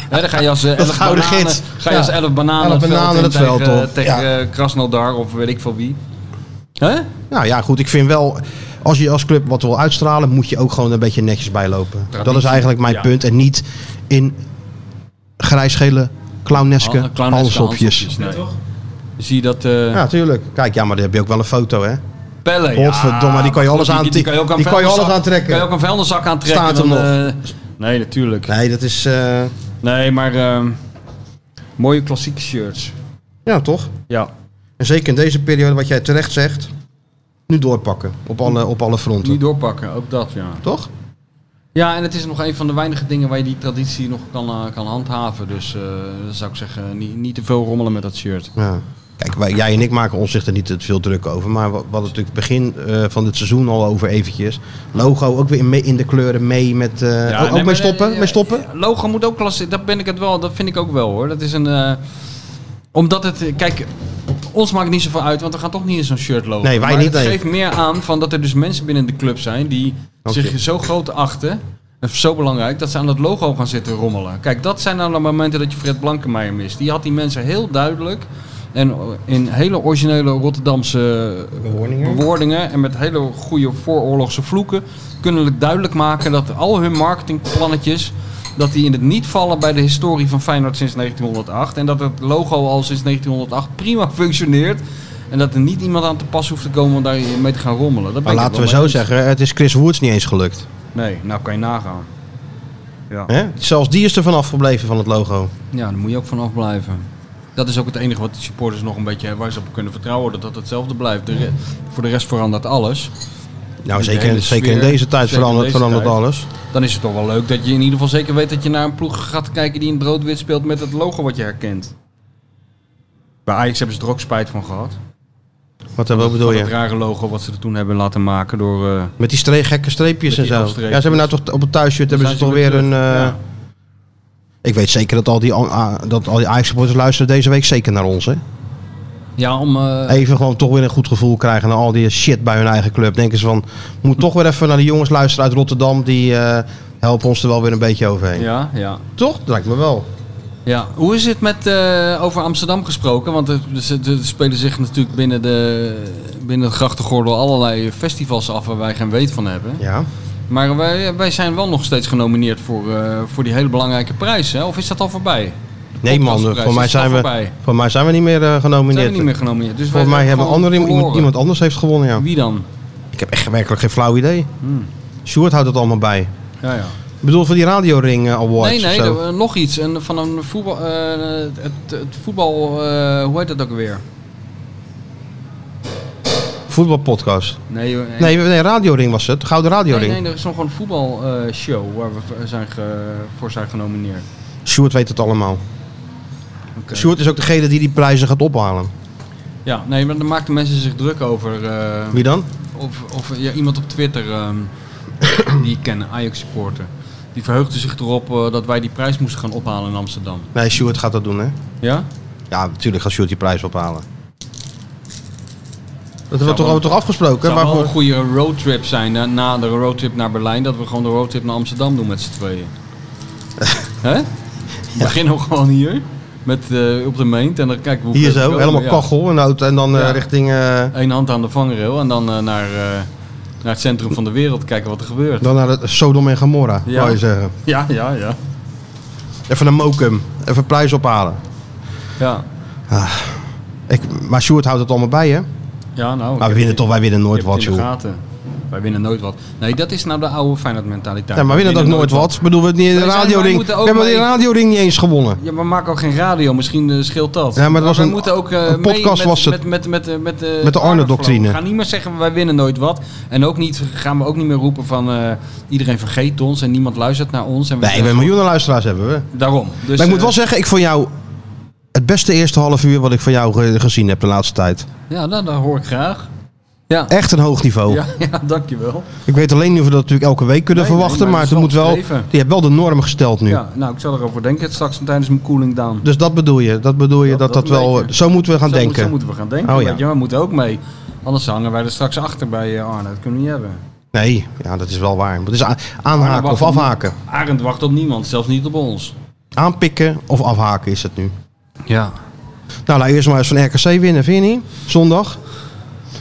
Hè, dan ga je als eh, elf
gouden
bananen,
gids.
Ga je
Ja.
als elf bananen,
Elf bananen
het
het
veld
veld
in tegen,
op.
tegen
Ja.
eh, Krasnodar of weet ik van wie. Hè?
Nou ja, goed. Ik vind wel, als je als club wat wil uitstralen, moet je ook gewoon een beetje netjes bijlopen. Dat is eigenlijk mijn
ja.
punt. En niet in grijsgele, clowneske handsopjes.
Nee.
toch?
Zie je dat eh
Ja, tuurlijk. Kijk, ja, maar daar heb je ook wel een foto, hè?
Pelle?
Godverdomme, die kan je
maar
alles
goed,
aan-
kan je ook aan
die kan je
vuilniszak-
alles aantrekken.
Kan je ook een vuilniszak aantrekken.
Staat hem
dan, eh, nee, natuurlijk.
Nee, dat is... eh,
Nee, maar ehm, mooie klassieke shirts.
ja, toch?
Ja.
En zeker in deze periode, wat jij terecht zegt, nu doorpakken. Op alle, op alle fronten.
Nu doorpakken, ook dat, ja.
Toch?
Ja, en het is nog een van de weinige dingen waar je die traditie nog kan, eh, kan handhaven. Dus eh, dan zou ik zeggen, niet, niet te veel rommelen met dat shirt.
Ja. Kijk, wij, jij en ik maken ons zich er niet te veel druk over. Maar wat hadden het natuurlijk begin eh, van dit seizoen al over eventjes. Logo ook weer in, mee- in de kleuren mee met... eh, ook-
Ja,
ook
nee,
mee
maar,
stoppen?
eh,
mee stoppen?
ja, Logo moet ook klassiek. Dat ben ik het wel. Dat vind ik ook wel hoor. Dat is een. eh, omdat het. eh, Kijk, ons maakt niet zoveel uit, want we gaan toch niet in zo'n shirt lopen.
Nee, wij
Maar
niet,
Het
nee.
geeft meer aan van dat er dus mensen binnen de club zijn die
Dank
zich
je.
zo groot achten. En zo belangrijk dat ze aan dat logo gaan zitten rommelen. Kijk, dat zijn nou de momenten dat je Fred Blankenmeijer mist. Die had die mensen heel duidelijk. En in hele originele Rotterdamse eh,
Bewoordingen.
bewoordingen en met hele goede vooroorlogse vloeken kunnen duidelijk maken dat al hun marketingplannetjes dat die in het niet vallen bij de historie van Feyenoord sinds 1908 en dat het logo al sinds 1908 prima functioneert en dat er niet iemand aan te pas hoeft te komen om daar mee te gaan rommelen. Dat ben
Maar
ik
laten we
wel
zo
mee eens.
zeggen, het is Chris Woods niet eens gelukt.
Nee, nou kan je nagaan. Ja.
Hè? Zelfs die is er vanaf gebleven van het logo.
Ja, daar moet je ook van afblijven. Dat is ook het enige wat de supporters nog een beetje waar ze op kunnen vertrouwen. Dat dat hetzelfde blijft. De re- voor de rest verandert alles.
Nou,
De
zeker,
hele
zeker in
sfeer,
deze tijd
zeker in
verandert,
deze
verandert
tijd.
alles.
Dan is het toch wel leuk dat je in ieder geval zeker weet dat je naar een ploeg gaat kijken die in het rood-wit speelt met het logo wat je herkent. Bij Ajax hebben ze er ook spijt van gehad.
Wat, eh, wat bedoel
Van dat
je?
rare logo wat ze er toen hebben laten maken door... eh,
Met die streek, gekke streepjes
Met die
en zo. Ja, ze
afstreepjes.
hebben nou toch op het thuisshirt hebben ze
zijn
toch
ze
weer
weer
een...
terug.
eh,
Ja.
Ik weet zeker dat al die, an- a- dat al die Ajax-supporters luisteren deze week zeker naar ons, hè?
ja, om... eh,
Even gewoon toch weer een goed gevoel krijgen na al die shit bij hun eigen club. Denken ze van, moet toch weer even naar die jongens luisteren uit Rotterdam. Die eh, helpen ons er wel weer een beetje overheen.
ja, ja.
Toch? Dat lijkt me wel.
Ja, hoe is het met, eh, over Amsterdam gesproken? Want er, er- er spelen zich natuurlijk binnen de, binnen de grachtengordel allerlei festivals af waar wij geen weet van hebben.
Ja.
Maar wij, wij zijn wel nog steeds genomineerd voor, eh, voor die hele belangrijke prijs. Hè? Of is dat al voorbij?
Nee man,
Podcastprijs,
voor mij
is dat
zijn we,
voorbij?
voor mij zijn we niet meer eh,
Zijn
genomineerd.
we niet meer genomineerd. Dus
Voor
wij
mij hebben
gewoon
anderen, iemand,
verloren.
iemand anders heeft gewonnen, ja.
Wie Hmm. dan?
Ik heb echt werkelijk geen flauw idee. Sjoerd houdt het allemaal bij.
Ja, ja.
Ik bedoel, voor die radioring eh, awards
Nee,
of
nee,
zo.
er- eh, nog iets. En van een voetbal, eh, het, het voetbal, eh, hoe heet dat ook weer?
Voetbalpodcast.
Nee, eh,
Nee, nee, radioring was het. Gouden
nee,
radioring.
nee, er is nog een voetbalshow waar we v- zijn ge- voor zijn genomineerd.
Sjoerd weet het allemaal.
Oké.
Sjoerd is ook degene die die prijzen gaat ophalen.
Ja, nee, maar daar maakten mensen zich druk over. eh,
Wie dan?
of of ja, iemand op Twitter ehm, die ik ken, Ajax supporter. Die verheugde zich erop eh, dat wij die prijs moesten gaan ophalen in Amsterdam.
Nee, Sjoerd gaat dat doen, hè?
Ja?
Ja, natuurlijk gaat Sjoerd die prijs ophalen. Dat
wel-
hebben we toch, toch
Het
afgesproken?
zou wel een
Waarvoor?
goede roadtrip zijn na, na de roadtrip naar Berlijn. Dat we gewoon de roadtrip naar Amsterdam doen met z'n tweeën. Hè? Beginnen we gewoon hier. Met, eh, op de meent. En dan kijken we hoe
Hier
ver we
zo,
komen,
helemaal
ja.
kachel en, oud- en dan eh,
Ja.
richting... eh,
Eén hand aan de vangrail. En dan eh, naar, eh, naar het centrum van de wereld. Kijken wat er gebeurt.
dan naar het Sodom en Gomorra,
Ja.
wou je zeggen.
Ja, ja, ja.
Even naar Mokum. Even prijs ophalen.
Ja,
Ik, maar Sjoerd houdt het allemaal bij, hè?
ja nou. ik
Maar we
heb-
winnen toch, wij winnen
ik
nooit
heb
wat,
het in de
joh.
gaten. Wij winnen nooit wat. Nee, dat is nou de oude Feyenoord mentaliteit.
Ja, maar winnen ook nooit wat. Ik bedoel, we hebben niet in de
Wij zijn- wij
radioring. We
moeten ook
hebben de
mee-
radioring niet eens gewonnen.
Ja, maar maak ook geen radio. Misschien eh, scheelt dat.
Ja, maar het was
wij
een-
moeten ook eh,
een
mee
podcast
met,
was het.
Met, met, met, eh, met, eh,
Met de Arne-doctrine.
Arne-flow. We gaan niet meer zeggen wij winnen nooit wat. En ook niet, gaan we ook niet meer roepen van eh, iedereen vergeet ons en niemand luistert naar ons. En we
Nee, we hebben miljoenen luisteraars hebben we.
Daarom. Dus,
maar ik moet
eh,
wel zeggen, ik vond jou het beste eerste half uur wat ik van jou ge- gezien heb de laatste tijd.
Ja, nou, dat hoor ik graag. Ja.
Echt een hoog niveau.
Ja, ja, dankjewel.
Ik weet alleen niet of we dat natuurlijk elke week kunnen
Nee, nee,
verwachten,
maar dat
maar, het
is
moet
wel
wel.
streven.
Je hebt wel de norm gesteld nu.
Ja, nou, ik zal erover denken straks tijdens mijn cooling down.
Dus dat bedoel je, dat bedoel je
Ja,
dat dat,
dat
wel.
zeker.
Zo moeten we gaan
zo,
denken.
Zo moeten we gaan denken.
Oh, ja.
weet je, maar we moeten ook mee. Anders hangen wij er straks achter bij eh, Arne. Dat kunnen we niet hebben.
Nee, ja, dat is wel waar. Maar Het is a- aanhaken
Arne wacht
of
op-
afhaken.
Arend wacht op niemand, zelfs niet op ons.
Aanpikken of afhaken is het nu.
Ja.
Nou, laat eerst maar eens van RKC winnen, vind je niet? Zondag.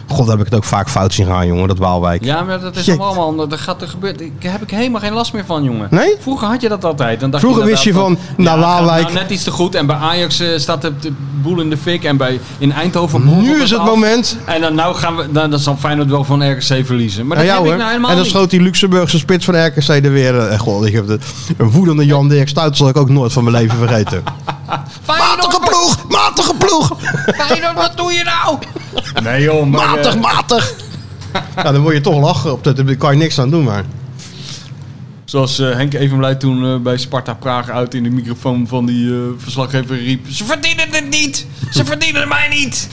God, daar heb ik het ook vaak fout zien gaan, jongen, dat Waalwijk.
Ja, maar dat is
Shit.
allemaal anders. Dat gaat er gebeuren. Daar heb ik helemaal geen last meer van, jongen.
Nee?
Vroeger had je dat altijd. Dan dacht
Vroeger wist je
inderdaad
van, nou,
het gaat
Waalwijk-
nou net iets te goed. En bij Ajax eh, staat de, de boel in de fik. En bij, in Eindhoven...
Nu
mompelt
is het
af.
moment.
En dan, nou gaan we, dan, dan zal Feyenoord wel van RKC verliezen. Maar
Nou
dat heb
ja hoor.
ik nou helemaal
en dan
niet.
schoot die Luxemburgse spits van RKC er weer. eh, god, ik heb de, een woedende Jan Dirk Stuit zal ik ook nooit van mijn leven vergeten. matige
Feyenoord,
ploeg! Matige ploeg!
Feyenoord, wat doe je nou? Nee joh, maar,
Matig,
eh,
matig! Nou, dan moet je toch lachen. Op dat, daar kan je niks aan doen, maar...
Zoals eh, Henk Evenblij toen eh, bij Sparta Praag uit in de microfoon van die eh, verslaggever riep... Ze verdienen het niet! Ze verdienen mij niet!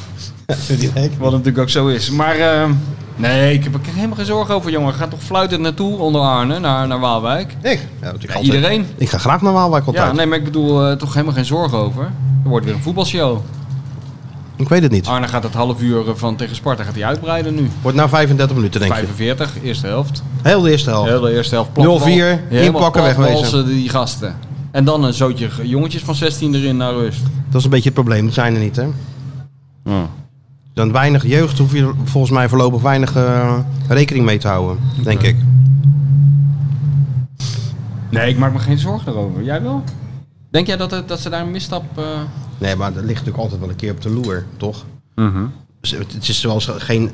Wat natuurlijk ook zo is. Maar eh, nee, ik heb er helemaal geen zorgen over, jongen. Ga toch fluitend naartoe onder Arne, naar, naar Waalwijk.
Ik? Ja, natuurlijk altijd.
Iedereen.
Ik ga graag naar Waalwijk altijd.
Ja, nee, maar ik bedoel, eh, toch helemaal geen zorgen over. Er wordt weer een voetbalshow.
Ik weet het niet.
Arne gaat het half uur eh, van tegen Sparta gaat hij uitbreiden nu.
Wordt nou 35 minuten, denk ik.
45, eerste helft.
Heel de eerste helft.
Heel de eerste helft. platbal.
0-4,
Helemaal
inpakken,
platbalsen
wegwezen.
die gasten. En dan een zootje g- jongetjes van 16 erin naar rust.
Dat is een beetje het probleem. Die zijn er niet, hè? Dan weinig jeugd hoef je er volgens mij voorlopig weinig eh, rekening mee te houden, denk ik.
Nee, ik maak me geen zorgen erover. Jij wel? Denk jij dat, het- dat ze daar een misstap... eh,
Nee, maar dat ligt natuurlijk altijd wel een keer op de loer, toch?
Mhm.
Dus het, het is wel zo- geen,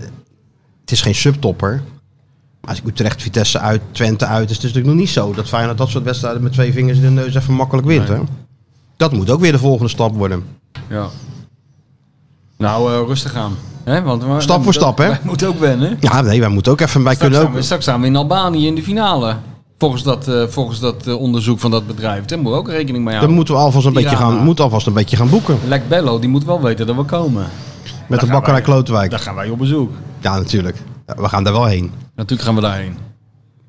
het is geen subtopper. Maar als ik Utrecht, Vitesse uit, Twente uit, is het natuurlijk nog niet zo dat Feyenoord dat soort wedstrijden met twee vingers in de neus even makkelijk wint, hè? Dat moet ook weer de volgende stap worden.
Ja. Nou, eh, rustig aan. Hè, want we-
Stap voor
wij
stap,
moeten ook-
hè?
Wij moeten ook wennen.
Ja, nee, wij moeten ook even, wij
Straks
kunnen
staan,
ook.
we, straks staan we in Albanië in de finale. Volgens dat, eh, volgens dat eh, onderzoek van dat bedrijf. Daar moeten we ook rekening mee
Dan
houden.
moeten we alvast een beetje
Nou, Ja.
gaan, moeten alvast een beetje gaan boeken
Lek Bello, die moet wel weten dat we komen.
met de
gaan
bakkerij
wij.
Klotenwijk.
Daar gaan wij op bezoek.
Ja, natuurlijk. Ja, We gaan daar wel heen.
Natuurlijk gaan we daarheen.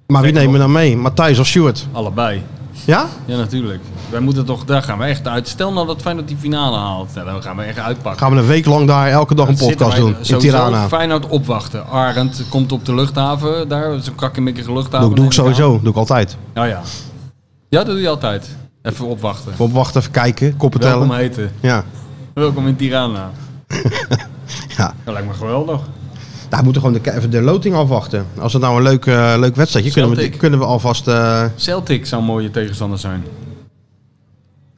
Maar
Zeker
wie nemen we dan mee? Matthijs of Stuart?
Allebei.
Ja?
Ja, natuurlijk. Wij moeten toch, daar gaan we echt uit. Stel nou dat Feyenoord die finale haalt. Nou, dan gaan we echt uitpakken.
Gaan we een week lang daar elke dag een
Zitten
podcast
wij
doen in
sowieso
Tirana?
Feyenoord opwachten. Arendt komt op de luchthaven. Daar, zo'n krakkemikkige luchthaven.
Doe, doe ik
neem aan.
sowieso, doe ik altijd.
Nou ja. Ja, dat doe je altijd. Even opwachten.
Opwachten, even kijken, koppen
Welkom
tellen.
heten.
Ja.
Welkom in Tirana.
Ja.
Dat lijkt me geweldig.
Daar moeten we gewoon de, even de loting afwachten. Als het nou een leuk, eh, leuk wedstrijdje is, kunnen we,
Celtic.
kunnen we alvast... eh,
Celtic zou een mooie tegenstander zijn.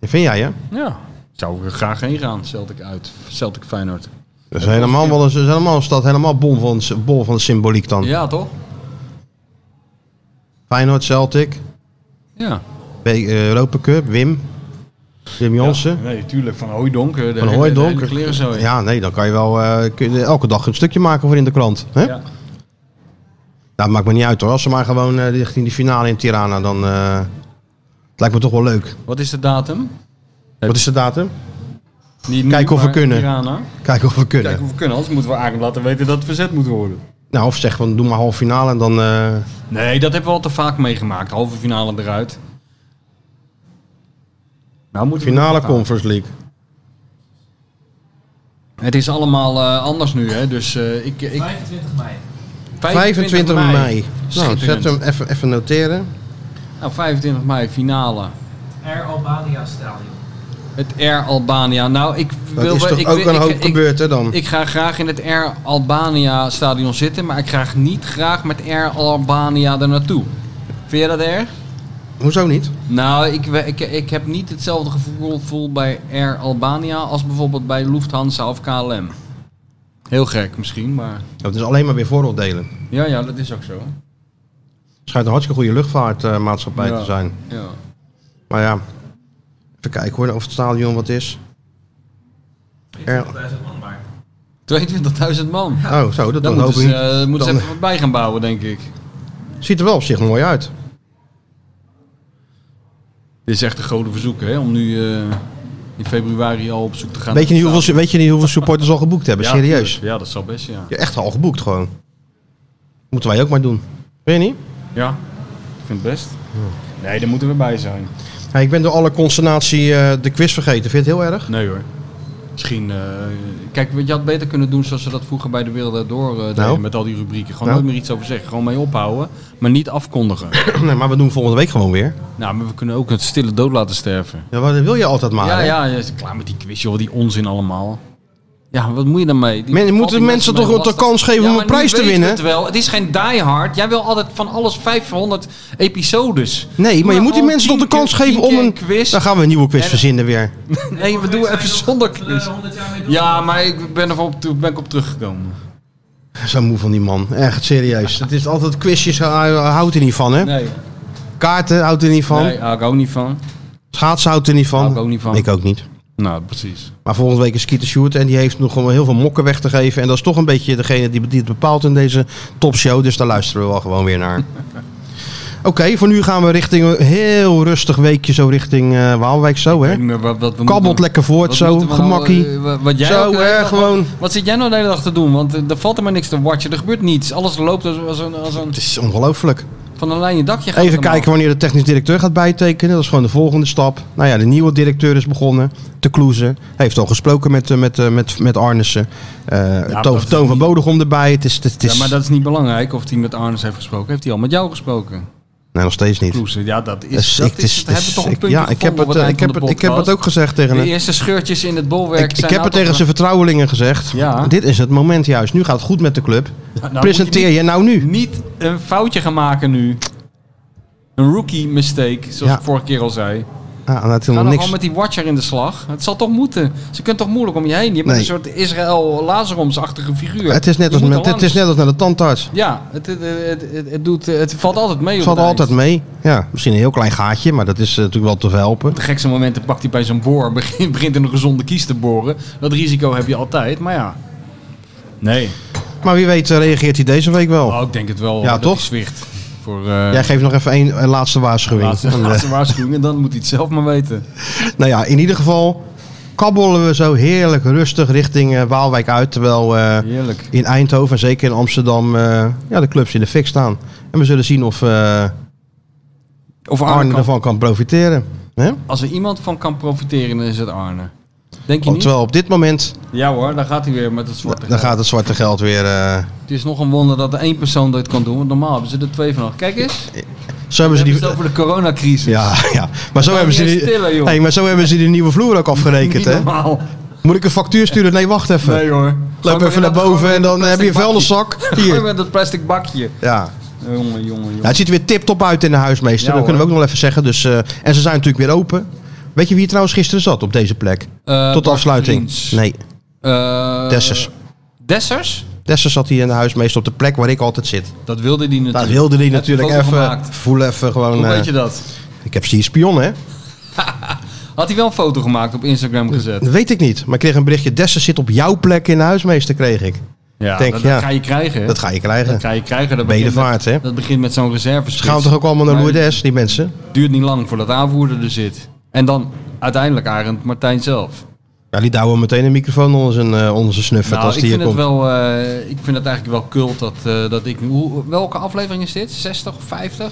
vind jij, hè?
Ja. Zou ik er graag heen gaan, Celtic uit. Celtic Feyenoord.
Dat is helemaal, wel een, dat is helemaal een stad, helemaal bol van, bol van symboliek dan.
Ja, toch?
Feyenoord, Celtic,
Ja.
B- eh, Europa Cup, Wim, Wim Jansen.
Nee, tuurlijk. Van Hooidonk. eh, De
Van
hele-
Hooijdonk.
De hele kleren zo.
Ja, nee, dan kan je wel eh, kun je elke dag een stukje maken voor in de krant. Hè?
Ja.
Nou, maakt me niet uit hoor. Als ze maar gewoon eh, richting die finale in Tirana, dan eh, het lijkt me toch wel leuk.
Wat is de datum?
Wat is de datum?
Niet
Kijken of we
maar
kunnen.
Tirana.
Kijken of we kunnen.
Kijken of we kunnen. Anders moeten we eigenlijk laten weten dat het verzet moet worden.
Nou, of zeg van doe maar halve finale en dan. eh,
Nee, dat hebben we al te vaak meegemaakt. Halve finale eruit. Nou, moeten we
Finale
ervan gaan.
Conference League.
Het is allemaal eh, anders nu, hè? Dus eh, ik, ik,
25 mei.
25 mei. Nou,
Schitterend.
zet hem even, even noteren.
Nou, 25 mei, finale.
Air Albania Stadion.
Het Air Albania. Nou, ik
Dat
wil
is
wel-
toch
ik,
ook
wil-
een
ik-
hoop
ik,
gebeurd, hè dan?
Ik ga graag in het Air Albania stadion zitten, maar ik ga niet graag met Air Albania er naartoe. Vind je dat erg?
Hoezo niet?
Nou, ik, we- ik, ik heb niet hetzelfde gevoel voel bij Air Albania als bijvoorbeeld bij Lufthansa of KLM. Heel gek misschien, maar
Dat is alleen maar weer vooroordelen.
ja, ja, dat is ook zo.
Het schijnt een hartstikke goede luchtvaartmaatschappij
Ja.
te zijn.
Ja.
Maar ja, even kijken hoor of het stadion wat is. Er-
20.000 man maar.
22.000 man.
Oh, zo, dat
Dan
dan hoop
moeten
ik
ze,
niet.
eh, moeten ze
Dan-
even wat bij gaan bouwen, denk ik.
Ziet er wel op zich mooi uit.
Dit is echt een grote verzoek, hè? Om nu eh, in februari al op zoek te gaan.
Weet je niet
naar het
hoeveel, weet je niet hoeveel supporters al geboekt hebben?
stadion. Ja,
Serieus.
tuurlijk. Ja, dat zal best, ja.
Ja, echt al geboekt gewoon. Moeten wij ook maar doen. Weet je niet?
Ja, ik vind het best. Nee, daar moeten we bij zijn.
Hey, ik ben door alle consternatie eh, de quiz vergeten. Vind je het heel erg?
Nee hoor. Misschien, eh, kijk, je had beter kunnen doen zoals ze dat vroeger bij de Wereld Daardoor eh, deden
Nou.
met al die rubrieken. Gewoon
Nou.
nooit meer iets over zeggen, gewoon mee ophouden, maar niet afkondigen.
nee, maar we doen volgende week gewoon weer.
nou, maar we kunnen ook het stille dood laten sterven.
Ja, maar dat wil je altijd maar.
ja,
hè?
ja, ja, klaar met die quiz, joh, die onzin allemaal. Ja, wat moet je daarmee? Die-
Men-
valt
moeten
die
mensen
mee
toch
lastig.
een kans geven om
maar
een prijs
nu
te
weten we
winnen?
Het, wel. het is geen diehard. Jij wil altijd van alles 500 episodes.
Nee, maar,
Doe
je moet die
gewoon
mensen toch de
10
kans
Nou, keer-
geven
10
om
keer
een...
quiz.
Dan gaan we een nieuwe quiz
En-
verzinnen weer.
Nee, we doen even zonder quiz. Ja, maar ik ben er op, ben ik op teruggekomen.
Zo moe van die man. Echt, serieus. Het is altijd quizjes, hij hij houdt er niet van, hè?
Nee,
Kaarten houdt er niet van.
nee hou ik ook niet van.
Schaatsen houdt er niet van.
Hou ik ook niet van.
Ik ook niet.
Nou, precies.
Maar volgende week is Skeeter Stewart en die heeft nog gewoon heel veel mokken weg te geven. En dat is toch een beetje degene die, die het bepaalt in deze topshow. Dus daar luisteren we wel gewoon weer naar. Oké, voor nu gaan we richting een heel rustig weekje zo richting eh, Waalwijk zo, hè?
Ik weet niet meer wat, wat we
Kabbelt
moeten-
lekker voort
wat
zo,
moeten we nou,
gemakkie.
eh, wa- wat jij
Zo,
ook de hele
hè,
dag-
gewoon.
Wat zit jij nou de hele dag te doen? Want eh, er valt er maar niks te watchen. Er gebeurt niets. Alles loopt als, als een, als een
Het is ongelooflijk.
van een lijn je dakje. gaat
Even
allemaal.
kijken wanneer de technisch directeur gaat bijtekenen. Dat is gewoon de volgende stap. Nou ja, de nieuwe directeur is begonnen. Te Kloeze. Hij heeft al gesproken met, eh, met, eh, met, met Arnissen. Eh,
maar
Toon,
dat is
Toon van
niet-
Bodegom erbij. Het is, het is...
Ja, maar dat is niet belangrijk of hij met Arnes heeft gesproken. Heeft hij al met jou gesproken?
Nee, nog steeds niet.
Kloes, ja, dat is.
Dus
dat
ik-
is,
het is-
we hebben
het
toch
is-
een
ik-
puntje
Ja, ik heb
gevonden
het,
op
eh, ik
eind van de
heb het, ik heb het
podcast.
ook gezegd tegen
De
hem.
eerste scheurtjes in het bolwerk
Ik, ik
zijn
heb
nou
het tegen
toch-
zijn vertrouwelingen gezegd.
Ja.
Dit is het moment juist. Nu gaat het goed met de club.
nou
Presenteer
moet
je, nou nu.
niet een foutje gaan maken nu. Een rookie mistake, zoals
Ja.
ik vorige keer al zei.
Ah, dat is
Ga
helemaal
dan
niks.
gewoon met die watcher in de slag. Het zal toch moeten. Ze kunt toch moeilijk om je heen. Je bent
Nee.
een soort Israël Lazaroms-achtige figuur.
Het is net
Je
als,
moet
met,
er
het is
langs.
net als naar de tandarts.
Ja, het, het, het, het, het doet, het valt altijd mee.
Het
op
valt
het
altijd
eind.
mee. Ja, misschien een heel klein gaatje, maar dat is eh, natuurlijk wel te verhelpen.
Op de gekste momenten pakt hij bij zijn boor. Begint, begint in een gezonde kies te boren. Dat risico heb je altijd, maar ja. Nee.
Maar wie weet eh, reageert hij deze week wel.
Oh, ik denk het wel.
Ja,
dat
toch?
hij zwicht. Voor eh,
Jij geeft nog even één eh, laatste waarschuwing. eh,
laatste, laatste waarschuwing. En dan moet hij het zelf maar weten.
Nou ja, in ieder geval kabbelen we zo heerlijk rustig richting eh, Waalwijk uit. Terwijl eh,
Heerlijk.
in Eindhoven en zeker in Amsterdam eh, ja, de clubs in de fik staan. En we zullen zien of eh,
Of
Arne
Arne.
ervan kan profiteren. Hè?
Als er iemand van kan profiteren, dan is het Arne. Denk je
Want
niet?
terwijl op dit moment,
Ja hoor, daar gaat hij weer met het zwarte
dan
geld.
gaat het zwarte geld weer... eh,
Het is nog een wonder dat er één persoon dit kan doen. Want normaal hebben ze er twee van. Kijk eens. We
zo hebben
hebben
ze die...
het over de coronacrisis.
Ja, ja. Maar, zo
kan
hebben, ze
niet
die,
eens tillen, joh.
Hey, maar zo hebben ze die nieuwe vloer ook afgerekend.
Niet
Hè?
normaal.
Moet ik een factuur sturen? Nee, wacht even.
Nee hoor.
Loop even naar boven en dan heb je een vuilniszak.
Hier.
Hier.
met dat plastic bakje. Eh,
Ja.
Jongen, jongen,
Ja,
jongen.
het ziet er weer tip-top uit in de huismeester.
Ja,
dat kunnen we
hoor.
ook nog wel even zeggen. Dus, eh, en ze zijn natuurlijk weer open. Weet je wie trouwens gisteren zat op deze plek?
Eh,
Tot de
Bart
afsluiting.
Vriends.
Nee,
Eh,
Dessers.
Dessers?
Dessers zat hier in de huismeester op de plek waar ik altijd zit.
Dat wilde die natuurlijk.
Daar wilde hij
Heb
natuurlijk
een foto
even...
gemaakt.
Voel even gewoon...
Hoe
eh,
weet je dat?
ik heb ze hier spion, hè?
Had hij wel een foto gemaakt op Instagram gezet?
Dat weet ik niet. Maar ik kreeg een berichtje. Dessers zit op jouw plek in de huismeester, kreeg ik.
Ja,
denk,
dat,
ja.
dat ga je krijgen. hè?
Dat ga je krijgen.
Dat ga je krijgen. Dat begint met-
Bedevaart, hè?
Dat begint met zo'n reserve.
Ze gaan toch ook allemaal naar Lourdes, die mensen?
Het duurt niet lang voordat de aanvoerder er zit. En dan uiteindelijk Arend Martijn zelf.
Ja, die douwen meteen een microfoon onder zijn, eh, onder zijn snuffert
Nou,
als
ik
die hier
vind, het
komt.
wel, eh, ik vind het eigenlijk wel kult dat, eh, dat ik... Hoe, welke aflevering is dit? 60 of 50?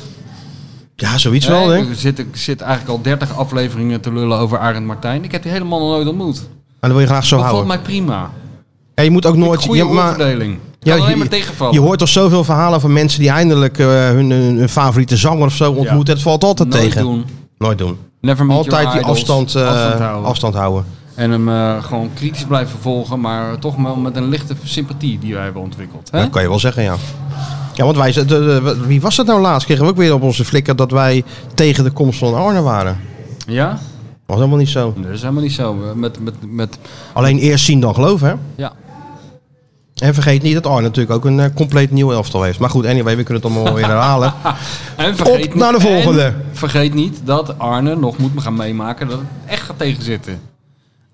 Ja, zoiets wel,
Nee,
hè?
Ik zit, ik zit eigenlijk al 30 afleveringen te lullen over Arend Martijn. Ik heb die helemaal nog nooit ontmoet.
Maar dan wil je graag zo
dat valt
houden.
mij prima.
Ja, je moet ook nooit...
Goede
ja, maar-
rolverdeling. Kan
Ja,
alleen
je-
maar tegenvallen.
Je hoort toch zoveel verhalen van mensen die eindelijk eh, hun, hun, hun favoriete zanger of zo ontmoeten. Het valt altijd
Nooit
tegen.
doen.
Nooit doen.
Never meet your
Altijd die
idols.
afstand, eh,
Afstand
afstand,
houden.
houden.
En hem eh, gewoon kritisch blijven volgen, maar toch wel met een lichte sympathie die wij hebben ontwikkeld. Hè?
Dat kan je wel zeggen, ja. Ja, want wij... z- de- de- wie was dat nou laatst? Kregen we ook weer op onze flikker dat wij tegen de komst van Arne waren.
Ja?
Was helemaal niet zo.
Nee, dat is helemaal niet zo. Eh, Met, met, met,
Alleen eerst zien dan geloven, hè?
ja.
En vergeet niet dat Arne natuurlijk ook een eh, compleet nieuw elftal heeft. Maar goed, anyway, we kunnen het allemaal weer herhalen.
En
Op naar de volgende.
en vergeet niet dat Arne nog moet gaan meemaken dat het echt gaat tegenzitten.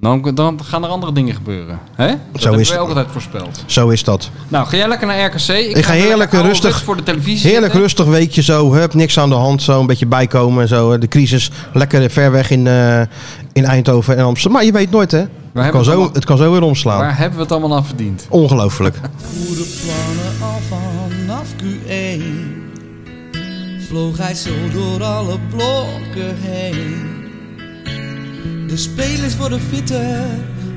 Dan, dan gaan er andere dingen gebeuren. Hè? Dat hebben
is
wij
het.
ook altijd voorspeld.
Zo is dat.
Nou, ga jij lekker naar RKC. Ik,
ga
even
heerlijk
lekker
rustig-
ouderwets voor de televisie
Heerlijk
zitten.
rustig weekje zo, hup, niks aan de hand, zo een beetje bijkomen en zo. hè. De crisis lekker ver weg in, eh, in Eindhoven en Amsterdam. Maar je weet nooit hè, het
hebben
kan,
we
zo,
allemaal-
het kan zo weer omslaan.
Waar hebben we het allemaal aan verdiend?
Ongelooflijk.
goede plannen al vanaf Q1 Vloog hij zo door alle blokken heen De spelers worden fitter,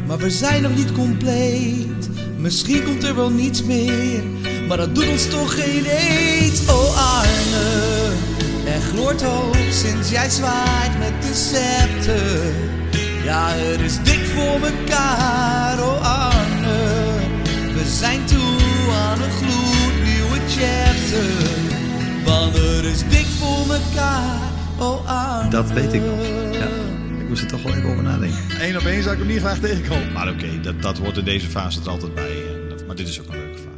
maar we zijn nog niet compleet. Misschien komt er wel niets meer, maar dat doet ons toch geen eet. Oh Arne, er gloort hoop sinds jij zwaait met de scepter. Ja, het is dik voor mekaar, oh Arne. We zijn toe aan een gloednieuwe chapter. Want het is dik voor mekaar, oh Arne.
Dat weet ik nog, ja. Ik moest er toch wel even over nadenken.
Eén op één zou ik hem niet graag tegenkomen.
Maar oké, dat, dat hoort in deze fase er altijd bij. En dat- Maar dit is ook een leuke fase.